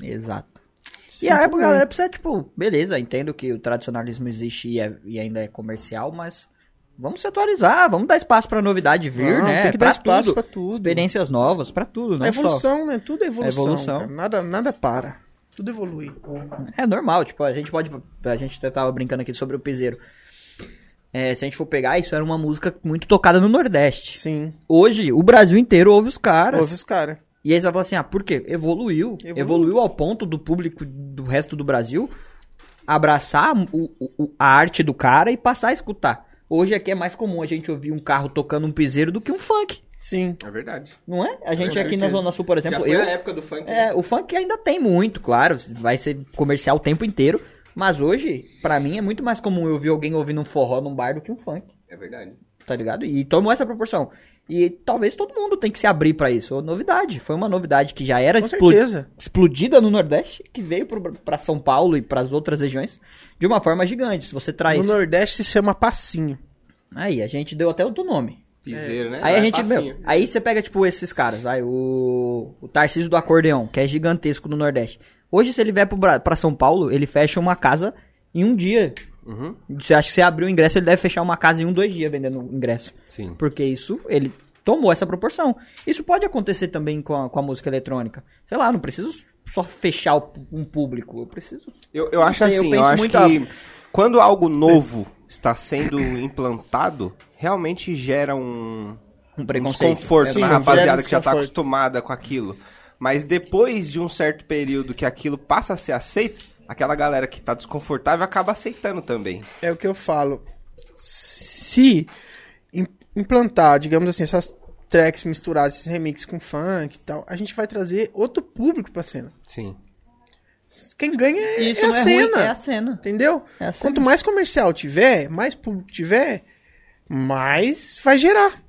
Exato. E Sinto a época, muito. galera, precisa, tipo, beleza, entendo que o tradicionalismo existe e, é- e ainda é comercial, mas vamos se atualizar, vamos dar espaço pra novidade vir, Não, né? Tem que Pra dar espaço tudo. pra tudo. Experiências novas, pra tudo, não é só. evolução, né? Tudo é evolução. É evolução. cara. Nada, nada para. Tudo evolui. É normal, tipo, a gente pode. A gente até tava brincando aqui sobre o piseiro. É, se a gente for pegar, isso era uma música muito tocada no Nordeste. Sim. Hoje, o Brasil inteiro ouve os caras. Ouve os caras. E aí você vai falar assim, ah, por quê? Evoluiu. Evoluiu. Evoluiu, ao ponto do público do resto do Brasil abraçar o- o- o- a arte do cara e passar a escutar. Hoje aqui é mais comum a gente ouvir um carro tocando um piseiro do que um funk, Sim. É verdade. não é? A gente Com aqui certeza. na Zona Sul, por exemplo, Já foi eu... a época do funk. né? É, o funk ainda tem muito, claro, vai ser comercial o tempo inteiro, mas hoje, pra mim, é muito mais comum eu ouvir alguém ouvindo um forró num bar do que um funk é verdade. tá ligado? E tomou essa proporção. E talvez todo mundo tem que se abrir pra isso. É Novidade, foi uma novidade que já era Com explo- certeza. explodida no Nordeste, que veio pro- pra São Paulo e pras outras regiões de uma forma gigante. Se você No traz. Nordeste é se chama passinho. Aí, a gente deu até outro nome. Piseiro, né? aí a Vai, gente. meu, passinho. aí você pega, tipo, esses caras, vai, o. O Tarcísio do Acordeão, que é gigantesco no Nordeste. Hoje, se ele vier pro Bra- pra São Paulo, ele fecha uma casa em um dia. Uhum. Você acha que você abriu o ingresso, ele deve fechar uma casa em um, dois dias vendendo o ingresso. Sim. Porque isso, ele tomou essa proporção. Isso pode acontecer também com a, com a música eletrônica. Sei lá, não preciso só fechar o- um público. Eu preciso. Eu, eu acho sei, eu assim, eu, penso acho muito que quando algo novo está sendo implantado, realmente gera um, Um um preconceito. desconforto Sim, na gera rapaziada que já está desconforto. acostumada com aquilo. Mas depois de um certo período que aquilo passa a ser aceito, aquela galera que tá desconfortável acaba aceitando também. É o que eu falo. Se im- implantar, digamos assim, essas tracks misturadas, esses remixes com funk e tal, a gente vai trazer outro público pra cena. Sim. Quem ganha é, Isso é não a é ruim, cena. é a cena. Entendeu? É a cena. Quanto mais comercial tiver, mais público tiver, mais vai gerar.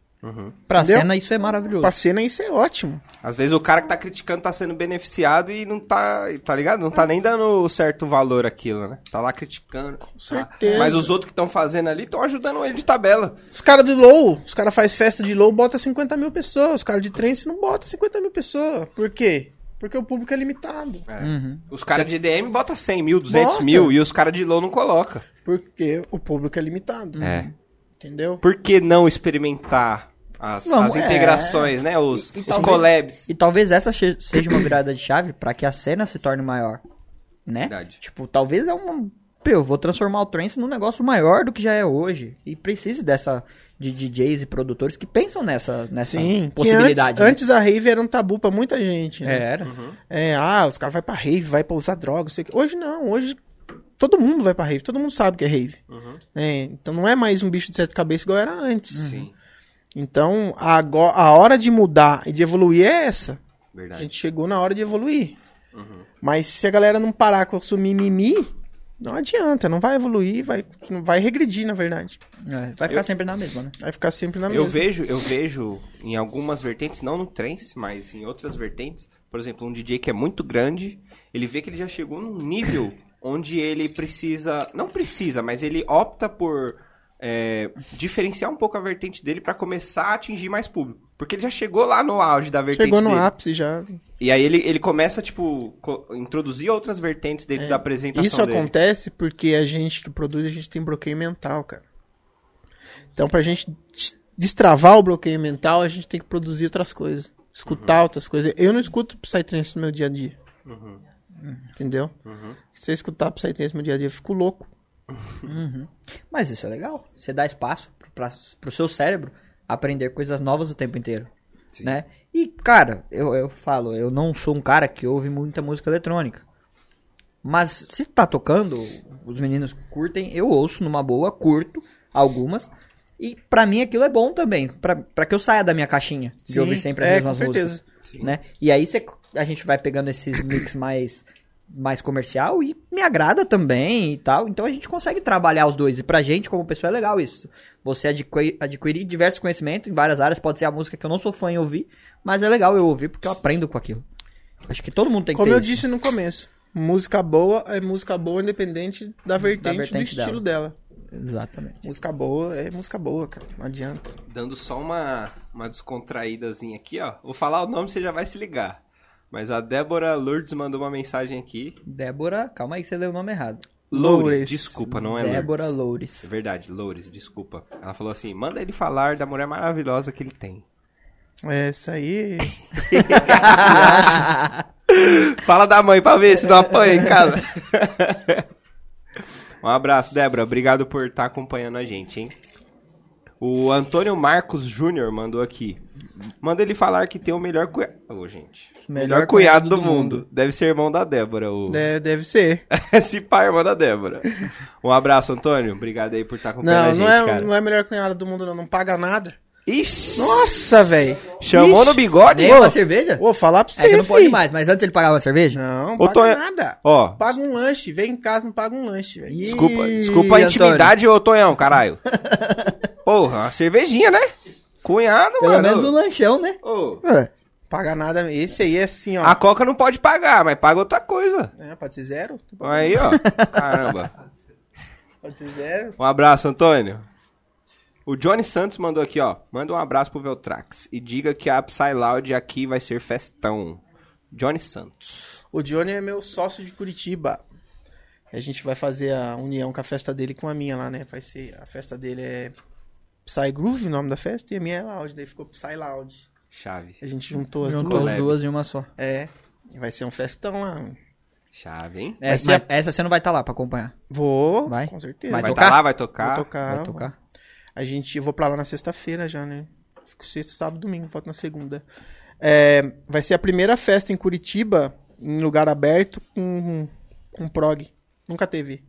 Pra Entendeu? cena, isso é maravilhoso. Pra cena isso é ótimo. Às vezes o cara que tá criticando tá sendo beneficiado e não tá, tá ligado? Não tá nem dando certo valor aquilo, né? Tá lá criticando. Com certeza. Mas os outros que estão fazendo ali estão ajudando ele de tabela. Os caras do Low, os caras fazem festa de Low, bota 50 mil pessoas. Os caras de trance não bota 50 mil pessoas. Por quê? Porque o público é limitado. Uhum. Os caras de DM bota 100 mil, 200 Bota. mil e os caras de low não coloca. Porque o público é limitado. É. Entendeu? Por que não experimentar as, Vamos, as é. integrações, né? Os, E- e os talvez- collabs. E talvez essa che- seja uma virada de chave pra que a cena se torne maior. Né? É? Verdade. Tipo, talvez é uma. Pô, eu vou transformar o trance num negócio maior do que já é hoje. E precise dessa. De DJs e produtores que pensam nessa, nessa Sim, que possibilidade. Antes, né? antes a rave era um tabu pra muita gente. né? Né? Era. É, ah, os caras vão pra rave, vai pra usar droga, não sei o que. Hoje não, hoje todo mundo vai pra rave, todo mundo sabe que é rave. né? Então não é mais um bicho de sete cabeças igual era antes. Uhum. Sim, Então agora, a hora de mudar e de evoluir é essa. A verdade. gente chegou na hora de evoluir. Mas se a galera não parar com o seu mimimi, não adianta, não vai evoluir, vai, vai regredir, na verdade. É, vai ficar sempre na mesma, né? Vai ficar sempre na Eu mesma. vejo, eu vejo em algumas vertentes, não no trance, mas em outras vertentes, por exemplo, um DJ que é muito grande, ele vê que ele já chegou num *laughs* nível onde ele precisa, não precisa, mas ele opta por é, diferenciar um pouco a vertente dele pra começar a atingir mais público. Porque ele já chegou lá no auge da vertente Chegou no dele. ápice já. E aí ele, ele começa, tipo, co- introduzir outras vertentes dentro da apresentação É. Isso dele. acontece porque a gente que produz, a gente tem bloqueio mental, cara. Então, pra gente des- destravar o bloqueio mental, a gente tem que produzir outras coisas. Escutar outras coisas. Eu não escuto Psytrance no meu dia a dia. Entendeu? Se eu escutar Psytrance no meu dia a dia, eu fico louco. Mas isso é legal. Você dá espaço pra, pro seu cérebro aprender coisas novas o tempo inteiro. Né? E, cara, eu, eu falo, eu não sou um cara que ouve muita música eletrônica. Mas se tá tocando, os meninos curtem, eu ouço numa boa, curto algumas. E pra mim aquilo é bom também, pra, pra que eu saia da minha caixinha de Sim, ouvir sempre as é, mesmas com certeza. músicas. Né? E aí cê- a gente vai pegando esses mix *coughs* mais, mais comercial e me agrada também e tal. Então a gente consegue trabalhar os dois. E pra gente, como pessoa, é legal isso. Você adquiri- adquirir diversos conhecimentos em várias áreas. Pode ser a música que eu não sou fã em ouvir, mas é legal eu ouvir porque eu aprendo com aquilo. Acho que todo mundo tem que Como ter eu isso. disse no começo, música boa é música boa independente da vertente, do vertente estilo dela. Exatamente. Música boa é música boa, cara. Não adianta. Dando só uma, uma descontraídazinha aqui, ó. Vou falar o nome, você já vai se ligar. Mas a Débora Lourdes mandou uma mensagem aqui. Débora, calma aí que você leu o nome errado. Lourdes, Lourdes. desculpa, não é Débora Lourdes. É Loures. *laughs* verdade, Lourdes, desculpa. Ela falou assim, manda ele falar da mulher maravilhosa que ele tem. É, isso aí. Fala da mãe pra ver se não apanha em casa. um abraço, Débora. Obrigado por estar acompanhando a gente, hein? O Antônio Marcos Júnior mandou aqui. Manda ele falar que tem o melhor cunhado. Ô, gente. Melhor, cunhado do, mundo. Deve ser irmão da Débora. O... De- deve ser. *laughs* Esse pai, é irmão da Débora. Um abraço, Antônio. Obrigado aí por estar acompanhando Não, a um gente, não é, cara. não é a melhor cunhada do mundo, não. Não paga nada. Ixi! Nossa, velho. Chamou no bigode? Nem uma cerveja? Vou falar pra você, É que não pode fi. mais, mas antes ele pagava uma cerveja? Não, Ô, paga Tonho- nada. Ó, Paga um lanche. Vem em casa, não paga um lanche, velho. Ih, Desculpa, desculpa a Antônio. intimidade, ô Tonhão, caralho. Porra, uma cervejinha, né? Cunhado, Pelo mano. menos um lanchão, né? Ô, É. Paga nada. Esse aí é assim, ó. a Coca não pode pagar, mas paga outra coisa. É, pode ser zero. Aí, *laughs* ó. Caramba. Pode ser zero. Um abraço, Antônio. O Johnny Santos mandou aqui, ó. Manda um abraço pro Veltrax e diga que a Psy Loud aqui vai ser festão. Johnny Santos. O Johnny é meu sócio de Curitiba. A gente vai fazer a união com a festa dele com a minha lá, né? Vai ser. A festa dele é Psy Groove, o nome da festa, e a minha é Loud. Daí ficou Psy Loud. Chave. A gente juntou as Juntou duas. as Collab. duas em uma só. É. E Vai ser um festão lá. Chave, hein? É, Vai mas ser a- essa você não vai estar lá pra acompanhar. Vou. Vai. Com certeza. Vai Vai estar tocar? lá, vai Vou tocar. tocar. vai tocar. A gente, eu vou pra lá na sexta-feira já, né? Fico sexta, sábado, domingo, volto na segunda. É, vai ser a primeira festa em Curitiba, em lugar aberto, com, com prog. Nunca teve.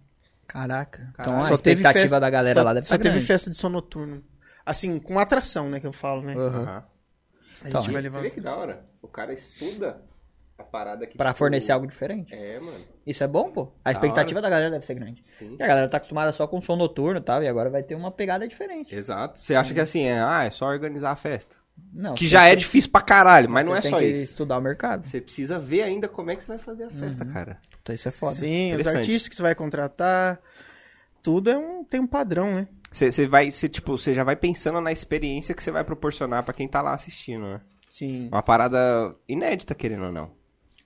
Caraca. Então, Então a a Só expectativa festa- da galera só- lá deve Só teve festa de som noturno. Assim, com atração, né, que eu falo, né? Aham. A Ah, Então, gente vai levar Você vê que umas... da hora. O cara estuda a parada que. Pra tipo, fornecer algo diferente. É, mano. Isso é bom, pô. A expectativa da galera deve ser grande. Sim. Porque a galera tá acostumada só com som noturno e tal, e agora vai ter uma pegada diferente. Exato. Você acha que assim, é, ah, é só organizar a festa. Não, Que você- já é difícil pra caralho, mas não você é tem só que isso. estudar o mercado. Você precisa ver ainda como é que você vai fazer a festa, cara. Então isso é foda. Sim, os Interessante. artistas que você vai contratar. Tudo é um, tem um padrão, né? Você, você vai, você, tipo, você já vai pensando na experiência que você vai proporcionar pra quem tá lá assistindo, né? Sim, Ah. Uma parada inédita, querendo ou não.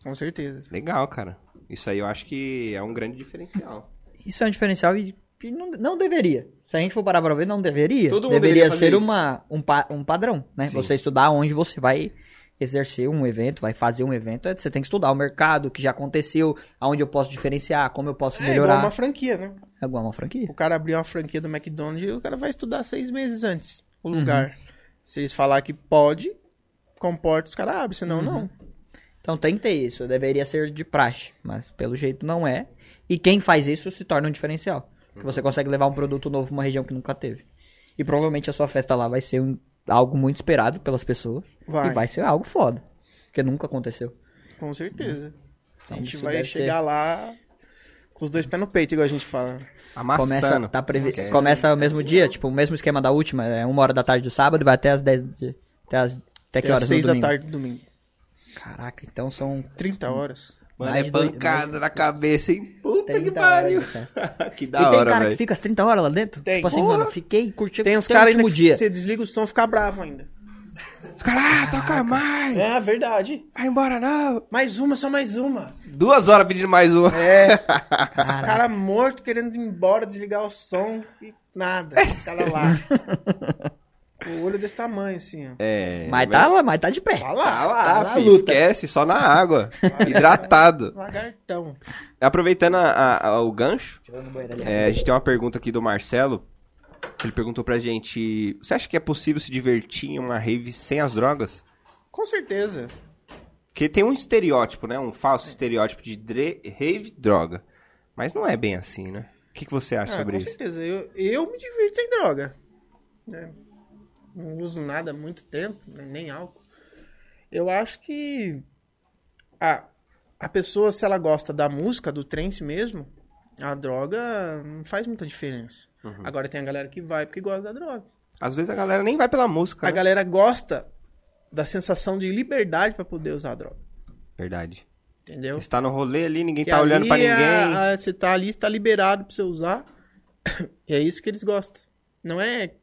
com certeza. Legal, cara. Isso aí eu acho que é um grande diferencial. Isso é um diferencial e, e não, não deveria. Se a gente for parar pra ver, não deveria. Todo mundo deveria, deveria fazer ser isso. uma, um, pa- um padrão, né? Sim. Você estudar onde você vai exercer um evento, vai fazer um evento, é- você tem que estudar o mercado, o que já aconteceu, aonde eu posso diferenciar, como eu posso É igual melhorar. uma franquia, né? É igual uma franquia. O cara abrir uma franquia do McDonald's, o cara vai estudar seis meses antes o Uhum. lugar. Se eles falar que pode, comporta, os caras abrem, senão não. Então tem que ter isso, deveria ser de praxe, mas pelo jeito não é. E quem faz isso se torna um diferencial. Porque você consegue levar um produto novo pra uma região que nunca teve. E provavelmente a sua festa lá vai ser um- algo muito esperado pelas pessoas. Vai. E vai ser algo foda. Porque nunca aconteceu. Com certeza. Então, a gente isso vai deve ser- chegar lá com os dois pés no peito, igual a gente fala. Amassando. Começa, tá previ... Esquece. Começa o mesmo dia, tipo, o mesmo esquema da última, é uma hora da tarde do sábado e vai até as 10 de... até, as... até que Até às horas seis no da domingo? tarde do domingo. Caraca, então são 30 horas. Mano, Mais é de dois- pancada na cabeça, hein? Puta que 30 horas pariu. de festa. *laughs* que e da tem hora, cara velho. que fica as 30 horas lá dentro? Tem. Tipo assim, Porra. mano, fiquei, curti Tem até uns caras o ainda último que dia. você desliga o som e fica bravo ainda. Os caras, ah, toca mais. É, verdade. Vai embora, não. Mais uma, só mais uma. Duas horas pedindo mais uma. É. Os caras mortos querendo ir embora, desligar o som e nada. Os caras *laughs* lá. o olho desse tamanho, assim, ó. É. Mas tá lá, mas tá de pé. Tá Tá lá. lá, tá na filho, luta. esquece, só na *laughs* água. Hidratado. Lagartão. Aproveitando a- a- a- o gancho, é, a gente tem uma pergunta aqui do Marcelo. Ele perguntou pra gente: Você acha que é possível se divertir em uma rave sem as drogas? Com certeza. Porque tem um estereótipo, né? Um falso estereótipo de dre- rave droga. Mas não é bem assim, né? O que, que você acha Ah, sobre com isso? certeza. Eu, eu me divirto sem droga. né? Não uso nada há muito tempo, né? nem álcool. Eu acho que a, a pessoa, se ela gosta da música, do trance mesmo, a droga não faz muita diferença. Uhum. Agora tem a galera que vai porque gosta da droga. Às vezes a galera nem vai pela música. A né? galera gosta da sensação de liberdade pra poder usar a droga. Verdade. Entendeu? Você tá no rolê ali, ninguém Que tá olhando pra ali é ninguém. a- a- Você tá ali, está liberado pra você usar. *coughs* E é isso que eles gostam. Não é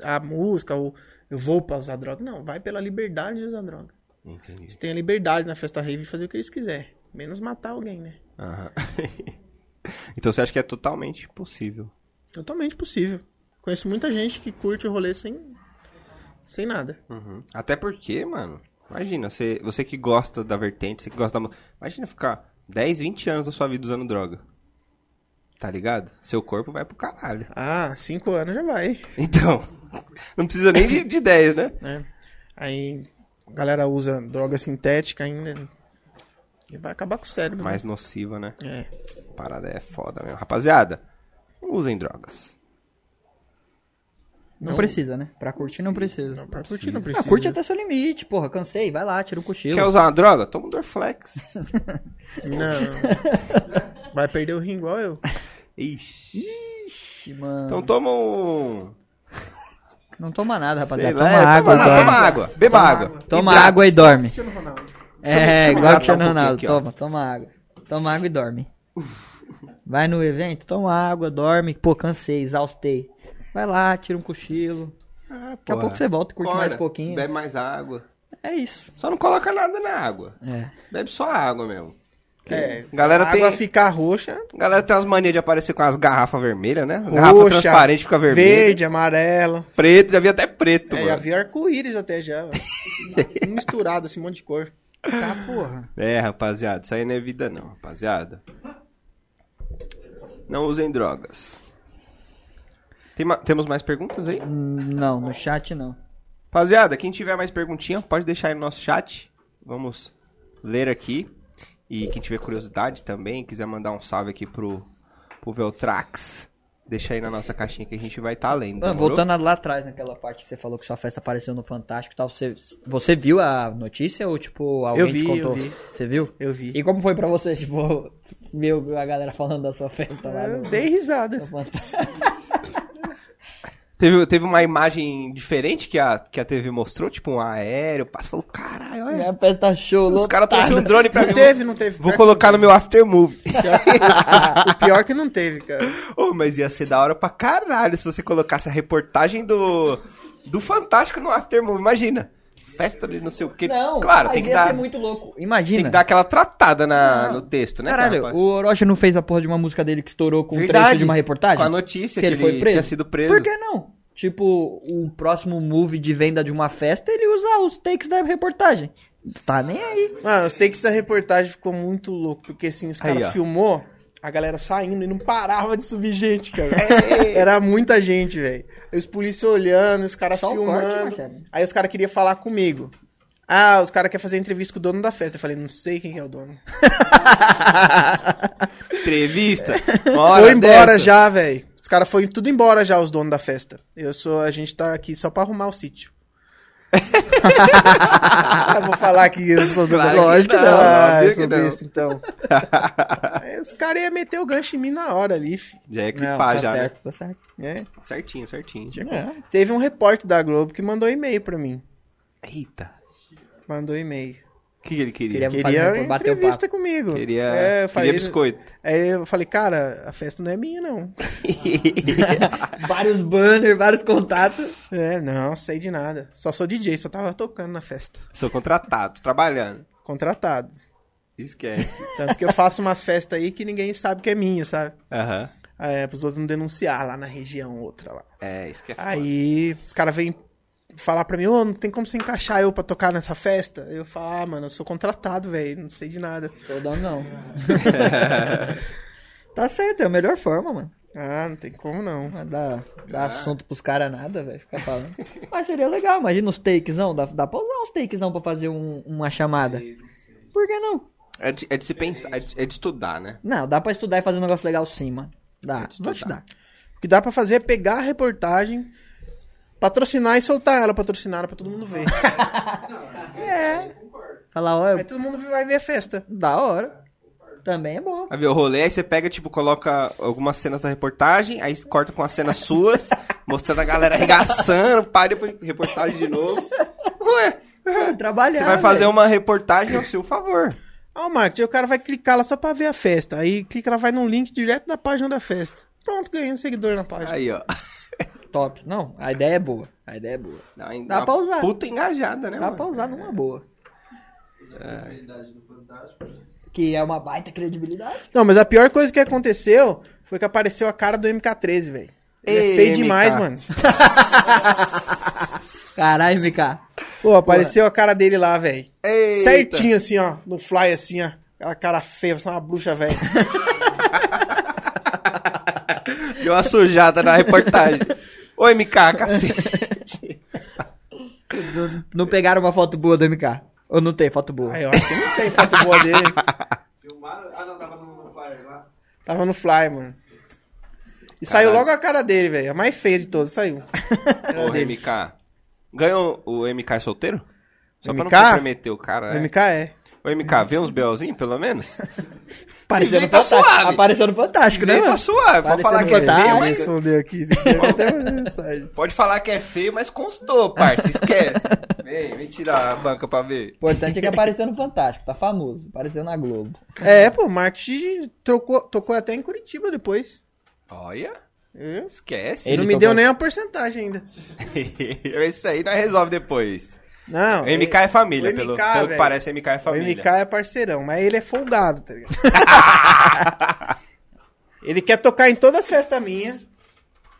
a música ou eu vou pra usar droga. Não, vai pela liberdade de usar droga. Entendi. Eles têm a liberdade na festa rave de fazer o que eles quiserem. Menos matar alguém, né? Aham. *laughs* então você acha que é totalmente possível? Totalmente possível. Conheço muita gente que curte o rolê sem, sem nada. Uhum. Até porque, mano, imagina, você, você que gosta da vertente, você que gosta da música. Imagina ficar 10, 20 anos da sua vida usando droga. Tá ligado? Seu corpo vai pro caralho. *laughs* Ah, cinco anos já vai. Então, não precisa nem de, de 10, né? né? Aí a galera usa droga sintética ainda. E vai acabar com o cérebro. Mais nociva, né? né? É. A Parada é foda mesmo. Rapaziada, não usem drogas. Não, precisa, né? Pra curtir não precisa. Não, pra curtir não Ah, precisa. curte até seu limite, porra. Cansei, vai lá, tira um cochilo. Quer usar uma droga? Toma um Dorflex. Não. *laughs* Vai perder o rim igual eu. Ixi. Ixi, mano. Então toma um. Não toma nada, Sei rapaziada. lá, Toma é, toma, água, e dorme. toma água. Beba água. Toma Hidrate-se. água e dorme. Cristiano Ronaldo. É, eu igual o hidratar um Cristiano Ronaldo. pouquinho aqui, toma, toma água. Toma água e dorme. Vai no evento, toma água, dorme. Pô, cansei, exaustei. Vai lá, tira um cochilo. Ah, Daqui a pouco você volta, curte mais um pouquinho. Bebe mais água. É isso. Só não coloca nada na água. É. Bebe só água mesmo. É, Galera a água tem- ficar roxa, A galera tem umas manias de aparecer com as garrafas vermelhas, né? Garrafa Roxa, transparente fica vermelha. verde, amarelo. Preto, já vi até preto, É, mano. já vi arco-íris até já. velho. *laughs* Misturado, assim, um monte de cor. Tá, porra. É, rapaziada, isso aí não é vida não, rapaziada. Não usem drogas. Tem ma- Temos mais perguntas aí? Não, no chat não. Rapaziada, quem tiver mais perguntinha, pode deixar aí no nosso chat. Vamos ler aqui. E quem tiver curiosidade também, quiser mandar um salve aqui pro, pro Veltrax, deixa aí na nossa caixinha que a gente vai estar tá lendo. Ah, demorou? voltando lá atrás, naquela parte que você falou que sua festa apareceu no Fantástico e tal, você, você viu a notícia ou, tipo, alguém Eu vi, te contou? eu vi. Você viu? Eu vi. E como foi pra você, tipo, *laughs* ver o- a galera falando da sua festa lá Eu no, dei no risada. Fantástico? Teve, teve uma imagem diferente que a, que a TV mostrou, tipo um aéreo. Você falou, caralho, olha. Minha festa show, Os lotada. caras trouxeram um drone pra mim. Não teve, não teve. Vou colocar no meu after movie. *laughs* O pior é que não teve, cara. Ô, mas ia ser da hora pra caralho se você colocasse a reportagem do, do Fantástico no after movie. Imagina. Festa de não sei o quê. Não, claro, mas tem que, ia dar, ser muito louco. tem que Imagina. dar aquela tratada na, no texto, né? Caralho, cara? o Orochi não fez a porra de uma música dele que estourou com um trecho de uma reportagem? Com a notícia que ele foi preso? tinha sido preso. Por que não? Tipo, o próximo move de venda de uma festa, ele usa os takes da reportagem. Tá nem aí. Mano, os takes da reportagem ficou muito louco, porque assim, os Aí, ó. caras filmou a galera saindo e não parava de subir *laughs* gente, cara. É, Era muita gente, velho. E Os polícia olhando, os caras Só o filmando. corte, né, Marcelo. aí os caras queriam falar comigo. Ah, os caras querem fazer entrevista com o dono da festa. Eu falei, não sei quem é o dono. *laughs* Entrevista. Uma hora foi embora dessa. já, velho. Os caras foram tudo embora já, os donos da festa. Eu sou, a gente tá aqui só pra arrumar o sítio. *laughs* eu vou falar que eu sou do Claro que não, Ah, óbvio eu sou que não. *laughs* besta, então. Aí os caras iam meter o gancho em mim na hora ali, fi. Já ia Não, clipar tá já, né? certo, *laughs* tá certo. né? Certinho, certinho. É. Teve um repórter da Globo que mandou e-mail pra mim. Eita. Mandou e-mail. O que que ele queria? Queria- Vamos Queria um fazer- bater o entrevista comigo. Queria, É, eu falei, queria biscoito. *laughs* Aí eu falei, cara, a festa não é minha, não. *laughs* vários banners, vários contatos. É, não, sei de nada. Só sou DJ, só tava tocando na festa. Sou contratado, tô trabalhando. Contratado. Esquece. Tanto que eu faço umas festas aí que ninguém sabe que é minha, sabe? Aham. É, pros outros não denunciar lá na região outra lá. É, esquece. *laughs* Aí os caras vêm falar pra mim, ô, não tem como você encaixar eu pra tocar nessa festa? Eu falo, ah, mano, eu sou contratado, velho, não sei de nada. Todo *laughs* não. tá certo, é a melhor forma, mano. Ah, não tem como não. Não Dá, dá assunto pros caras nada, velho. Ficar falando. Mas seria legal, imagina os takesão. Dá, dá pra usar uns takesão pra fazer um- uma chamada. Por que não? É de, é de se pensar, é de, é de estudar, né? Não, dá pra estudar e fazer um negócio legal sim, mano. Dá, vou te dar. O que dá pra fazer é pegar a reportagem, patrocinar e soltar ela patrocinada pra todo mundo ver. Falar, ó, Aí eu- todo mundo vai ver a festa. da hora. Também é bom. Aí vê o rolê, aí você pega, tipo, coloca algumas cenas da reportagem, aí corta com as cenas *laughs* suas, mostrando a galera arregaçando, pá, depois reportagem de novo. Ué, Trabalhar. você vai fazer um- velho. uma reportagem ao seu favor. Ah, o marketing, aí o cara vai clicar lá só pra ver a festa. Aí clica, ela vai num link direto da página da festa. Pronto, ganhei um seguidor na página. Aí, ó. Top. Não, a ideia é boa. A ideia é boa. Dá, uma- Dá uma pra usar. Puta engajada, né? Dá mano? pra usar numa boa. Realidade do Fantástico. Que é uma baita credibilidade. Não, mas a pior coisa que aconteceu foi que apareceu a cara do MK13, velho. Ele Ei, é feio MK. demais, mano. Caralho, MK. Pô, apareceu a cara dele lá, velho. Eita. Certinho assim, ó. No fly, assim, ó. Aquela cara feia, parece uma bruxa, velho. *laughs* Deu uma sujada na *laughs* reportagem. Oi, MK, cacete. Não pegaram uma foto boa do MK. Ou não tem foto boa? Aí, ó, acho que não tem foto boa dele. Filmaram? Ah, não, tava no Fire lá. Tava no fly, mano. E saiu logo a cara dele, velho. A mais feia de todas, saiu. Ô, MK. Ganhou o MK é solteiro? Só pra não MK? comprometer o cara. O né? MK é. Ô, MK, vê uns belzinhos, pelo *laughs* menos? Apareceu Esse no bem tá Fantástico. suave. Apareceu no Fantástico, né? Vê, tá mano? suave. Pode Parecendo falar que é feio, fantástico. mas... Respondeu aqui. Deu até uma mensagem. Pode falar que é feio, mas constou, parça. *laughs* Esquece. vem, vem tirar a banca pra ver. O importante é que apareceu no Fantástico. Tá famoso. Apareceu na Globo. É, pô, o marketing trocou, tocou até em Curitiba depois. Olha, Eu- esquece. *laughs* Ele não me tocou- deu nem a porcentagem ainda. Isso aí nós resolve depois. Não. O MK é família, o pelo, MK, pelo que velho. parece, MK é O família. MK é parceirão, mas ele é folgado, tá ligado? ele quer tocar em todas as festas minhas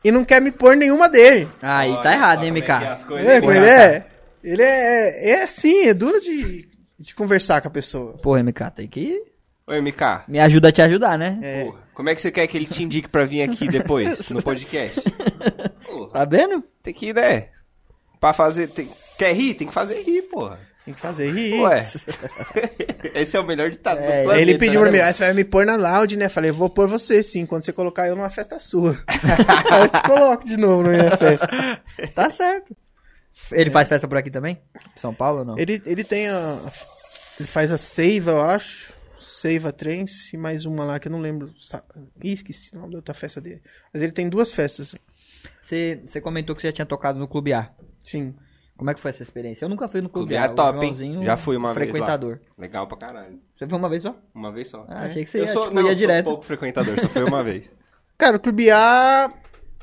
e não quer me pôr nenhuma dele. Aí Olha tá errado, só hein, como é que é MK? as coisas, É, hein, com ele MK? é. Ele é, é assim, é duro de, de conversar com a pessoa. Porra, MK, tem que. Ô, MK, Me ajuda a te ajudar, né? É. porra, como é que você quer que ele te indique pra vir aqui depois, *laughs* no podcast? Porra, Tá vendo? tem que ir, né? Pra fazer... tem- Quer rir? Tem que fazer rir, porra. Tem que fazer rir. Ué. *laughs* Esse é o melhor ditador É, do Aí planeta. ele pediu pra né, mim, ah, você vai me pôr na loud, né? Falei, vou pôr você sim, quando você colocar eu numa festa sua. *laughs* Aí eu te coloco de novo na minha festa. Tá certo. Ele faz festa por aqui também? São Paulo ou não? Ele, ele tem a. Ele faz a Seiva, eu acho. Seiva Trance e mais uma lá que eu não lembro. sa- Ih, esqueci o nome da outra festa dele. Mas ele tem duas festas. Você você comentou que você já tinha tocado no Clube A. Sim. Como é que foi essa experiência? Eu nunca fui no Clube, Clube A é O top, Joãozinho, hein? Já fui uma vez lá. frequentador. Legal pra caralho. Você foi uma vez só? Uma vez só. Ah, achei que você eu ia, sou, tipo, não, ia eu direto. sou pouco frequentador, só foi uma *laughs* vez. Cara, o Clube A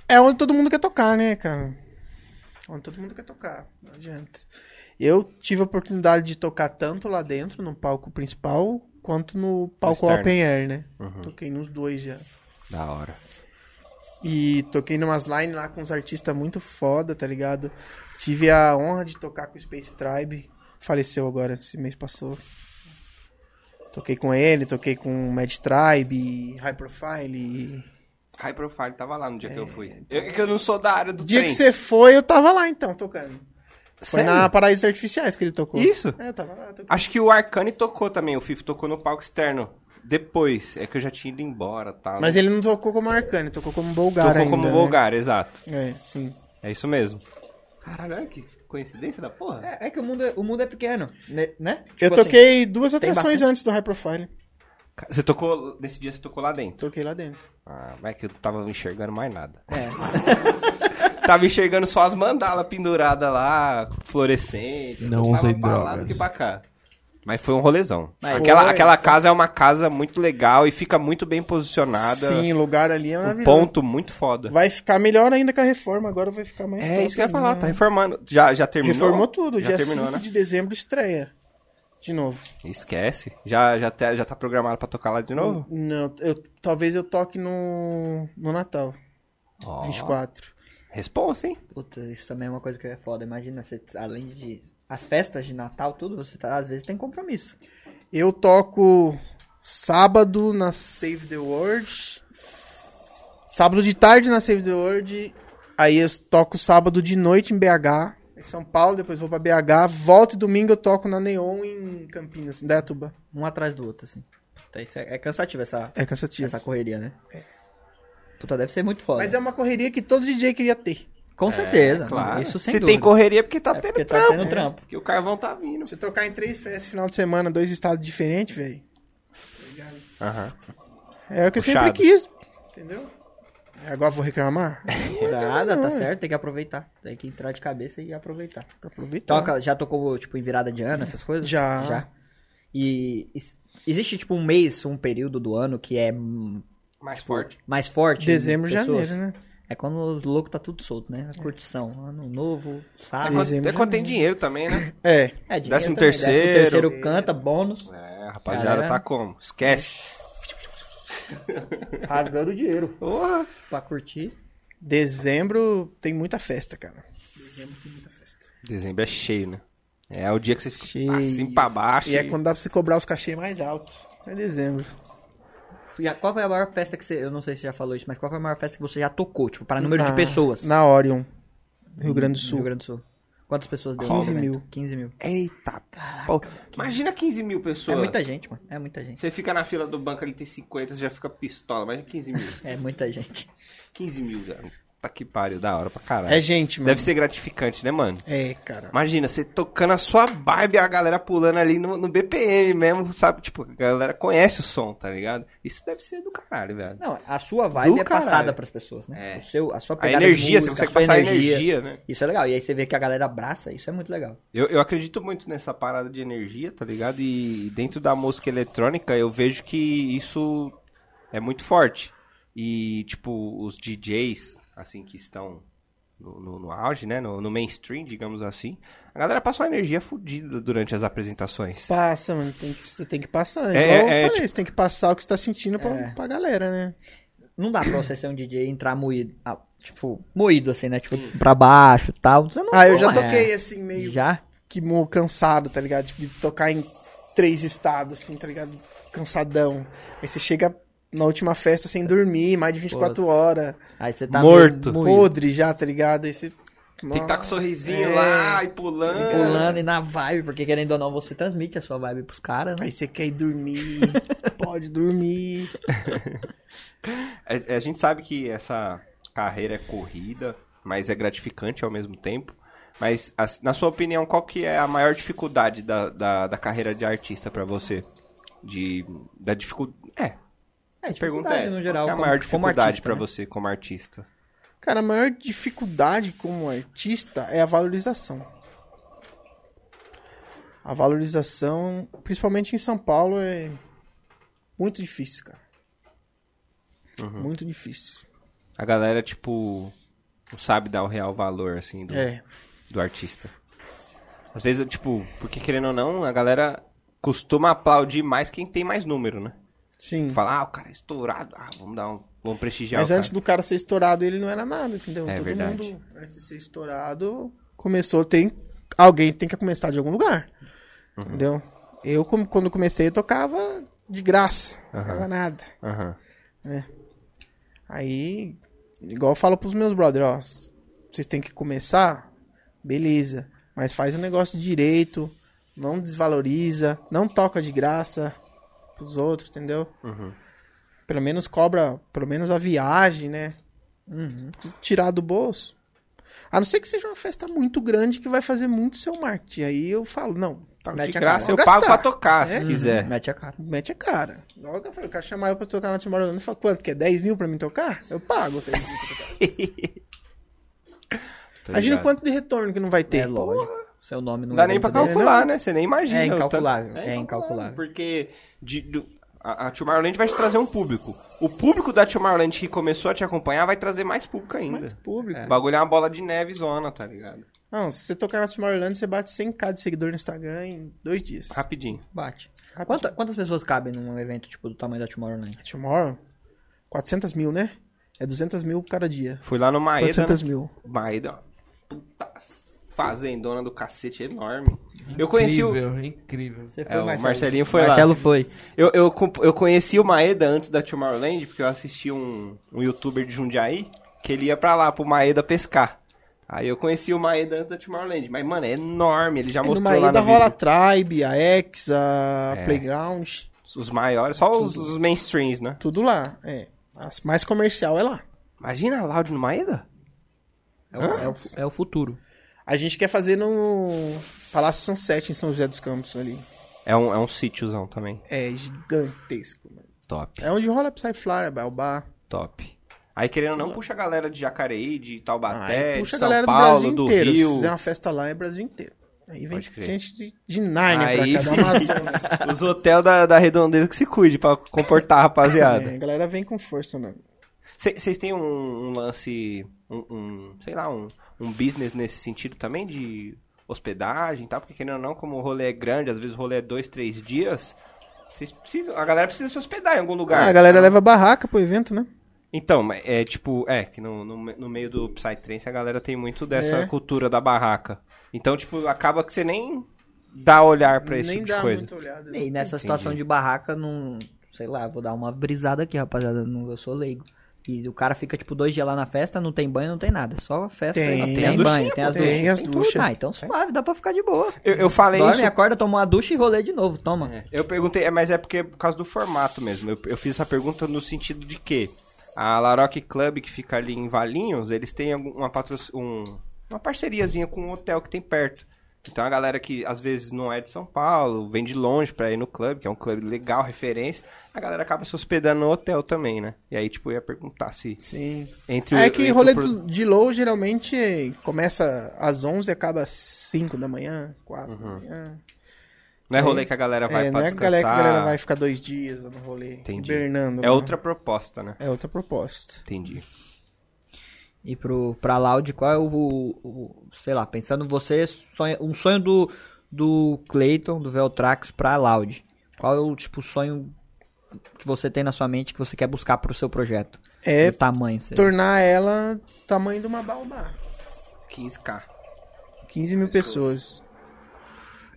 é onde todo mundo quer tocar, né, cara? Onde todo mundo quer tocar. Não adianta. Eu tive a oportunidade de tocar tanto lá dentro, no palco principal, quanto no palco externo. Open Air, né? Toquei nos dois já. Da hora. E toquei numas line lá com uns artistas muito foda, tá ligado? Tive a honra de tocar com o Space Tribe. Faleceu agora, esse mês passou. Toquei com ele, toquei com o Mad Tribe, High Profile. High Profile tava lá no dia que eu fui. Eu, é que eu não sou da área do O então. dia trem. que você foi, eu tava lá então, tocando. Foi Sério? na Paraísos Artificiais que ele tocou. Isso? É, eu tava lá, tocando. Acho que o Arcane tocou também, o Fifo tocou no palco externo. Depois, é que eu já tinha ido embora, tá? Mas ele não tocou como Arcane, tocou como Bulgar tocou ainda. como né? Bulgar, exato. É, sim. É isso mesmo. Caralho, olha que coincidência da porra. É, é que o mundo é, o mundo é pequeno, né- né? eu Tipo assim, toquei duas tem atrações bastante- antes do High Profile. Você tocou, nesse dia você tocou lá dentro. Toquei lá dentro. Ah, mas é que eu não tava enxergando mais nada. *laughs* tava enxergando só as mandalas penduradas lá, fluorescente. Não Eu usei tava pra lá do drogas. que pra cá. Mas foi um rolezão. Mas aquela foi, aquela foi. casa é uma casa muito legal e fica muito bem posicionada. Sim, o lugar ali é um maravilhoso. ponto muito foda. Vai ficar melhor ainda com a reforma, agora vai ficar mais É top isso que eu ia ainda. falar, tá reformando. Já, já terminou? Reformou tudo, já dia terminou, 5 né? de dezembro estreia. De novo. Esquece. Já, já, tá- já tá programado pra tocar lá de novo? Não, eu, talvez eu toque no, no Natal, 24. Responsa, hein? assim, puta, isso também é uma coisa que é foda. Imagina, você, além de. As festas de Natal, tudo, você tá- às vezes tem compromisso. Eu toco sábado na Save the World. Sábado de tarde na Save the World. Aí eu toco sábado de noite em BH, em São Paulo, depois vou pra BH. Volto e domingo eu toco na Neon em Campinas, em Dayatuba. Um atrás do outro, assim. Então, isso é, é cansativo essa, É cansativo. essa correria, né? Puta, deve ser muito foda. É. Mas é uma correria que todo DJ queria ter. Com certeza. É, Claro. Tá, Isso sem Se dúvida. tem correria, é porque tá É tendo porque tá trampo. tendo trampo. Porque o carvão tá vindo. Você trocar em três festas final de semana, dois estados diferentes, velho. Aham. É o que eu Puxado. sempre quis. Entendeu? É, Agora eu *laughs* vou reclamar? Tem Nada, tá certo, tem que aproveitar. Tem que entrar de cabeça e aproveitar. que aproveitar. Toca, já tocou, tipo, em virada de ano, essas coisas? Tá. É. Já. E is- existe, tipo, um mês, um período do ano que é hum, Mais forte. mais forte? em Dezembro, pessoas? janeiro, né? É quando os loucos tá tudo solto, né? A curtição, ano novo, É sabe? quando, dezembro é quando já tem dinheiro também, né? É. É, dinheiro décimo também, terceiro. Décimo terceiro canta, bônus. *laughs* É, rapaziada, Galera. tá como? Esquece. Rasgando dinheiro Porra. pra curtir. Dezembro tem muita festa, cara. Dezembro tem muita festa. Dezembro é cheio, né? É o dia que você fica Cheio. assim pra baixo. E é quando dá pra você cobrar os cachês mais altos. É dezembro. E a- qual foi a maior festa que você... Eu não sei se você já falou isso, mas qual foi a maior festa que você já tocou? Tipo, para número de Na- pessoas. Na Orion, Rio Grande do No Sul. Rio Grande do Sul. Quantas pessoas deu? 15 no evento? mil. 15 mil. Eita, pô, imagina 15 mil É pessoas. muita gente, mano. É muita gente. Você fica na fila do banco ali, tem 50, você já fica pistola. Mas 15 mil. *laughs* É muita *laughs* gente. 15 mil, cara. Tá que pariu, da hora pra caralho. É gente, mano. Deve ser gratificante, né, mano? É, cara. Imagina, você tocando a sua vibe, a galera pulando ali no, no BPM mesmo, sabe? Tipo, a galera conhece o som, tá ligado? Isso deve ser do caralho, velho. Não, a sua vibe Do é passada caralho. pras pessoas, né? É. O seu, a sua A pegada de energia, você música, consegue sua passar a energia, né? Isso é legal. E aí você vê que a galera abraça, isso é muito legal. Eu, eu acredito muito nessa parada de energia, tá ligado? E dentro da música eletrônica eu vejo que isso é muito forte. E, tipo, os DJs, assim, que estão no, no- no auge, né? No, no mainstream, digamos assim. A galera passa uma energia fodida durante as apresentações. Passa, mano. Tem que, você tem que passar. É, É, Igual eu é, falei, você tem que passar o que você tá sentindo pra, tipo É. pra galera, né? Não dá pra você ser um DJ e entrar moído. Ah, tipo, moído assim, né? Tipo, pra baixo e tal. Você não Ah, eu já é. toquei assim, meio Já? que mo- cansado, tá ligado? Tipo, de tocar em três estados, assim, tá ligado? Cansadão. Aí você chega na última festa sem dormir, mais de 24 Putz. horas. Aí você tá Morto. meio moído, Podre já, tá ligado? Aí você. Tem que estar com o sorrisinho É. lá e pulando. pulando e na vibe, porque querendo ou não, você transmite a sua vibe pros caras, né? Aí você quer ir dormir, *laughs* pode dormir. A, a gente sabe que essa carreira é corrida, mas é gratificante ao mesmo tempo. Mas, as- na sua opinião, qual que é a maior dificuldade da, da, da carreira de artista pra você? De, da dificuldade... É, É, pergunta é essa. no qual geral. que é a como- maior como dificuldade artista, pra né? você como artista? Cara, a maior dificuldade como artista é a valorização. A valorização, principalmente em São Paulo, é muito difícil, cara. Uhum. Muito difícil. A galera, tipo, não sabe dar o real valor, assim, do, É. do artista. Às vezes, tipo, porque querendo ou não, a galera costuma aplaudir mais quem tem mais número, né? Sim. Falar, ah, o cara é estourado, ah, vamos dar um... Vamos prestigiar o Mas cara. antes do cara ser estourado, ele não era nada, entendeu? É Todo verdade. mundo, antes de ser estourado, começou, tem... Alguém tem que começar de algum lugar, Uhum. entendeu? Eu, como- quando comecei, eu tocava de graça, não Aham. tocava nada. Aham. Aí, igual eu falo pros meus brother, ó, s- vocês têm que começar, beleza, mas faz o negócio direito, não desvaloriza, não toca de graça pros outros, entendeu? Uhum. Pelo menos cobra, pelo menos a viagem, né? Uhum. Tirar do bolso. A não ser que seja uma festa muito grande que vai fazer muito seu marketing. Aí eu falo, não, tá De Mete a graça, cara. eu Vou pago pra gastar. tocar, se É. quiser. Mete a cara. Mete a cara. Logo eu falei, o cara chamar eu pra tocar na Tomorrowland. Eu falo, quanto que é? 10 mil pra mim tocar? Eu pago 10 mil pra tocar. Tá Imagina o ligado? quanto de retorno que não vai ter. É lógico. Seu nome não Não dá é nem pra dentro dele. calcular, né? Você nem imagina. É o tanto- incalculável, é incalculável. Porque de, do- a, a Tomorrowland vai te trazer um público. O público da Tomorrowland que começou a te acompanhar vai trazer mais público ainda. Mais público. O bagulho é uma bola de neve zona, tá ligado? Não, se você tocar na Tomorrowland, você bate 100k de seguidor no Instagram em dois dias. Rapidinho. Bate. Rapidinho. Quanta- quantas pessoas cabem num evento, tipo, do tamanho da Tomorrowland? Tomorrow? 400 mil, né? É 200 mil cada dia. Fui lá no Maeda. 400 né? mil. Maeda, ó. puta fazendona do cacete enorme. Eu conheci o... Incrível, incrível. Você É, o Marcelo? Marcelinho foi lá. Marcelo foi. Eu, eu, comp- eu conheci o Maeda antes da Tomorrowland, porque eu assisti um, um youtuber de Jundiaí, que ele ia pra lá, pro Maeda pescar. Aí eu conheci o Maeda antes da Tomorrowland. Mas, mano, é enorme, ele já Aí mostrou numa lá ida no rola a vídeo. Tribe, a X, a É. Playground, Os maiores, só os, os mainstreams, né? tudo lá. É. As mais comercial é lá. Imagina a Loud no Maeda? É o, é o- é o futuro. A gente quer fazer no Palácio Sunset em São José dos Campos ali. É um, é um sítiozão também. É gigantesco, mano. Top, É onde rola Psyfly, Baobá. top. Aí querendo ou não, puxa a galera de Jacareí, de Taubaté, Ah, Aí de puxa a São galera do Paulo, Brasil do, inteiro. Se Rio. fizer uma festa lá, é Brasil inteiro. Aí vem Pode crer. gente de, de Nárnia Aí pra um. cá, do *laughs* Amazonas. Os hotel da, da redondeza que se cuide pra comportar, a rapaziada. É, a galera vem com força, mano. Vocês têm um, um lance, um, um, sei lá, um, um business nesse sentido também de hospedagem e tal? Porque querendo ou não, como o rolê é grande, às vezes o rolê é dois, três dias, vocês precisam, a galera precisa se hospedar em algum lugar. Ah, a galera leva barraca pro evento, né? Então, mas é tipo, é, que no, no, me- no meio do Psytrance a galera tem muito dessa É. cultura da barraca. Então, tipo, acaba que você nem dá olhar pra esse Nem tipo dá de coisa. muita olhada. E nessa situação de barraca, não. Sei lá, vou dar uma brisada aqui, rapaziada. não- eu sou leigo. E o cara fica, tipo, dois dias lá na festa, não tem banho, não tem nada. é Só festa. Tem. e não Tem as tem banho, tem as tem duchas. as É tudo. duchas. Ah, então suave, dá pra ficar de boa. Eu, eu falei Dorme, isso acorda, toma uma ducha e rolê de novo, toma. É, Eu perguntei, é, mas é porque é por causa do formato mesmo. Eu, eu fiz essa pergunta no sentido de que a Laroque Club, que fica ali em Valinhos, eles têm algum- uma, patro... um- uma parceriazinha com um hotel que tem perto. Então a galera que às vezes não é de São Paulo, vem de longe pra ir no clube, que é um clube legal, referência, a galera acaba se hospedando no hotel também, né? E aí, tipo, eu ia perguntar se Sim. entre o- É que entre o rolê pro- de- de low geralmente começa às 11 e acaba às 5 da manhã, 4 da manhã. Não é rolê que a galera Uhum. vai é, pra não é que a descansar. galera, que a galera vai ficar dois dias no rolê. Entendi. Hibernando, É né? outra proposta, né? É outra proposta. Entendi. E pro, pra Loud, qual é o, o- o- Sei lá, pensando você, sonha- um sonho do, do Clayton, do Veltrax pra Loud. Qual é o tipo sonho que você tem na sua mente que você quer buscar pro seu projeto? É O tamanho, sei lá. tornar ela tamanho de uma baobá. 15k. 15 mil pessoas.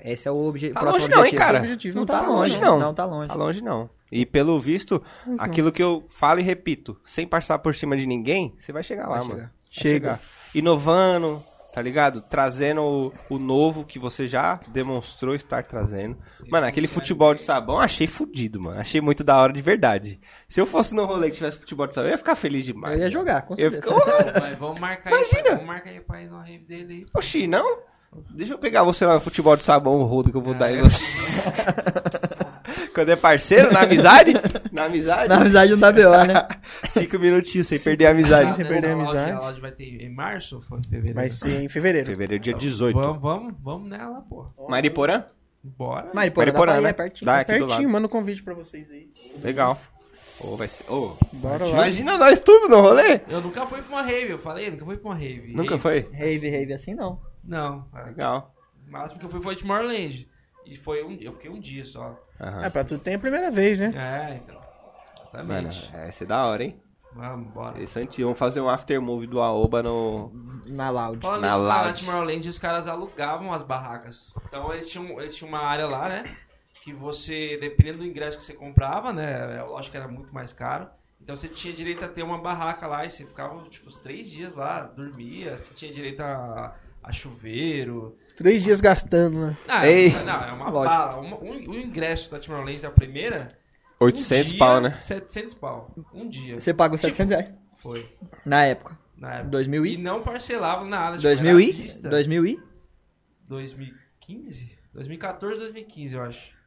Esse é o obje Tá próximo longe não, hein, objetivo. cara? objetivo. Não, Não tá, tá longe, longe, não. Não tá longe. Tá longe não. E pelo visto, aquilo que eu falo e repito, sem passar por cima de ninguém, você vai chegar lá, Vai mano. chegar. Vai Chega. chegar. Inovando, tá ligado? Trazendo o, o novo que você já demonstrou estar trazendo. Mano, aquele futebol de sabão, eu achei fudido, mano. Achei muito da hora de verdade. Se eu fosse no rolê que tivesse futebol de sabão, eu ia ficar feliz demais. Eu é ia jogar, com Eu ia certeza. ficar, "Oh, Mas vamos marcar aí. Vamos marcar aí pra ir na rave dele aí. Oxi, não? Deixa eu pegar você lá no futebol de sabão, o rodo que eu vou dar em é. você. *laughs* Quando é parceiro, na *laughs* amizade? Na amizade? Na amizade não dá B.O., né? Cinco minutinhos sem perder a amizade. sem Ah, perder a nessa loja- amizade. A loja vai ter em março ou foi em fevereiro? Vai ser em fevereiro. Fevereiro, dia 18. Vamos, vamos, vamos nela, porra. Mariporã? Bora. Mariporã, Mariporã, da Bahia, né? é pertinho. Dá Tá aqui do lado. pertinho, manda um convite pra vocês aí. Legal. Ô, vai ser... ô, Bora lá. imagina nós tudo no rolê. Eu nunca fui pra uma rave, eu falei, eu nunca fui pra uma rave. Nunca Rave- foi? Rave, rave assim não. Não. cara. Legal. O máximo que eu fui foi Tomorrowland. E foi um, eu fiquei um dia só. Aham. Ah, pra tu tem a primeira vez, né? É, então. Mano, Exatamente. vai ser da hora, hein? Vamos, bora. Interessante. Vamos fazer um after movie do Aoba no... Na Loud. Falando Na isso, na Loud. Tomorrowland os caras alugavam as barracas. Então eles tinham, eles tinham uma área lá, né? Que você, dependendo do ingresso que você comprava, né? é Lógico que era muito mais caro. Então você tinha direito a ter uma barraca lá e você ficava, tipo, uns três dias lá, dormia, você tinha direito a, a chuveiro. Três dias gastando, né? Ah, Ei. Não, é uma Lógico. bala. Uma- um, o ingresso da Tomorrowland da primeira. um 800 dia, pau, né? 700 pau. Um dia. Você pagou 700 reais. Foi. Na época. Na época. 2000 E e... não parcelava nada. tipo, era 2000 à e... vista. 2000 e... 2015? 2014, 2015, eu acho.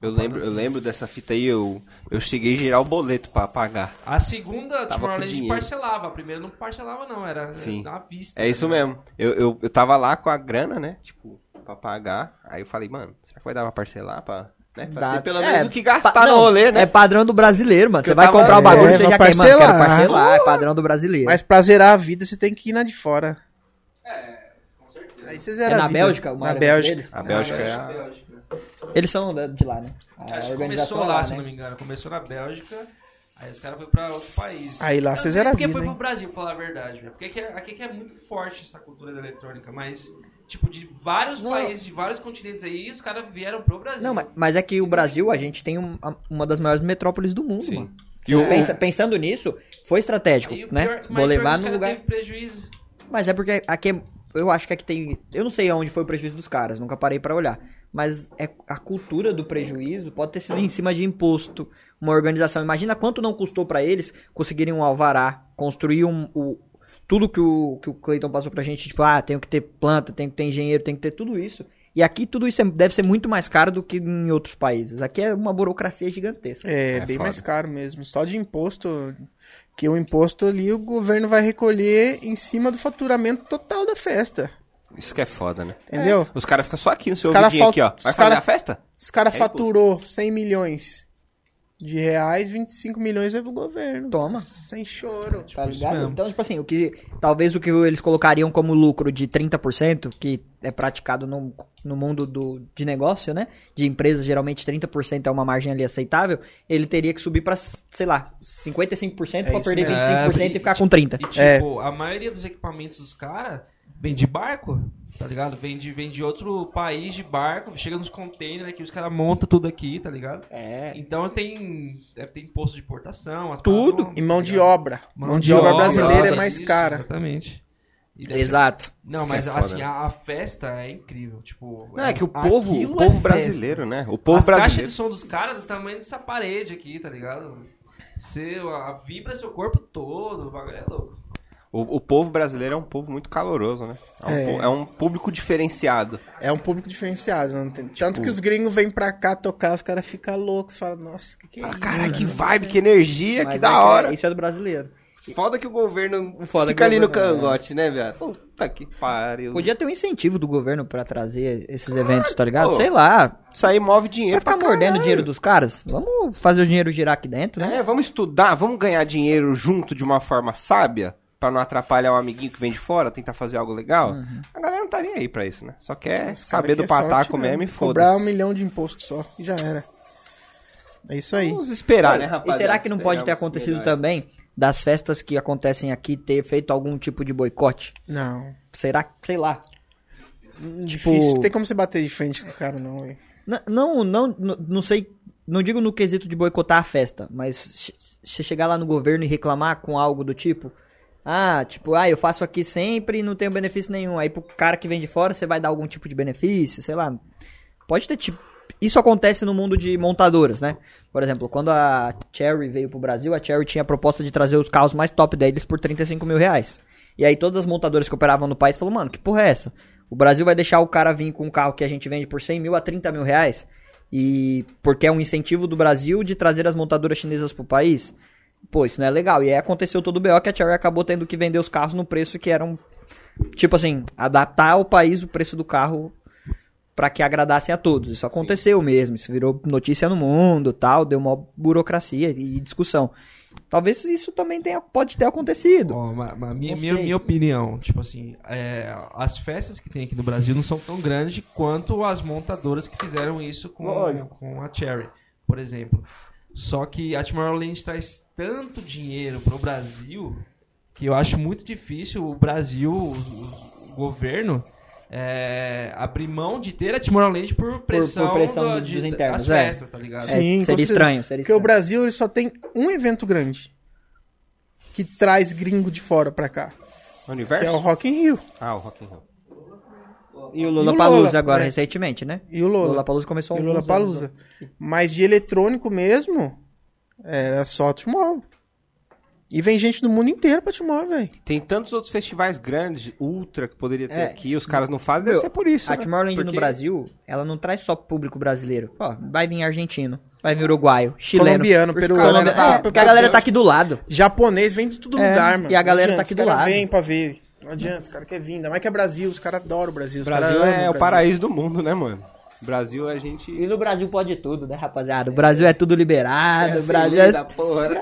Eu lembro, eu lembro dessa fita aí, eu, eu cheguei a girar o boleto pra pagar. A segunda, Tava tipo, com a gente dinheiro. parcelava. A primeira não parcelava, não. Era Sim. na vista. É isso né? mesmo. Eu, eu, eu tava lá com a grana, né? Tipo, pra pagar. Aí eu falei, mano, será que vai dar pra parcelar? Pra, né? pra Dá- ter pelo é, menos o que pa- gastar não, no rolê, né? É padrão do brasileiro, mano. Que Você eu vai tava- comprar o bagulho, É, você já vai quer, mano, quero parcelar. parcelar. É padrão do brasileiro. Mas pra zerar a vida, você tem que ir na de fora. É, com certeza. Aí você zera É a na vida. Bélgica? uma Na área Bélgica. deles? A Bélgica é a- Eles são da- de lá, né? A Tá, Acho que organização começou lá, é se não né? me engano. Começou na Bélgica, aí os caras foram pra outro país. Aí lá Eu vocês sei eram Porque vida, foi pro hein? Brasil, pra falar a verdade, velho. Porque aqui é, aqui que é muito forte essa cultura da eletrônica, mas, tipo, de vários Não. países, de vários continentes aí, os caras vieram pro Brasil. Não, mas, mas é que o Brasil, a gente tem um- a- uma das maiores metrópoles do mundo, Sim. mano. E o- Pensa- pensando nisso, foi estratégico, Aí o né? pior- mas Vou o pior que levar os no caras lugar... teve prejuízo. Mas é porque aqui é- eu acho que aqui tem, eu não sei aonde foi o prejuízo dos caras, nunca parei pra olhar, mas é a cultura do prejuízo pode ter sido em cima de imposto, uma organização. Imagina quanto não custou pra eles conseguirem um alvará, construir um, o tudo que o que o Clayton passou pra gente, tipo, ah, tenho que ter planta, tenho que ter engenheiro, tenho que ter tudo isso. E aqui tudo isso é- deve ser muito mais caro do que em outros países. Aqui é uma burocracia gigantesca. É, É bem foda. mais caro mesmo. Só de imposto, que o imposto ali o governo vai recolher em cima do faturamento total da festa. Isso que é foda, né? Entendeu? Os caras ficam só aqui no seu Os cara ouvidinho aqui, ó. falta- Vai os fazer cara- a festa? Os caras É imposto. faturou 100 milhões de reais, 25 milhões é pro governo. Toma. Sem choro. Tá isso ligado? mesmo. Então, tipo assim, o que talvez o que eles colocariam como lucro de 30%, que é praticado no, no mundo do, de negócio, né? De empresa, geralmente 30% é uma margem ali aceitável, ele teria que subir pra, sei lá, 55% É pra isso perder mesmo. 25% e, É, ficar e- com 30%. E, É. tipo, a maioria dos equipamentos dos caras vem de barco, tá ligado? Vem de, vem de outro país de barco, chega nos containers aqui, os caras montam tudo aqui, tá ligado? É. Então tem. Deve ter imposto de importação, as Tudo. paradas, E mão tá de ligado? obra. Mão, de, obra, brasileira é mais isso, cara. Exatamente. E deve ser- Exato. Não, Isso mas que é foda, assim, né? a, a festa é incrível. Tipo, Não, é que o povo, aquilo o é povo festa. brasileiro, né? O povo As caixas brasileiro. de som dos caras do tamanho dessa parede aqui, tá ligado? Você, a, vibra seu corpo todo, o bagulho é louco. O, o povo brasileiro é um povo muito caloroso, né? É um, É. po- é um público diferenciado. É um público diferenciado. não Tipo- tem- Tanto que os gringos vêm pra cá tocar, os caras ficam loucos. Falam, nossa, que que é Ah, isso? caralho, que vibe, que energia, Mas que é da hora. Isso é do brasileiro. Foda que o governo Foda fica que o ali no governo- é. cangote, né, viado? Puta que pariu. Podia ter um incentivo do governo pra trazer esses eventos, tá ligado? pô. Sei lá. Isso aí move Vai dinheiro ficar pra mordendo o caralho. dinheiro dos caras? Vamos fazer o dinheiro girar aqui dentro, né? É, vamos estudar, vamos ganhar dinheiro junto de uma forma sábia, pra não atrapalhar um amiguinho que vem de fora, tentar fazer algo legal. A galera não tá nem aí pra isso, né? Só quer Esse cara saber do aqui é sorte pataco mesmo. mesmo e Cobrar um foda-se. milhão de imposto só. E já era. É isso aí. Vamos esperar, né, E rapaziada? será que não pode ter Esperar os acontecido melhores. também das festas que acontecem aqui ter feito algum tipo de boicote? Não. Será que, sei lá. Tipo Difícil. Não tem como você bater de frente com os caras, não, velho. N- Não, não, n- não sei. Não digo no quesito de boicotar a festa, mas você chegar lá no governo e reclamar com algo do tipo. Ah, tipo, ah, eu faço aqui sempre e não tenho benefício nenhum. Aí pro cara que vem de fora você vai dar algum tipo de benefício, sei lá. Pode ter tipo. Isso acontece no mundo de montadoras, né? Por exemplo, quando a Cherry veio pro Brasil, a Cherry tinha a proposta de trazer os carros mais top deles por 35 mil reais. E aí todas as montadoras que operavam no país falaram, mano, que porra é essa? O Brasil vai deixar o cara vir com um carro que a gente vende por 100 mil a 30 mil reais? E porque é um incentivo do Brasil de trazer as montadoras chinesas pro país? Pô, isso não é legal. E aí aconteceu todo o BO que a Cherry acabou tendo que vender os carros no preço que eram. Tipo assim, adaptar ao país o preço do carro pra que agradassem a todos. Isso aconteceu mesmo. Isso virou notícia no mundo tal. Deu uma burocracia e discussão. Talvez isso também tenha, pode ter acontecido. Ó, ma- ma- minha, Não minha, sei. minha opinião, tipo assim, é, as festas que tem aqui no Brasil não são tão grandes quanto as montadoras que fizeram isso com, com a Cherry, por exemplo. Só que a Tomorrowland traz tanto dinheiro pro Brasil que eu acho muito difícil o Brasil, o, o- o governo, é, abrir mão de ter a Tomorrowland por pressão, pressão da- dos de- internos, das é. festas, tá ligado? É, Sim, com seria certeza. estranho. Seria Porque o estranho. Brasil ele só tem um evento grande que traz gringo de fora pra cá, que é Universo? o Rock in Rio Ah, o Rock in Rio. E o E o Lollapalooza Lola, agora, né? recentemente, né? e o O Lola. Lollapalooza começou e o alguns Lola anos Palusa. Mas de eletrônico mesmo, era só Tomorrow. E vem gente do mundo inteiro pra Tomorrow, velho. Tem tantos outros festivais grandes, ultra, que poderia ter É. aqui, os caras não fazem, deve Meu, ser por isso. A né? Tomorrowland no Porque- Brasil, ela não traz só público brasileiro. Ó, vai vir argentino, vai vir uruguaio, chileno. Colombiano, peruano. Colômbia- né? Ah, é, porque a galera tá aqui do lado. Japonês vem de todo É, lugar, mano. e a galera Não tá aqui adianta, os do cara lado. vem pra ver. Não adianta, os caras querem vir. Ainda mais que é Brasil, os caras adoram o Brasil. O Os Brasil cara ama é o Brasil. paraíso do mundo, né, mano? Brasil a E gente. no Brasil pode tudo, né, rapaziada? O Brasil é tudo liberado, o Brasil é... porra. né?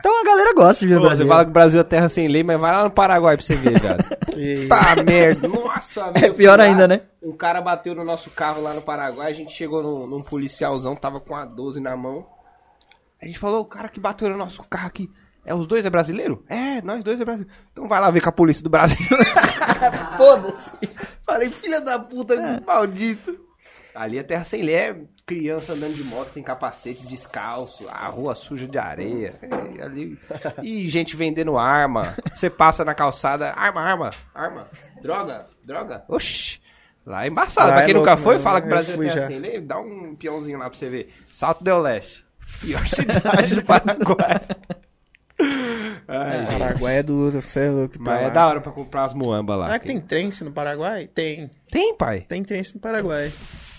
Então a galera gosta de ver Pô, o você Brasil. fala que o Brasil é terra sem lei, mas vai lá no Paraguai pra você *laughs* ver, viado. E- Tá merda. É Nossa, meu, eu fui pior lá, ainda, né? Um cara bateu no nosso carro lá no Paraguai, a gente chegou num, num policialzão, tava com a 12 na mão. A gente falou, o cara que bateu no nosso carro aqui, é os dois é brasileiro? É, nós dois é brasileiro. Então vai lá ver com a polícia do *laughs* Brasil. Foda-se. Falei, filha da puta, maldito. Ali é terra sem lei, é criança andando de moto sem capacete, descalço, a rua suja de areia. É, ali... E gente vendendo arma. Você passa na calçada, arma, arma, arma, droga, droga. Oxi. Lá é embaçado. Lá pra é quem nunca louco, foi, mano. fala que o Eu Brasil fui é terra já. sem lei, dá um peãozinho lá pra você ver. Salto Del Leste. Pior *laughs* cidade do Paraguai. Ai, gente. Paraguai é duro, você é louco. pra Mas é lá. da hora pra comprar as muambas lá. Será É que tem trense no Paraguai? Tem. Tem, pai? Tem trense no Paraguai.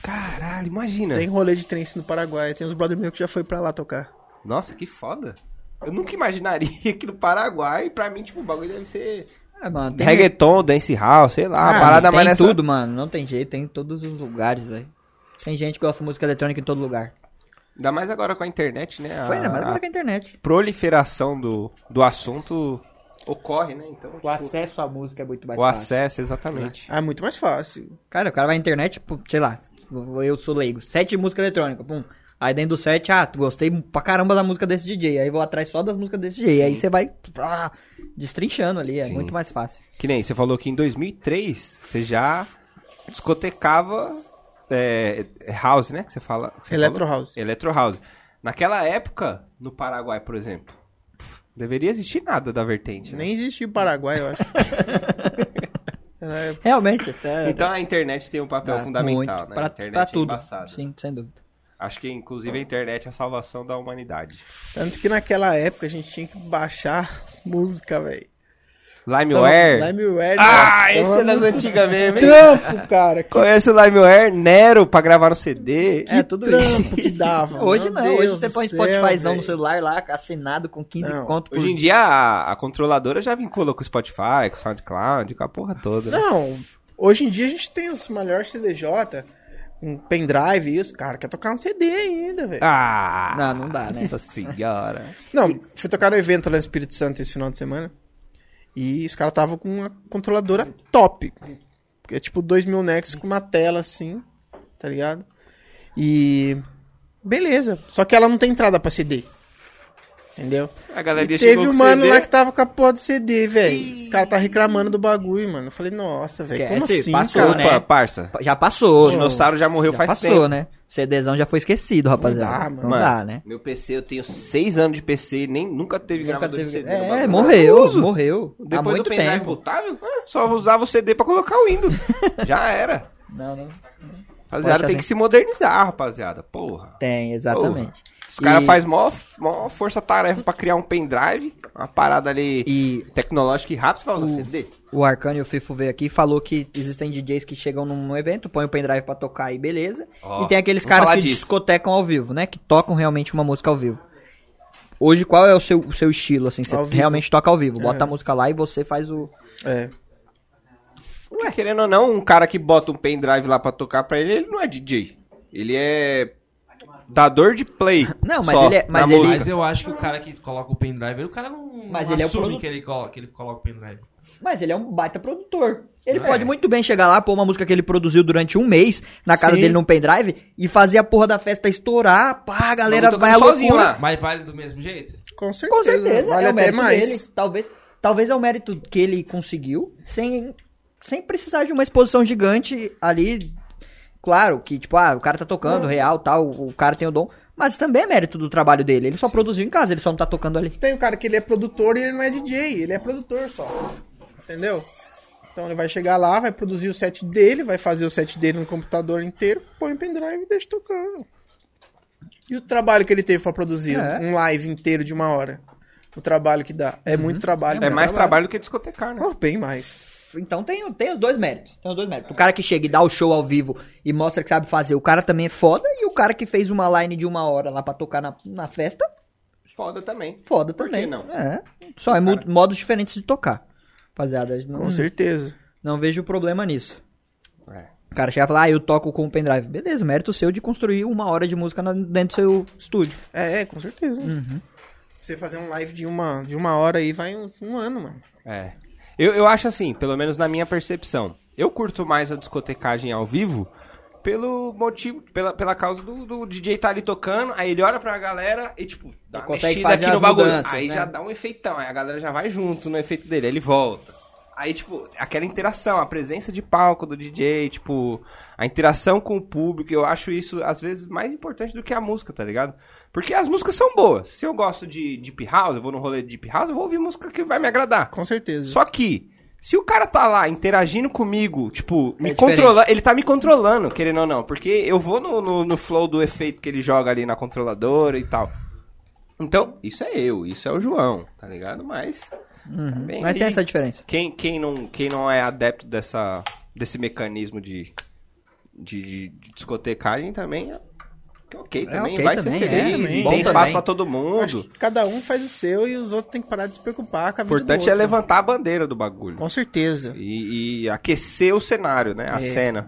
Caralho, imagina. Tem rolê de trense no Paraguai. Tem uns brother meu que já foi pra lá tocar. Nossa, que foda. Eu nunca imaginaria *laughs* que no Paraguai, pra mim, tipo, o bagulho deve ser... Ah, mano, tem... Reggaeton, dance hall, sei lá, é Ah, uma parada tem mais nessa... tudo, mano. Não tem jeito, tem em todos os lugares, velho. Tem gente que gosta de música eletrônica em todo lugar. Ainda mais agora com a internet, né? A, Foi, né? Mas agora a com a internet. proliferação do, do assunto ocorre, né? Então, tipo, O acesso à música é muito mais o fácil. acesso, exatamente. Ah, é muito mais fácil. Cara, o cara vai na internet, pô, sei lá, eu sou leigo, sete música eletrônica, pum. Aí dentro do set, ah, gostei pra caramba da música desse DJ. Aí vou atrás só das músicas desse DJ. Aí você vai ah, destrinchando ali, é Sim. muito mais fácil. Que nem, você falou que em 2003, você já discotecava é, house, né? Que você fala... que você Electro falou? house. Electro house. Naquela época, no Paraguai, por exemplo, pff, deveria existir nada da vertente, né? Nem existe o Paraguai, eu acho. Era- Realmente, *laughs* até. Então a internet tem um papel Ah, fundamental, muito, né? pra- a internet pra é tudo. embaçada. Sim, sem dúvida. Acho que inclusive a internet é a salvação da humanidade. Tanto que naquela época a gente tinha que baixar música, velho. Então, LimeWare. Limeware. Ah, nossa, esse é tava das no antigas mesmo, hein? Trampo, cara. Que Conhece o LimeWare, Nero pra gravar no CD. é, tudo trampo *laughs* que dava. Hoje meu não, Deus hoje você do põe céu, Spotifyzão no velho. celular lá, assinado com 15 Não. conto por Hoje em dia a, a controladora já vincula com o Spotify, com o SoundCloud, com a porra toda. né? Não, hoje em dia a gente tem os melhores CDJ, um pendrive e isso. Cara, quer tocar no CD ainda, velho. Ah! Não, não dá, né? Nossa senhora. Não, fui tocar no evento lá no Espírito Santo esse final de semana. E os caras estavam com uma controladora top. Porque é tipo 2000 Nex com uma tela assim, tá ligado? E. Beleza. Só que ela não tem entrada pra CD. Entendeu? A E galeria teve chegou um com mano CD. lá que tava com a porra do CD, velho. Os caras tá reclamando do bagulho, mano. Eu falei, nossa, velho, Que como esse assim, passou, cara? né? Opa, parça. Já passou. O dinossauro já morreu já faz passou, tempo. né? CDzão já foi esquecido, rapaziada. dá, Não dá, mano. Mano, né? Meu PC, eu tenho seis anos de PC, nem, nunca teve gravador de CD. no É, bagulho. morreu, morreu. Depois Há muito do pendrive tempo. botável, ah, só usava o CD pra colocar o Windows. já era. Não, não. Rapaziada, Poxa, tem né? que se modernizar, rapaziada. Porra. Tem, exatamente. Os caras E- fazem mó, mó força-tarefa pra criar um pendrive, uma parada ali E tecnológica e rápida, você vai usar CD. o Arcano e o Fifo veio aqui e falou que existem DJs que chegam num evento, põem o pendrive pra tocar e beleza. Ó, e tem aqueles vamos caras falar que disso. discotecam ao vivo, né? Que tocam realmente uma música ao vivo. Hoje, qual é o seu, o seu estilo, assim? Você Ao vivo. realmente toca ao vivo. É. Bota a música lá e você faz o... É. Ué, querendo ou não, um cara que bota um pendrive lá pra tocar pra ele, ele não é DJ. Ele é dador de play. Não, mas só, ele é- mas na ele- música. Mas eu acho que o cara que coloca o pendrive, o cara não, Mas não ele é o assume produ- que, ele coloca, que ele coloca o pendrive. Mas ele é um baita produtor. É. Ele pode muito bem chegar lá, pôr uma música que ele produziu durante um mês na casa Sim. dele num pendrive e fazer a porra da festa estourar, pá, a galera Tocando vai à sozinho loucura. lá. Mas vale do mesmo jeito? Com certeza. Com certeza, Vale é o até mérito mais. dele. Talvez, talvez é o mérito que ele conseguiu sem, sem precisar de uma exposição gigante ali. Claro que, tipo, ah, o cara tá tocando real, tal, o cara tem o dom. Mas também é mérito do trabalho dele. Ele só produziu em casa, ele só não tá tocando ali. Tem o cara que ele é produtor e ele não é DJ, ele é produtor só. Entendeu? Então ele vai chegar lá, vai produzir o set dele, vai fazer o set dele no computador inteiro, põe o pendrive e deixa tocando. E o trabalho que ele teve pra produzir É. um live inteiro de uma hora? O trabalho que dá. É muito trabalho. É mais trabalho do que discotecar, né? Oh, bem mais. Então tem, tem os dois méritos. Tem os dois méritos. O cara que chega e dá o show ao vivo e mostra que sabe fazer, o cara também é foda. E o cara que fez uma line de uma hora lá pra tocar na, na festa, Foda também. foda Por que também. não? É. Só é mu- modos diferentes de tocar. Rapaziada, não, Uhum. Com certeza. não vejo problema nisso. É. O cara chega e fala, ah, eu toco com o pendrive. Beleza, mérito seu de construir uma hora de música na- dentro do seu estúdio. É, é, com certeza. Uhum. Você fazer um live de uma, de uma hora aí vai uns- um ano, mano. É. Eu, eu acho assim, pelo menos na minha percepção. Eu curto mais a discotecagem ao vivo pelo motivo, pela, pela causa do, do DJ tá ali tocando, aí ele olha pra galera e tipo, dá E uma consegue mexida fazer aqui no as bagulho. mudanças, aí né? já dá um efeitão, aí a galera já vai junto no efeito dele, aí ele volta. Aí, tipo, aquela interação, a presença de palco do DJ, tipo, a interação com o público, eu acho isso, às vezes, mais importante do que a música, tá ligado? Porque as músicas são boas. Se eu gosto de Deep House, eu vou no rolê de Deep House, eu vou ouvir música que vai me agradar. Com certeza. Só que, se o cara tá lá interagindo comigo, tipo, me É diferente. controlando, ele tá me controlando, querendo ou não, porque eu vou no, no, no flow do efeito que ele joga ali na controladora e tal. Então, isso é eu, isso é o João, tá ligado? Mas. tá bem Uhum. Mas tem aí. essa diferença. Quem, quem, não, quem não é adepto dessa, desse mecanismo de, de, de- de discotecagem também. é Ok, também ok vai também, ser é, feliz, também. e Bom tem espaço também. é pra todo Acho mundo. que cada um faz o seu e os outros têm que parar de se preocupar com a O vida do importante é outro. né? levantar a bandeira do bagulho. Com certeza. E, e aquecer o cenário, né? A É. cena.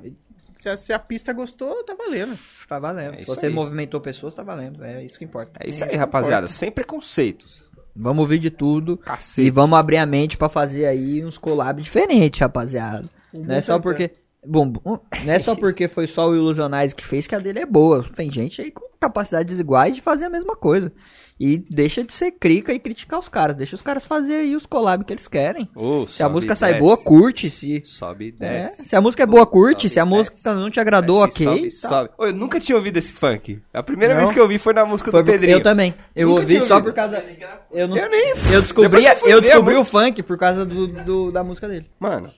Se a, se a pista gostou, tá valendo. Tá valendo. É Se isso você aí. movimentou pessoas, tá valendo. É isso que importa. É isso aí, rapaziada. Sem preconceitos. Vamos ouvir de tudo. Cacete. E vamos abrir a mente pra fazer aí uns collabs diferentes, rapaziada. Não é só tentar. porque. Bom, bom, não *laughs* é só porque foi só o Ilusionais que fez que a dele é boa. Tem gente aí com capacidades iguais de fazer a mesma coisa. E deixa de ser crica e criticar os caras. Deixa os caras fazer aí os collabs que eles querem. Ô, Se a sobe música e sai desce. boa, curte. Se, Sobe e é, desce. se a música é boa, curte. Sobe, Se a música desce. não te agradou, Desce, ok. Sobe, tá. sobe. Ô, eu nunca tinha ouvido esse funk. A primeira Não? vez que eu ouvi foi na música Foi do porque- Pedrinho. Eu também. Eu Nunca ouvi tinha só ouvido. por causa. Eu, não, Eu nem- eu descobri, Depois eu fui eu ver a descobri o música. funk por causa do, do- da música dele. Mano.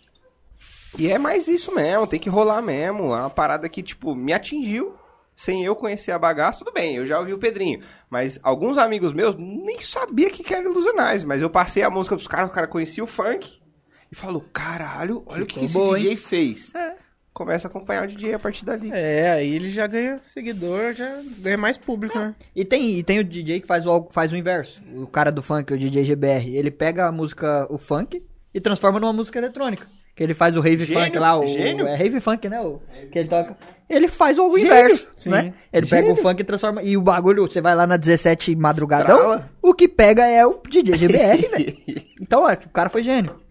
E é mais isso mesmo, tem que rolar mesmo. É uma parada que, tipo, me atingiu. Sem eu conhecer a bagaça, tudo bem, eu já ouvi o Pedrinho. Mas alguns amigos meus nem sabia que que era ilusionais. Mas eu passei a música pros caras, o cara conhecia o funk. E falou, caralho, olha o que, Ficou que esse boa, DJ fez. Começa a acompanhar o DJ a partir dali. É, aí ele já ganha seguidor, já ganha mais público, né? E tem, e tem o DJ que faz o, algo- faz o inverso. O cara do funk, o DJ GBR, ele pega a música, o funk, e transforma numa música eletrônica. Que ele faz o rave Gênio, funk lá, o. gênio. É rave funk, né? O, que ele toca. Ele faz o inverso, Sim. né? Ele pega o funk e transforma. E o bagulho, você vai lá na 17 madrugadão, Estrala. é né? *laughs* o que pega é o DJ GBR, velho. Então, ó, o cara foi gênio.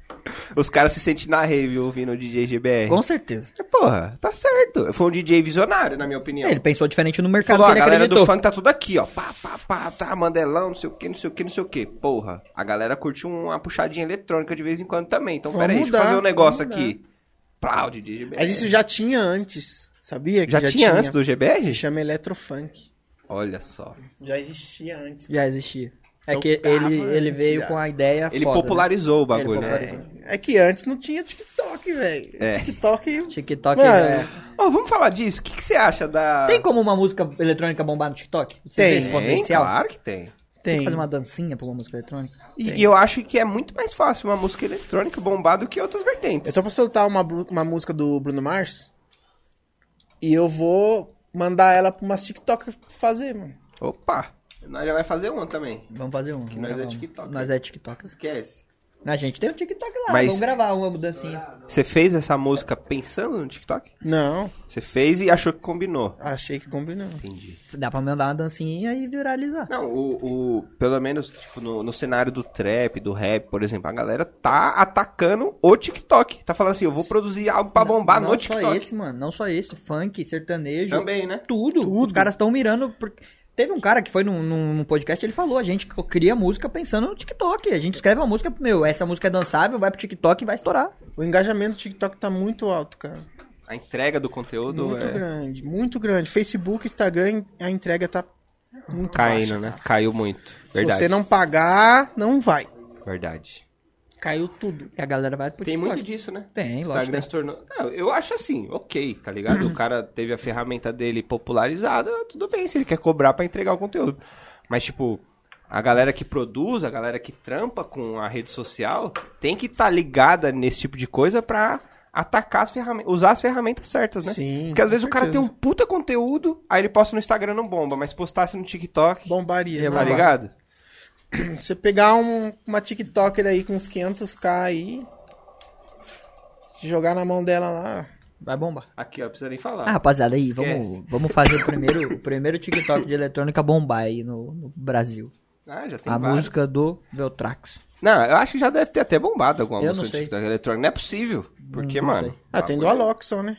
Os caras se sentem na rave ouvindo o DJ GBR. Com certeza. Porra, tá certo. Foi um DJ visionário, na minha opinião. É, Ele pensou diferente no mercado Falou, que a ele galera acreditou. do funk tá tudo aqui, ó. Pá, pá, pá, tá, Mandelão, não sei o que, não sei o que, não sei o que. Porra, a galera curte uma puxadinha eletrônica de vez em quando também. Então, Vamos peraí, deixa eu mudar, fazer um vamos negócio mudar. aqui. Plau, DJ GBR. Mas isso já tinha antes, sabia? que Já, tinha, antes do Se GBR? chama Eletrofunk. Olha só. Já existia antes. Já existia. É Então, que ele, tava ele antes veio já. com a ideia ah, Ele foda, né? popularizou o bagulho. Ele popularizou. né? É que antes não tinha TikTok, velho. É. TikTok. TikTok Mano, é... Ó, vamos falar disso. O que, que você acha da. Tem como uma música eletrônica bombar no TikTok? Você Tem. vê esse Tem, potencial? claro que tem. Tem que Tem. fazer uma dancinha pra uma música eletrônica? E eu acho que é muito mais fácil uma música eletrônica bombar do que outras vertentes. Eu tô pra soltar uma, bru- uma música do Bruno Mars. E eu vou mandar ela pra umas TikTokers fazer, mano. Opa! Nós já vai fazer um também. Vamos fazer um. nós vamos gravar é um. TikTok. Nós é TikTok. Esquece. A gente tem o TikTok lá, Mas- vamos gravar uma dancinha. Você fez essa música pensando no TikTok? Não, Você fez e achou que combinou. achei que combinou. Entendi. Dá pra mandar uma dancinha e viralizar. Não, o, o- pelo menos tipo, no, no cenário do trap, do rap, por exemplo, a galera tá atacando o TikTok. Tá falando assim, eu vou produzir algo pra bombar não no só TikTok. esse, mano. Não só esse. Funk, sertanejo. Também, né? Tudo. Os caras estão mirando. por- Teve um cara que foi num, num- num podcast, ele falou, a gente cria música pensando no TikTok. A gente escreve uma música, meu, essa música é dançável, vai pro TikTok e vai estourar. O engajamento do TikTok tá muito alto, cara. A entrega do conteúdo muito é grande, muito grande. Facebook, Instagram, a entrega tá muito caindo, baixa, né? cara. Caiu muito. Verdade. Se você não pagar, não vai. Verdade. Caiu tudo. E a galera vai pro Tem TikTok. muito disso, né? Tem, lógico. Instagram se tornou. Não, eu acho assim, ok, tá ligado? o cara teve a ferramenta dele popularizada, tudo bem, se ele quer cobrar pra entregar o conteúdo. Mas, tipo, a galera que produz, a galera que trampa com a rede social, tem que estar ligada nesse tipo de coisa pra atacar as ferramentas, usar as ferramentas certas, né? Sim, Porque às com vezes o cara tem certeza. um puta conteúdo, aí ele posta no Instagram não bomba, mas postasse no TikTok, Bombaria. tá não vai. ligado? Você pegar um- uma TikToker aí com uns 500k aí, jogar na mão dela lá, Vai bombar. Aqui, ó, precisa nem falar. Ah, rapaziada, aí, Esquece. vamos, vamos fazer o primeiro, o primeiro TikTok de eletrônica bombar aí no, no Brasil. Ah, já tem a vários. música do Veltrax. Não, eu acho que já deve ter até bombado alguma Eu música não de sei. TikTok eletrônica. Não é possível. Porque, não mano. sei. Ah, tem do Alok só, né?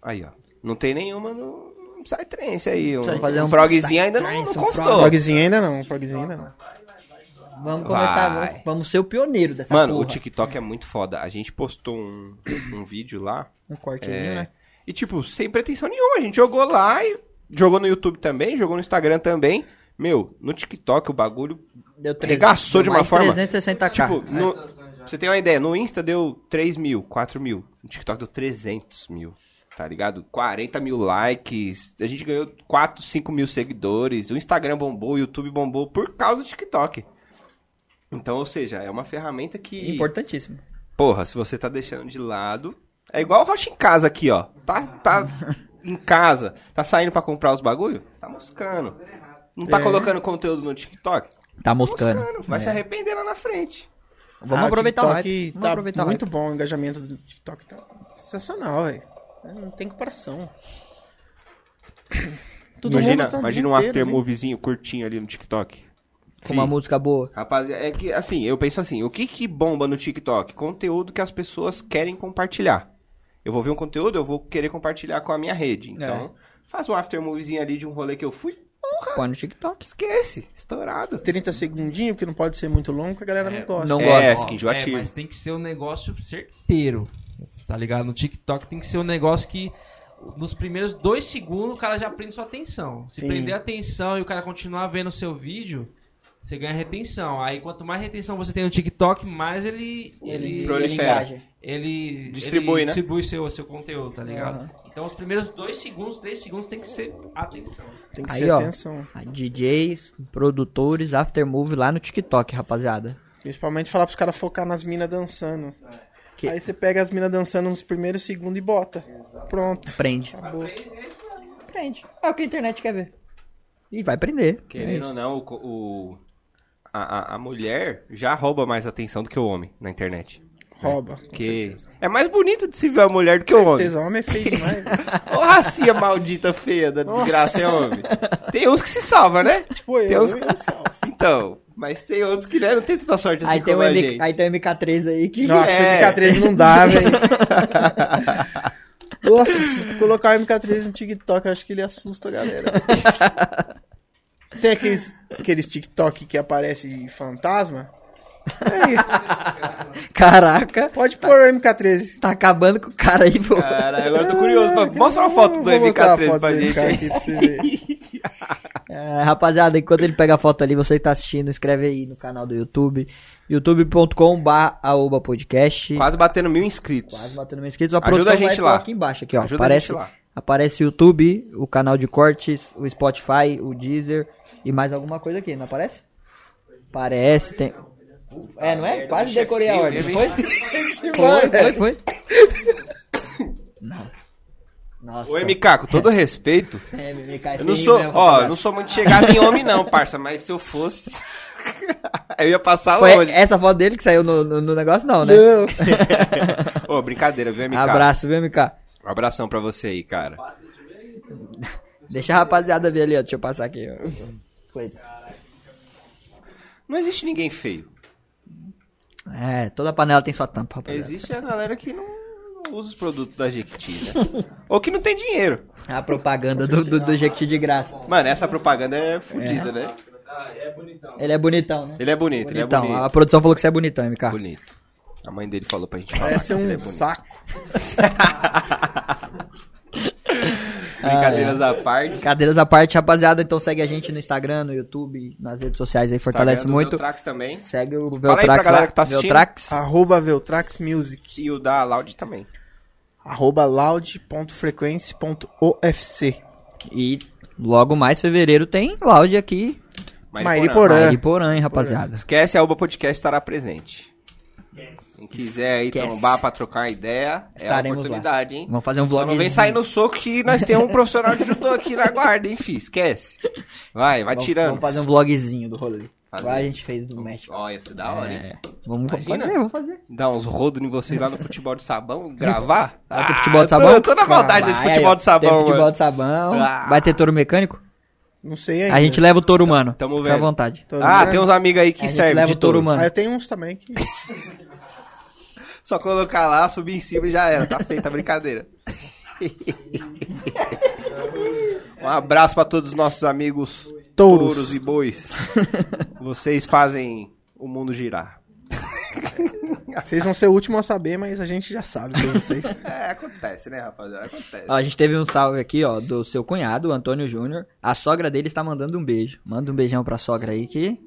Aí, ó. Não tem nenhuma no. no Psytrance aí. Um, Vamos fazer um um progzinho ainda não, não Psytrance, um constou. Progzinho ainda não, progzinho ainda não. Vamos começar, Vai. vamos, vamos ser o pioneiro dessa Mano, porra. o TikTok é muito foda. A gente postou um, um vídeo lá. Um cortezinho, é, né? E, tipo, sem pretensão nenhuma. A gente jogou lá e. Jogou no YouTube também, jogou no Instagram também. Meu, no TikTok o bagulho Deu Regaçou de uma mais forma. 360k. Tipo, no- é. pra você tem uma ideia, no Insta deu 3 mil, 4 mil. No TikTok deu 300 mil, tá ligado? 40 mil likes. A gente ganhou 4, 5 mil seguidores. O Instagram bombou, o YouTube bombou por causa do TikTok. Então, ou seja, é uma ferramenta que. Importantíssimo. Porra, se você tá deixando de lado. É igual o Rocha em casa aqui, ó. Tá, tá em casa, tá saindo pra comprar os bagulho? Tá moscando. Não tá colocando conteúdo no TikTok? Tá moscando. Vai se arrepender lá na frente. Vamos Ah, aproveitar o TikTok hype. Vamos tá aproveitar o muito hype. bom o engajamento do TikTok. Tá sensacional, velho. É, Não tem comparação. Todo imagina mundo tá o imagina dia um after inteiro, né? moviezinho curtinho ali no TikTok. Com uma Fih, música boa. Rapaziada, é que assim, eu penso assim, o que que bomba no TikTok? Conteúdo que as pessoas querem compartilhar. Eu vou ver um conteúdo, eu vou querer compartilhar com a minha rede. Então, faz um after moviezinho ali de um rolê que eu fui, Põe no TikTok. esquece, estourado. 30 segundinhos, porque não pode ser muito longo, que a galera não gosta. não é, gosto. fica enjoativo. É, mas tem que ser um negócio certeiro. Tá ligado? No TikTok tem que ser um negócio que nos primeiros dois segundos o cara já prende sua atenção. Se Sim. prender a atenção e o cara continuar vendo o seu vídeo, você ganha retenção. Aí quanto mais retenção você tem no TikTok, mais ele. ele Prolifera. ele Distribui, né? ele distribui seu, seu conteúdo, tá ligado? Então os primeiros dois segundos, três segundos tem que ser *laughs* atenção. Tem que Aí, ser ó. atenção. Ah, DJs, produtores, aftermovie lá no TikTok, rapaziada. Principalmente falar pros caras focar nas minas dançando. Que- Aí você pega as minas dançando nos primeiros segundos e bota. Pronto. Prende. Acabou. Prende. É o que a internet quer ver. E vai prender. É Querendo isso. ou não, o, co- o- a, a- a mulher já rouba mais atenção do que o homem na internet. Rouba. com Que... É mais bonito de se ver a mulher do que o homem. Certeza, homem é feio demais. *laughs* velho. Ô, racia maldita feia da desgraça, é homem. Tem uns que se salva, né? Tipo, eu, Tem uns- eu, eu salvo. Então, mas tem outros que né, não tem tanta sorte assim Aí tem, como o a MK, gente. aí tem um o MK3 aí que. Nossa, É. MK13 não *laughs* dá, velho. Nossa, se colocar o MK13 no TikTok, eu acho que ele assusta a *laughs* galera. Tem aqueles, aqueles TikTok que aparece de fantasma. *laughs* Caraca, Pode pôr o MK13. tá acabando com o cara aí, pô. Caralho, agora eu tô curioso. Pra... Ah, Mostra uma foto do vou mostrar a MK13 foto pra do gente MK aí. aqui pra você *laughs* ver. É, rapaziada, enquanto ele pega a foto ali, você que tá assistindo, inscreve aí no canal do YouTube. youtube.com.br aoba podcast. Quase batendo mil inscritos. Quase batendo mil inscritos. A Ajuda produção a gente vai pôr lá. aqui embaixo, aqui, ó. Ajuda a aparece, gente lá. aparece o YouTube, o canal de cortes, o Spotify, o Deezer e mais alguma coisa aqui, não aparece? Parece, tem. É, não é? Quase decorei a ordem, não foi? Foi, é. foi, foi. Nossa. Ô, MK, com todo respeito, É, MK é eu não feio, sou, né, ó, rapaziada? eu não sou muito chegado em homem não, parça, mas se eu fosse, *laughs* eu ia passar Foi é. longe. essa foto dele que saiu no, no- no negócio, não, né? Não. Ô, brincadeira, viu, MK? Abraço, viu, MK? Um abração pra você aí, cara. Deixa a rapaziada ver ali, ó. Deixa eu passar aqui. ó. Coisa. Não existe ninguém feio. É, toda panela tem sua tampa, tá rapaziada. Existe a galera que não não usa os produtos da Jequiti, né? *laughs* Ou que não tem dinheiro. A propaganda do, do, do Jequiti de graça. Mano, essa propaganda é fodida, né? Ele é bonitão, né? Ele é bonito, ele é bonitão. bonito. A produção falou que você é bonitão, MK. Bonito. A mãe dele falou pra gente falar Parece que ele é um bonito. saco. *laughs* Brincadeiras à parte. tá Brincadeiras à parte, rapaziada. Então segue a gente no Instagram, no YouTube, nas redes sociais aí, fortalece Instagram do muito. Beltrax também. Segue o aí pra Beltrax galera lá, que tá assistindo. Beltrax. Arroba Veltrax Music. E o da Loud também. Arroba loud.frequência.ofc. E logo mais, fevereiro, tem Laude aqui. Porã. É. Aí porém, rapaziada. Esquece, a Uba Podcast estará presente. Quem quiser aí Esquece. trombar pra trocar uma ideia, Estaremos é a oportunidade, hein? Vamos fazer um Só vlog. não vem sair no soco que nós *laughs* temos um profissional de judô aqui na guarda, hein, fi? Esquece. Vai, vai Vamos- tirando. Vamos fazer um vlogzinho do rolê. Fazer. Lá a gente fez do México. Olha, se da hora, É, hein? vamos, vamos Imagina. fazer, vamos fazer. Dar uns rodos em vocês lá no futebol de sabão, gravar. *laughs* Ah, Vai ter futebol de eu tô- sabão? Eu tô na maldade desse Vai, futebol ó, de sabão, tem mano. futebol de sabão. Ah. Vai ter touro mecânico? Não sei ainda. A gente leva o touro humano. tamo Fica à vendo. vontade. Tô Ah, vendo. tem uns amigos aí né? A que gente servem leva de o touro touro, mano. humano. Ah, eu tenho uns também que... Só colocar lá, subir em cima e já era. Tá feita a *laughs* brincadeira. um abraço pra todos os nossos amigos Touros. e bois. Vocês fazem o mundo girar. Vocês vão ser o último a saber, mas a gente já sabe *laughs* pra vocês. É, acontece, né, rapaziada? *laughs* Acontece. Ó, a gente teve um salve aqui, ó, do seu cunhado, o Antônio Júnior. A sogra dele está mandando um beijo. Manda um beijão pra sogra aí que.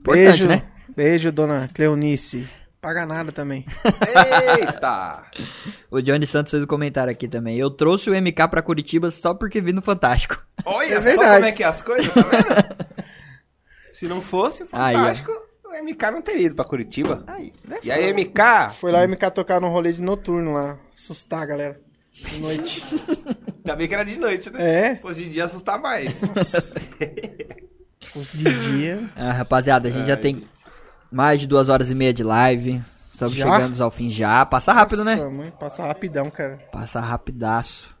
Importante, beijo, né? Beijo, dona Cleonice. Paga nada também. Eita! O Johnny Santos fez um comentário aqui também. Eu trouxe o MK pra Curitiba só porque vi no Fantástico. *laughs* Olha só É verdade. como é que é as coisas, tá vendo? Se não fosse o Aí, ó. Fantástico, o MK não teria ido pra Curitiba. e aí, MK, Foi lá e me tocar no rolê de noturno lá. Assustar a galera. De noite. ainda bem que era de noite, né? É, Se fosse de dia, assustar mais. de dia. Ah, rapaziada, a gente já tem mais de duas horas e meia de live. Estamos Já? chegando ao fim já. Passa rápido, né? Nossa, mãe, passa rapidão, cara. Passa rapidaço.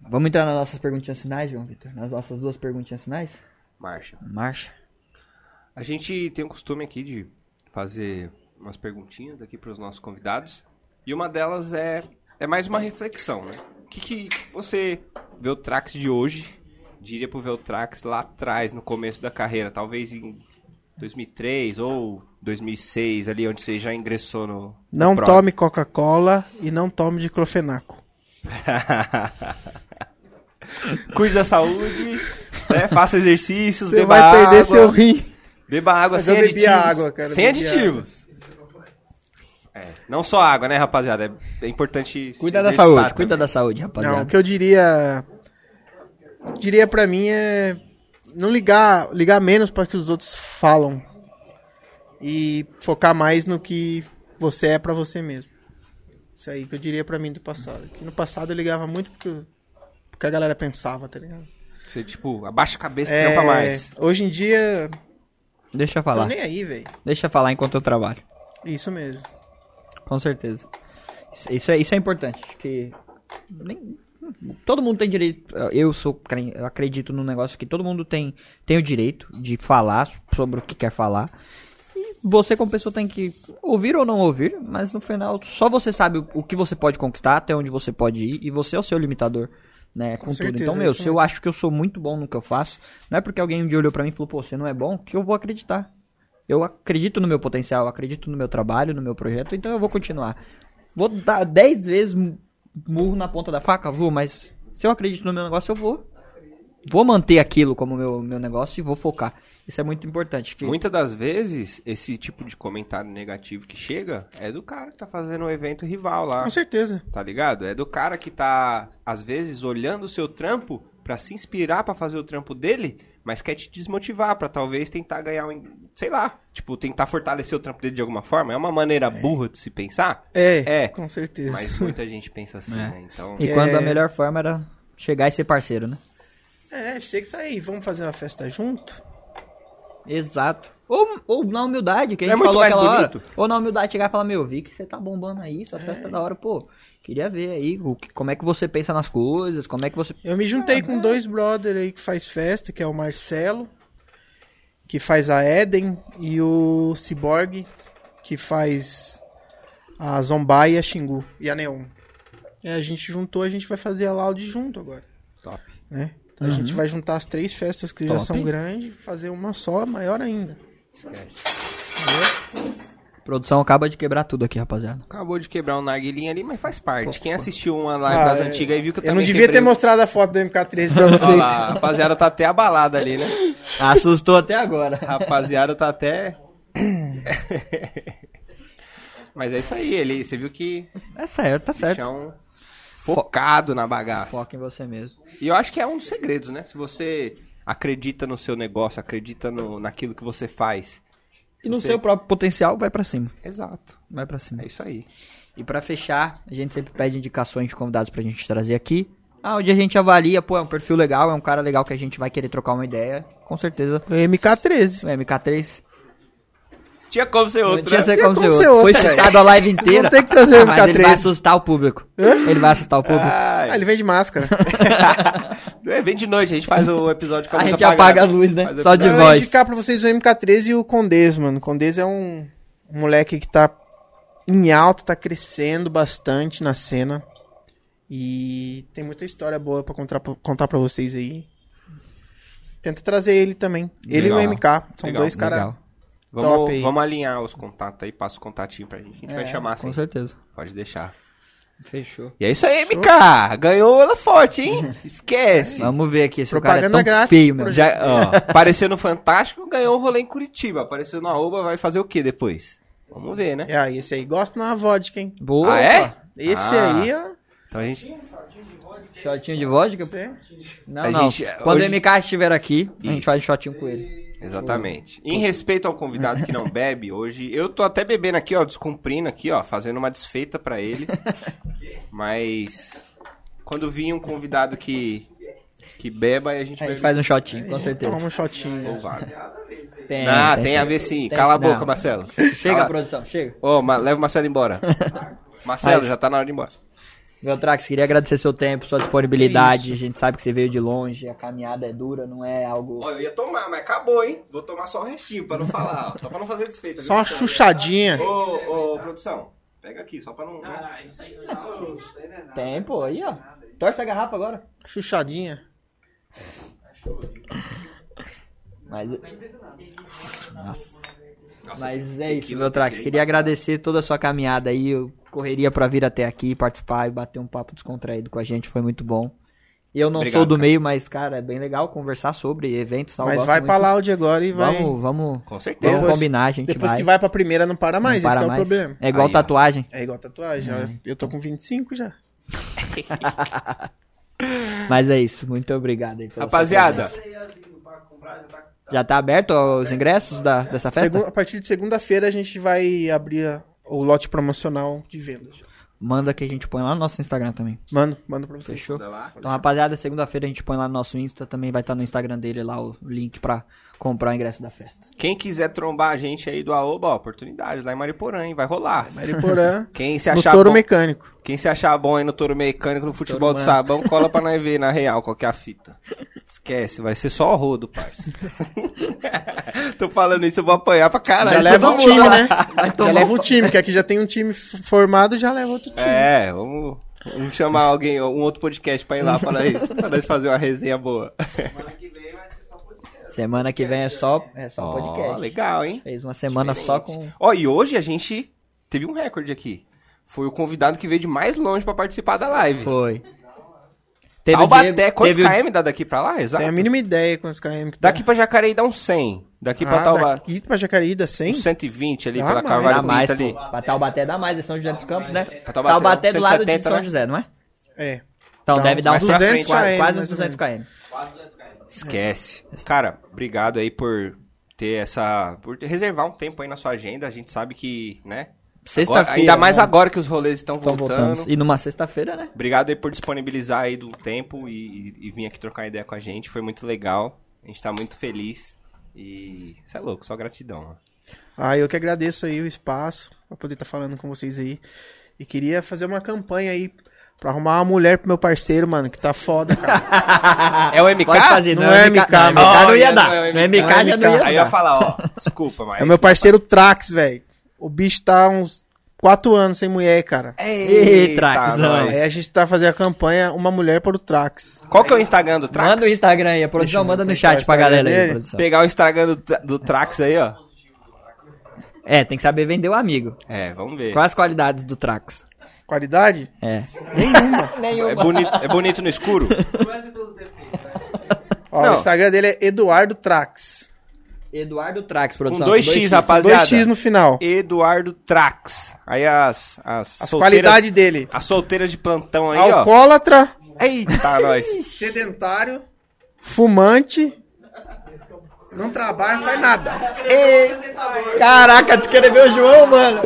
Vamos entrar nas nossas perguntinhas finais, João Vitor? Nas nossas duas perguntinhas finais? Marcha. Marcha. A gente tem um costume aqui de fazer umas perguntinhas aqui para os nossos convidados. E uma delas é, é mais uma reflexão, né? O que, que você, Veltrax de hoje, diria pro Veltrax lá atrás, no começo da carreira? Talvez em 2003 ou 2006, ali onde você já ingressou no... no Não Pro. tome Coca-Cola e não tome diclofenaco. *laughs* Cuide da saúde, né? faça exercícios, Você beba vai água. perder seu rim. Beba água Mas sem eu bebi aditivos. a água, cara, eu sem bebi a aditivos. É, não só água, né, rapaziada? É, é importante. Cuida da saúde, cuida da saúde, rapaziada. Não, o que eu diria. Diria pra mim é. Não ligar, ligar menos para que os outros falam. E focar mais no que você é pra você mesmo. Isso aí que eu diria pra mim do passado. Que no passado eu ligava muito porque, porque a galera pensava, tá ligado? saúde. Você, tipo, abaixa a cabeça e É, trampa mais. Hoje em dia, Deixa eu tô falar. nem aí, velho. Deixa eu falar enquanto eu trabalho. Isso mesmo. com certeza. Isso, isso é, isso é importante. acho que nem- todo mundo tem direito. Eu sou cre- eu acredito num negócio que todo mundo tem, tem o direito de falar sobre o que quer falar. E você, como pessoa, tem que ouvir ou não ouvir, mas no final só você sabe o, o que você pode conquistar, até onde você pode ir, e você é o seu limitador. Né, com, Com tudo. certeza, então, é meu, isso se eu mesmo. acho que eu sou muito bom no que eu faço, não é porque alguém um dia olhou pra mim e falou, pô, você não é bom, que eu vou acreditar. Eu acredito no meu potencial, eu acredito no meu trabalho, no meu projeto, então eu vou continuar. Vou dar 10 vezes mu- murro na ponta da faca? Vou, mas se eu acredito no meu negócio, eu vou. Vou manter aquilo como meu, meu negócio e vou focar. Isso é muito importante. Que Muitas das vezes, esse tipo de comentário negativo que chega é do cara que tá fazendo um evento rival lá, Com certeza. tá ligado? É do cara que tá, às vezes, olhando o seu trampo pra se inspirar pra fazer o trampo dele, mas quer te desmotivar pra talvez tentar ganhar um, sei lá, tipo, tentar fortalecer o trampo dele de alguma forma. É uma maneira burra de se pensar, É, É. com certeza. mas muita gente pensa assim, É. né? Então, E quando a melhor forma era chegar e ser parceiro, né? É, chega isso aí, vamos fazer uma festa junto? Exato. Ou, ou na humildade, que a É gente muito falou mais aquela hora. bonito. Ou na humildade chegar e falar, meu, vi que você tá bombando aí, sua festa da hora, pô. Queria ver aí o que- como é que você pensa nas coisas, como é que você. Eu me juntei com dois brother aí que faz festa, que é o Marcelo, que faz a Eden, e o Cyborg, que faz a Zombai e a Xingu, e a Neon. E a gente juntou, a gente vai fazer a Loud junto agora. Top. Né? Então a gente vai juntar as três festas que já Top. são grandes, fazer uma só, maior ainda. Produção acaba de quebrar tudo aqui, rapaziada. acabou de quebrar um narguilinho ali, mas faz parte. Quem assistiu uma Ah, live das é. antigas aí viu que eu, Eu não também devia quebrei ter o- mostrado a foto do MK3 pra vocês. Olha lá, a rapaziada tá até abalada ali, né? Ah. Assustou até agora. A rapaziada tá até. Mas é isso aí, ele. Você viu que É certo, tá certo. chão focado na bagaça. Foca em você mesmo. E eu acho que é um dos segredos, né? Se você acredita no seu negócio, acredita no, naquilo que você faz. E no Você- seu próprio potencial, vai pra cima. Exato. Vai pra cima. É isso aí. E pra fechar, a gente sempre pede indicações de convidados pra gente trazer aqui. Ah, onde a gente avalia, pô, é um perfil legal, é um cara legal que a gente vai querer trocar uma ideia. Com certeza. MK13. O MK3 Tinha como ser Não outro. tinha né? ser Tinha como como ser ser outro. Foi outro, velho. citado a *laughs* live inteira. Não tem que trazer o Ah, mas ele vai MK3. assustar o público. Ele vai assustar o público. Ai. Ah, ele vem de máscara. É, vem de noite, a gente faz o episódio com a A luz gente apaga a luz, né? Faz o Só de episódio- eu voz. vou indicar pra vocês o MK13 e o Condez, mano. O Condez é um, um moleque que tá em alta, tá crescendo bastante na cena. E tem muita história boa pra contar, pra- contar pra vocês aí. Tenta trazer ele também. Ele Legal. e o MK. São Legal, dois caras. Legal, Vamos, Top aí. vamos alinhar os contatos aí, passa o contatinho pra gente. A gente vai chamar assim. É, com certeza. Pode deixar. Fechou. E é isso aí, MK! Ganhou ela forte, *laughs* hein? Esquece! Vamos ver aqui, esse cara é Propaganda tão grátis, feio, meu. projeto. Já, ó, apareceu no Fantástico, ganhou um rolê em Curitiba. Apareceu no Arroba, vai fazer o que depois? Vamos ver, né? Ah, esse aí gosta na vodka, hein? Boa! Ah, é? Esse Ah. aí, ó. Então a gente. Shotinho de vodka? Você... Não, A não. gente- Quando hoje- o MK estiver aqui, a gente Isso. faz um shotinho com ele. Exatamente. Tipo, Em respeito ao convidado que *laughs* não bebe, hoje eu tô até bebendo aqui, ó, descumprindo aqui, ó, fazendo uma desfeita pra ele. Mas quando vir um convidado que que beba, aí a gente A vai gente faz um shotinho, com certeza. Toma um shotinho. Tem, Ah, É, tem tem, sim. a ver sim. Tem Cala a sim, não. boca, Marcelo. Chega, Cala- produção, chega. Ô, ma- leva o Marcelo *laughs* embora. Marcelo, Mas- já tá na hora de ir embora. Veltrax, queria agradecer seu tempo, sua Que disponibilidade. A gente sabe que você veio de longe, a caminhada é dura, não é algo. Ó, eu ia tomar, mas acabou, hein? Vou tomar só o restinho pra não falar, ó, só pra não fazer desfeita. Só uma chuchadinha. Ô, ô, produção, pega aqui, só pra não... Ah, isso aí não é nada, isso aí não é nada. Tempo aí, ó. Torce a garrafa agora. Chuchadinha. Mas. Nossa. Mas é tem isso, que- Veltrax. tem que- Queria agradecer toda a sua caminhada aí. eu Correria pra vir até aqui, participar e bater um papo descontraído com a gente. Foi muito bom. Eu não Obrigado, sou do cara. meio, mas, cara, é bem legal conversar sobre eventos. tal, Mas gosto vai Tá um muito. pra Loud agora e vai. Vamos, vamos. Com Vamos certeza. Depois- combinar, a gente Depois vai. que vai pra primeira, não para mais. Não esse para que é o mais. problema. É igual Aí, ó. tatuagem. É igual tatuagem. ó. Eu tô com 25 já. Mas é isso, muito obrigado aí. pela sua Rapaziada, presença. Já tá aberto os ingressos da, dessa festa? Segu- a partir de segunda-feira a gente vai abrir a- o lote promocional de vendas. manda que a gente põe lá no nosso Instagram também. Mando, mando pra vocês. Fechou? Então, rapaziada, segunda-feira a gente põe lá no nosso Insta, também vai estar no Instagram dele lá o link pra comprar o ingresso da festa. Quem quiser trombar a gente aí do Aoba, ó, oportunidade lá em Mariporã, hein? Vai rolar. Mariporã, Quem se no achar touro bom, mecânico. quem se achar bom aí no touro mecânico, no futebol do sabão, cola pra nós ver na real qual que é a fita. Esquece, vai ser só rodo, *laughs* parça. Tô falando isso, eu vou apanhar pra caralho. já leva um Todo time, mundo lá. *laughs* né? Já leva um time, que aqui já tem um time f- formado, já leva outro time. É, vamos, vamos chamar alguém, um outro podcast pra ir lá falar isso, pra nós fazer uma resenha boa. Semana que vem vai ser só podcast. Semana que vem é só, é só Ó, podcast. legal, hein? Fez uma semana só com. Tá Ó, e hoje a gente teve um recorde aqui. Foi o convidado que veio de mais longe pra participar da live. Foi. Teve o Taubaté, Diego- quantos teve o- KM dá daqui pra lá? Exato. Tem a mínima ideia com os KM que tá. Daqui pra Jacareí dá uns 100. Daqui pra Ah, Taubaté, Daqui pra Jacareí dá 100? uns 120 ali Dá pela mais. Carvalho Dá Pinto mais, ali. pô. Pra Taubaté dá mais, é São José dos Campos, né? Pra Taubaté, Taubaté do lado de 170, São né? José, não é? É. Então Dá deve uns dar uns 200 200 quase, km, quase uns mais ou 200 km. Esquece. É. Cara, obrigado aí por ter essa... Por reservar um tempo aí na sua agenda. A gente sabe que, né? Sexta-feira. Agora- Ainda mais né? agora que os rolês estão Tão voltando. voltando. E numa sexta-feira, né? Obrigado aí por disponibilizar aí do tempo e, e- e vir aqui trocar ideia com a gente. Foi muito legal. A gente tá muito feliz. E você é louco, só gratidão. mano. Ah, eu que agradeço aí o espaço pra poder estar falando com vocês aí. E queria fazer uma campanha aí pra arrumar uma mulher pro meu parceiro, mano, que tá foda, cara. É o MK? Pode fazer, não, Não é é MK. MK, Não, mano. MK não Olha, ia dar. não é Não é MK, MK, já não ia dar. Aí eu ia falar, ó, desculpa, mas. É o meu parceiro Trax, velho. O bicho tá uns 4 anos sem mulher, cara. Ê, Traxão. nós. Aí a gente tá fazendo a campanha Uma Mulher para o Trax. Qual que é o Instagram do Trax? Manda o Instagram aí, a produção manda no chat pra Instagram galera aí, dele. produção. Pegar o Instagram do, Tra- do Trax aí, ó. É, tem que saber vender o amigo. É, vamos ver. Quais as qualidades do Trax? Qualidade? É. *laughs* É bonito, é bonito no escuro? Começa pelos defeitos, vai. Ó, Não. o Instagram dele é Eduardo Trax. Eduardo Trax, Com produção. 2x, Com rapaziada. dois X no final. Eduardo Trax. Aí as. As, As solteiras- qualidades dele. As solteiras de plantão aí, ó. Alcoólatra, Eita, nós. sedentário, fumante, não trabalha, faz nada. Caraca, descreveu o João, mano.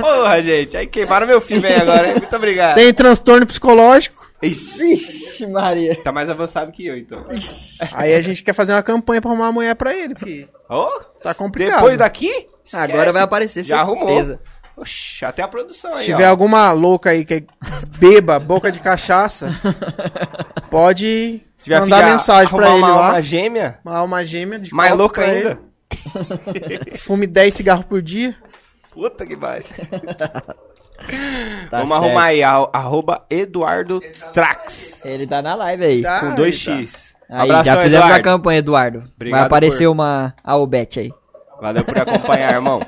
Porra, gente. Aí queimaram meu filme aí agora, hein? Muito obrigado. Tem transtorno psicológico. Ixi. Vixe, Maria. Tá mais avançado que eu, então. Aí a gente quer fazer uma campanha pra arrumar uma mulher pra ele, porque Ô, Tá complicado. Depois daqui? Agora vai aparecer, Já certeza. arrumou. Oxi, até a produção aí, se tiver ó. alguma louca aí que é beba boca de cachaça, pode Se tiver mandar filha, mensagem pra arrumar ele uma lá. alma gêmea, Uma alma gêmea de mais copo louca pra ainda. ele. Fume 10 cigarros por dia. Puta que pariu. *laughs* Tá Vamos certo. arrumar aí, arro- arroba Eduardo Trax, Ele tá na live aí. Tá, com aí 2x. Aí, Abração, já fizemos a Eduardo. campanha, Eduardo. Obrigado Vai aparecer por- uma Albet aí. Valeu por acompanhar, irmão.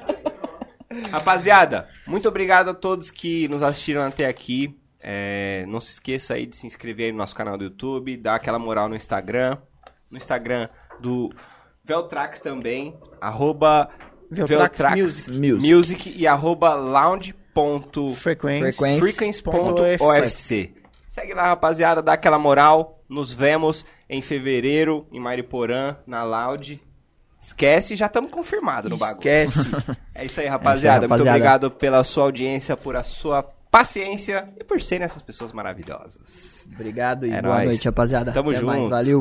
Rapaziada, muito obrigado a todos que nos assistiram até aqui. É, não se esqueça aí de se inscrever aí no nosso canal do YouTube, dar aquela moral no Instagram. No Instagram do Veltrax também, arroba Veltrax Music. Music. e arroba tá. lounge.frequence.ofc. Frequência. Frequência. Frequence.ofc. Segue lá, rapaziada, dá aquela moral. Nos vemos em fevereiro em Mariporã, na Loud. Esquece, já estamos confirmados no bagulho. Esquece. *laughs* É isso aí, rapaziada. Muito rapaziada. obrigado pela sua audiência, por a sua paciência e por serem essas pessoas maravilhosas. Obrigado e É boa nóis. noite, rapaziada. Tamo Até mais, junto. Valeu.